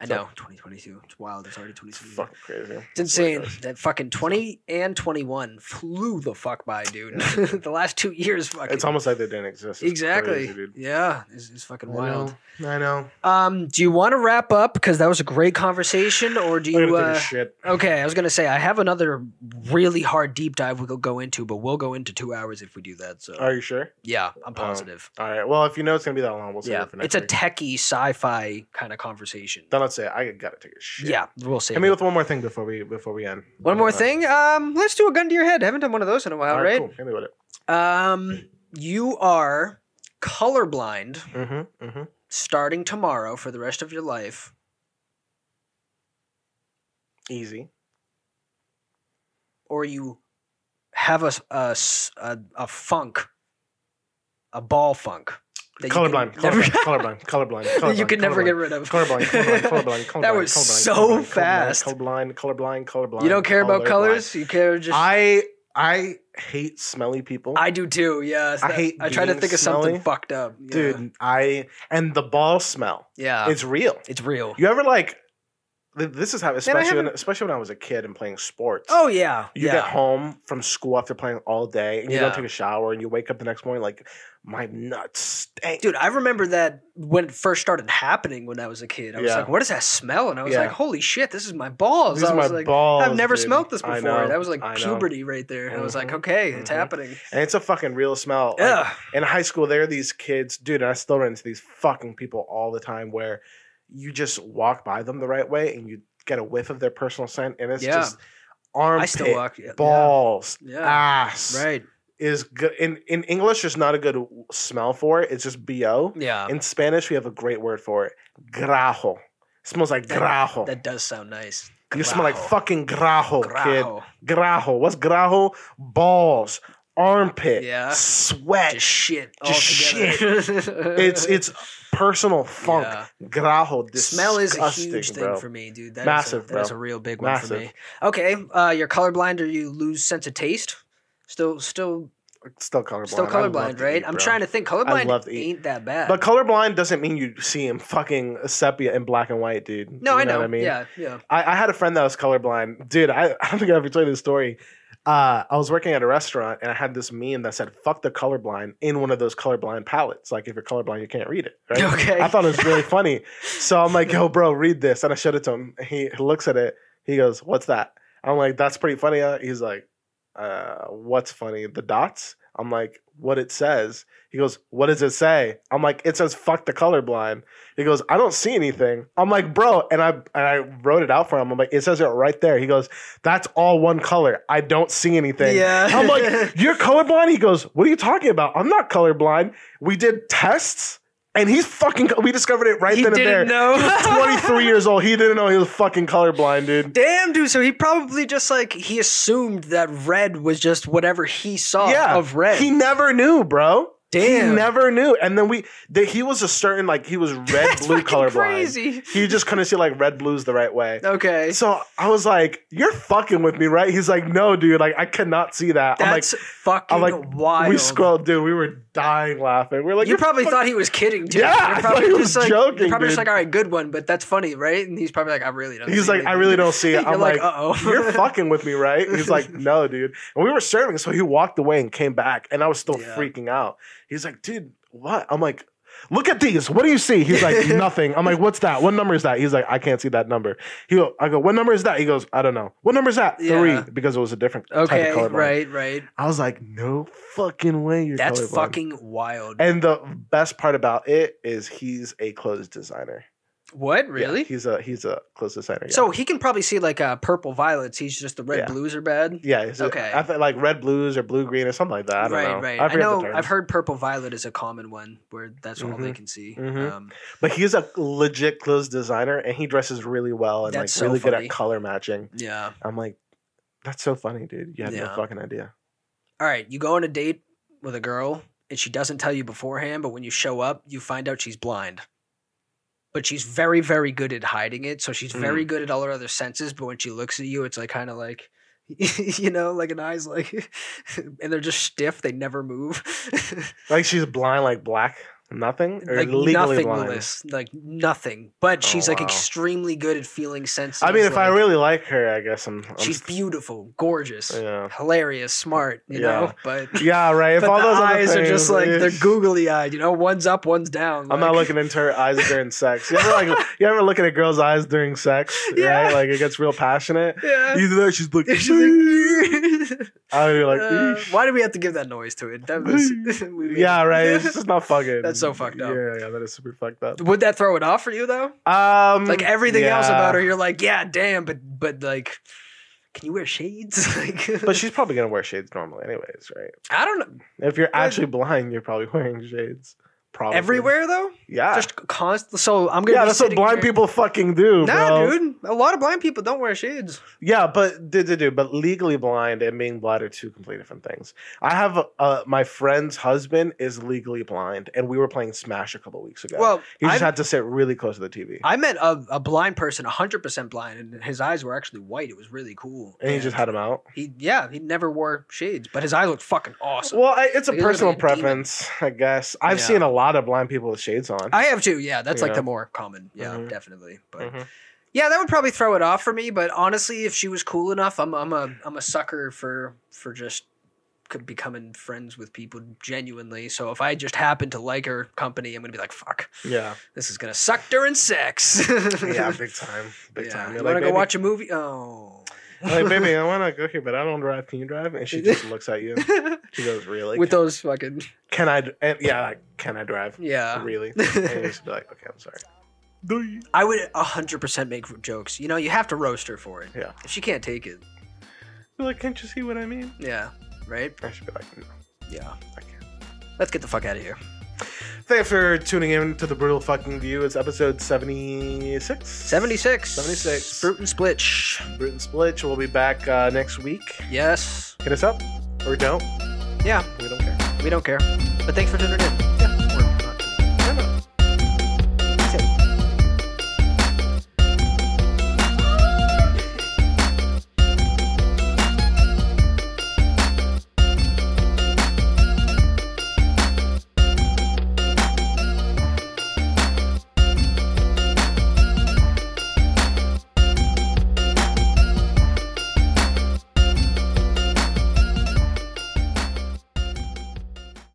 S2: I know. 2022. It's wild. It's already
S3: it's
S2: 2022.
S3: fucking crazy.
S2: It's insane. That fucking 20 and 21 flew the fuck by,
S3: [laughs]
S2: dude. [laughs] the last two years, fucking.
S3: It's almost like they didn't exist. It's
S2: exactly.
S3: crazy, dude.
S2: yeah. It's, it's fucking wild.
S3: I know. I know.
S2: Um, do you want to wrap up because that was a great conversation, or do
S3: I'm gonna
S2: you?
S3: take
S2: Uh,
S3: a shit.
S2: okay, I was gonna say I have another really hard deep dive we'll go into, but we'll go into two hours if we do that. So
S3: Are you sure?
S2: yeah, I'm positive.
S3: All right. Well, if you know it's gonna be that long, Um, we'll save
S2: yeah,
S3: it for
S2: it's
S3: next
S2: a
S3: week.
S2: techie sci-fi kind of conversation.
S3: then let's say I gotta take a shit.
S2: Yeah, we'll see.
S3: Hit me with one more thing before we before we end.
S2: one more
S3: Uh,
S2: thing. Um, let's do a gun to your head. I haven't done one of those in a while,
S3: All right.
S2: right?
S3: Cool. Hit me with it.
S2: Um, you are colorblind
S3: Mm-hmm. Mm-hmm.
S2: starting tomorrow for the rest of your life.
S3: Easy.
S2: or you have a s- a s- a, a funk, a ball funk. that you can
S3: colorblind,
S2: never-
S3: colorblind, colorblind,
S2: [laughs]
S3: colorblind,
S2: that
S3: colorblind.
S2: you can never
S3: colorblind,
S2: get rid of. [laughs]
S3: colorblind, colorblind, colorblind, colorblind.
S2: That was
S3: colorblind,
S2: so
S3: colorblind, colorblind,
S2: fast.
S3: Colorblind, colorblind, colorblind.
S2: you don't care about
S3: colorblind.
S2: colors. You care just. I,
S3: I I hate smelly people,
S2: do too. Yeah,
S3: I hate
S2: I try to
S3: being
S2: think of something
S3: smelly.
S2: fucked up, yeah.
S3: dude. I and the ball smell.
S2: Yeah, it's,
S3: It's real.
S2: real.
S3: You ever like? th- This is how, especially when,
S2: haven't-
S3: especially when I was a kid and playing sports.
S2: Oh yeah,
S3: You
S2: yeah.
S3: get home from school after playing all day, and you
S2: Yeah.
S3: don't take a shower, and you wake up the next morning like my nuts stink.
S2: Dude, I remember that when it first started happening when I was a kid. I was
S3: Yeah.
S2: like, what does that smell? And I was
S3: Yeah.
S2: like, holy shit, this is my balls.
S3: These
S2: I
S3: are
S2: was
S3: my
S2: like,
S3: balls.
S2: I've never
S3: dude.
S2: smelled this
S3: I
S2: before.
S3: know,
S2: that was like
S3: I know.
S2: puberty right there. And I was like,
S3: Mhm.
S2: okay, it's
S3: Mhm.
S2: happening.
S3: And it's a fucking real smell. Like,
S2: Yeah.
S3: in high school, there are these kids, dude, and I still run into these fucking people all the time where you just walk by them the right way and you get a whiff of their personal scent, and it's
S2: Yeah.
S3: just
S2: I
S3: armpit,
S2: still walk yeah,
S3: balls,
S2: Yeah.
S3: ass.
S2: yeah. Right.
S3: Is good in in English. There's not a good smell for it. It's just bo.
S2: Yeah.
S3: In Spanish, we have a great word for it. Grajo. smells like grajo.
S2: That does sound nice.
S3: you smell like
S2: Grajo.
S3: fucking grajo, kid.
S2: Grajo.
S3: Grajo. What's grajo? Balls, armpit,
S2: Yeah.
S3: sweat,
S2: Just shit. All
S3: Just
S2: together.
S3: [laughs] It's it's personal funk.
S2: Yeah.
S3: Grajo.
S2: The smell is a
S3: disgusting,
S2: huge thing
S3: bro.
S2: for me, dude. That's
S3: Massive,
S2: a, That's
S3: bro.
S2: a real big one for
S3: Massive.
S2: me. Okay, uh, you're colorblind or you lose sense of taste. Still, still,
S3: Still colorblind.
S2: still
S3: I love
S2: colorblind,
S3: to
S2: right?
S3: eat,
S2: I'm
S3: bro.
S2: trying to think.
S3: love
S2: Colorblind
S3: to eat.
S2: ain't that bad.
S3: But colorblind doesn't mean you see him fucking sepia in black and white, dude.
S2: no,
S3: You
S2: I know.
S3: what I mean,
S2: Yeah, yeah.
S3: I, I had a friend that was colorblind. Dude, I, [laughs] I don't think I ever told you this story. Uh, I was working at a restaurant and I had this meme that said, fuck the colorblind in one of those colorblind palettes. Like, if you're colorblind, you can't read it.
S2: [laughs]
S3: Right?
S2: Okay.
S3: I thought it was really funny. So I'm like, yo, bro, read this. And I showed it to him. He looks at it. He goes, what's that? I'm like, that's pretty funny. huh?" He's like, uh, what's funny? The dots? I'm like, what it says. He goes, what does it say? I'm like, it says fuck the colorblind. He goes, I don't see anything. I'm like, bro. And I, and I wrote it out for him. I'm like, it says it right there. He goes, that's all one color. I don't see anything.
S2: Yeah. [laughs]
S3: I'm like, you're colorblind? He goes, what are you talking about? I'm not colorblind. We did tests and he's fucking, co- we discovered it right
S2: he
S3: then and
S2: didn't
S3: there.
S2: know. [laughs]
S3: He [laughs] was 23 years old. He didn't know he was fucking colorblind, dude.
S2: Damn, dude. So he probably just like he assumed that red was just whatever he saw
S3: yeah,
S2: of red.
S3: He never knew, bro.
S2: Damn.
S3: He never knew. And then we, the, he was a certain like he
S2: [laughs]
S3: was red
S2: That's
S3: blue
S2: fucking
S3: colorblind.
S2: Crazy.
S3: He just couldn't see like red blues the right way.
S2: Okay.
S3: So I was like, "You're fucking with me, right?" He's like, "No, dude. Like I cannot see that."
S2: That's fucking
S3: I'm like, I'm like,
S2: wild.
S3: we scrolled, dude. We were dying laughing. We were are like,
S2: You
S3: "You're
S2: probably
S3: fuck-
S2: thought he was kidding too.
S3: Yeah,
S2: You're
S3: I thought
S2: probably
S3: he was
S2: just like,
S3: joking,
S2: You're probably just
S3: dude.
S2: like, all right, good one, but that's funny, right? And he's probably like, I really don't.
S3: He's
S2: see
S3: like,
S2: it,
S3: I
S2: dude."
S3: really don't see
S2: [laughs]
S3: it.
S2: You're
S3: I'm
S2: like,
S3: like,
S2: uh-oh.
S3: [laughs] you're fucking with me, right?
S2: [laughs]
S3: He's like, no, dude. And we were serving, so he walked away and came back, and I was still
S2: Yeah.
S3: freaking out. He's like, dude, what? I'm like, look at these. What do you see?
S2: [laughs]
S3: He's like, nothing. I'm like, what's that? What number is that? He's like, I can't see that number. He, go, I go, what number is that? He goes, I don't know. What number is that?
S2: Yeah.
S3: Three, because it was a different type
S2: [laughs] Okay,
S3: of color. line.
S2: right, right.
S3: I was like, no fucking way. You're
S2: That's
S3: colorblind.
S2: fucking wild.
S3: And the best part about it is he's a clothes designer.
S2: What
S3: Yeah,
S2: really?
S3: he's a he's a clothes designer. yeah.
S2: So he can probably see like uh, purple violets. He's just the red
S3: Yeah.
S2: blues are bad.
S3: Yeah, is
S2: Okay.
S3: okay. I think like red blues or blue green or something like that. I don't
S2: right,
S3: know.
S2: right.
S3: I,
S2: I,
S3: forget the
S2: know.
S3: terms.
S2: I've heard purple violet is a common one where that's all they
S3: Mhm.
S2: can see.
S3: Mhm.
S2: Um,
S3: but he's a legit clothes designer, and he dresses really well and
S2: That's
S3: like
S2: so
S3: really good
S2: funny.
S3: at color matching.
S2: yeah.
S3: I'm like, that's so funny, dude. You had
S2: Yeah.
S3: no fucking idea.
S2: All right, you go on a date with a girl and she doesn't tell you beforehand, but when you show up, you find out she's blind. But she's very, very good at hiding it. So she's
S3: Mm.
S2: very good at all her other senses. But when she looks at you, it's like kind of like, [laughs] you know, like an eye's like, [laughs] and they're just stiff. They never move. [laughs]
S3: Like she's blind, like black, nothing, or
S2: like
S3: legally blind.
S2: nothingness, like nothing. But
S3: Oh,
S2: she's like
S3: wow.
S2: extremely good at feeling senses.
S3: I mean, if I
S2: like,
S3: really like her, I guess I'm. I'm
S2: she's beautiful, gorgeous,
S3: yeah.
S2: hilarious, smart. You
S3: Yeah.
S2: know, but
S3: [laughs] Yeah, right. If
S2: but
S3: all
S2: the
S3: those other
S2: eyes are just
S3: things- eh,
S2: like they're googly eyed. You know, one's up, one's down.
S3: I'm not looking into her eyes during sex. You ever like you ever look at a girl's eyes during sex?
S2: Yeah.
S3: Right? Like it gets real passionate.
S2: [laughs] Yeah. [laughs]
S3: Either that, or she's like,
S2: She's like,
S3: I would be [laughs] like,
S2: uh,
S3: "Eesh."
S2: why do we have to give that noise to it? That
S3: [laughs]
S2: was, [laughs] we made
S3: Yeah,
S2: it.
S3: right. It's just not fucking.
S2: That's so fucked up.
S3: Yeah, yeah, that is super fucked
S2: [laughs]
S3: up.
S2: Would that throw it off for you though?
S3: Um,
S2: Like everything else
S3: yeah.
S2: about her, you're like, yeah, damn, but but like, can you wear shades? [laughs] like,
S3: [laughs] But she's probably gonna wear shades normally, anyways, right?
S2: I don't know.
S3: If you're actually blind, you're probably [laughs] wearing shades. Probably
S2: Everywhere though,
S3: Yeah.
S2: just constant. So I'm gonna.
S3: yeah,
S2: be
S3: that's what
S2: sitting
S3: blind
S2: here-
S3: people fucking do,
S2: Nah,
S3: bro.
S2: dude. A lot of blind people don't wear shades.
S3: Yeah, but did do, do, but legally blind and being blind are two completely different things. I have uh, my friend's husband is legally blind, and we were playing Smash a couple weeks ago.
S2: Well,
S3: he just
S2: I've-
S3: had to sit really close to the TV,
S2: I met a, a blind person, 100% blind, and his eyes were actually white. It was really cool.
S3: and he just had him out.
S2: He, yeah, he never wore shades, but his eyes looked fucking awesome.
S3: Well, I, it's a
S2: He looked
S3: personal
S2: like a demon.
S3: preference, I guess. I've
S2: Yeah.
S3: seen a lot of blind people with shades on.
S2: I have too. Yeah, that's
S3: You
S2: like
S3: know?
S2: the more common. Yeah,
S3: Mhm.
S2: definitely. But
S3: Mhm.
S2: yeah, that would probably throw it off for me. But honestly, if she was cool enough, I'm I'm a I'm a sucker for for just c- becoming friends with people genuinely. So if I just happen to like her company, I'm gonna be like, fuck,
S3: [laughs] Yeah,
S2: this is gonna suck during sex. [laughs]
S3: yeah, [laughs] big time, big
S2: Yeah.
S3: time.
S2: You
S3: You're
S2: wanna
S3: like,
S2: go
S3: "Baby-
S2: watch a movie? Oh.
S3: like, [laughs] baby, I want to go here, but I don't drive. Can you drive? And she just looks at you.
S2: [laughs]
S3: She goes, really?
S2: with
S3: can,
S2: those fucking
S3: can I? d- And, yeah, like, can I drive?
S2: yeah
S3: [laughs] Really? And you just be like, okay, I'm sorry.
S2: I would hundred percent make jokes. You know, you have to roast her for it.
S3: Yeah.
S2: If she can't take it,
S3: Be like, can't you see what I mean?
S2: yeah, right.
S3: I should be like, no.
S2: Yeah.
S3: Okay.
S2: Let's get the fuck out of here.
S3: Thanks for tuning in to the brutal fucking view. It's episode seventy six.
S2: 76.
S3: 76.
S2: Fruit and Splitch.
S3: Bruton Splitch. We'll be back uh, next week.
S2: Yes.
S3: Hit us up or don't.
S2: Yeah,
S3: We don't care.
S2: we don't care. But thanks for tuning in.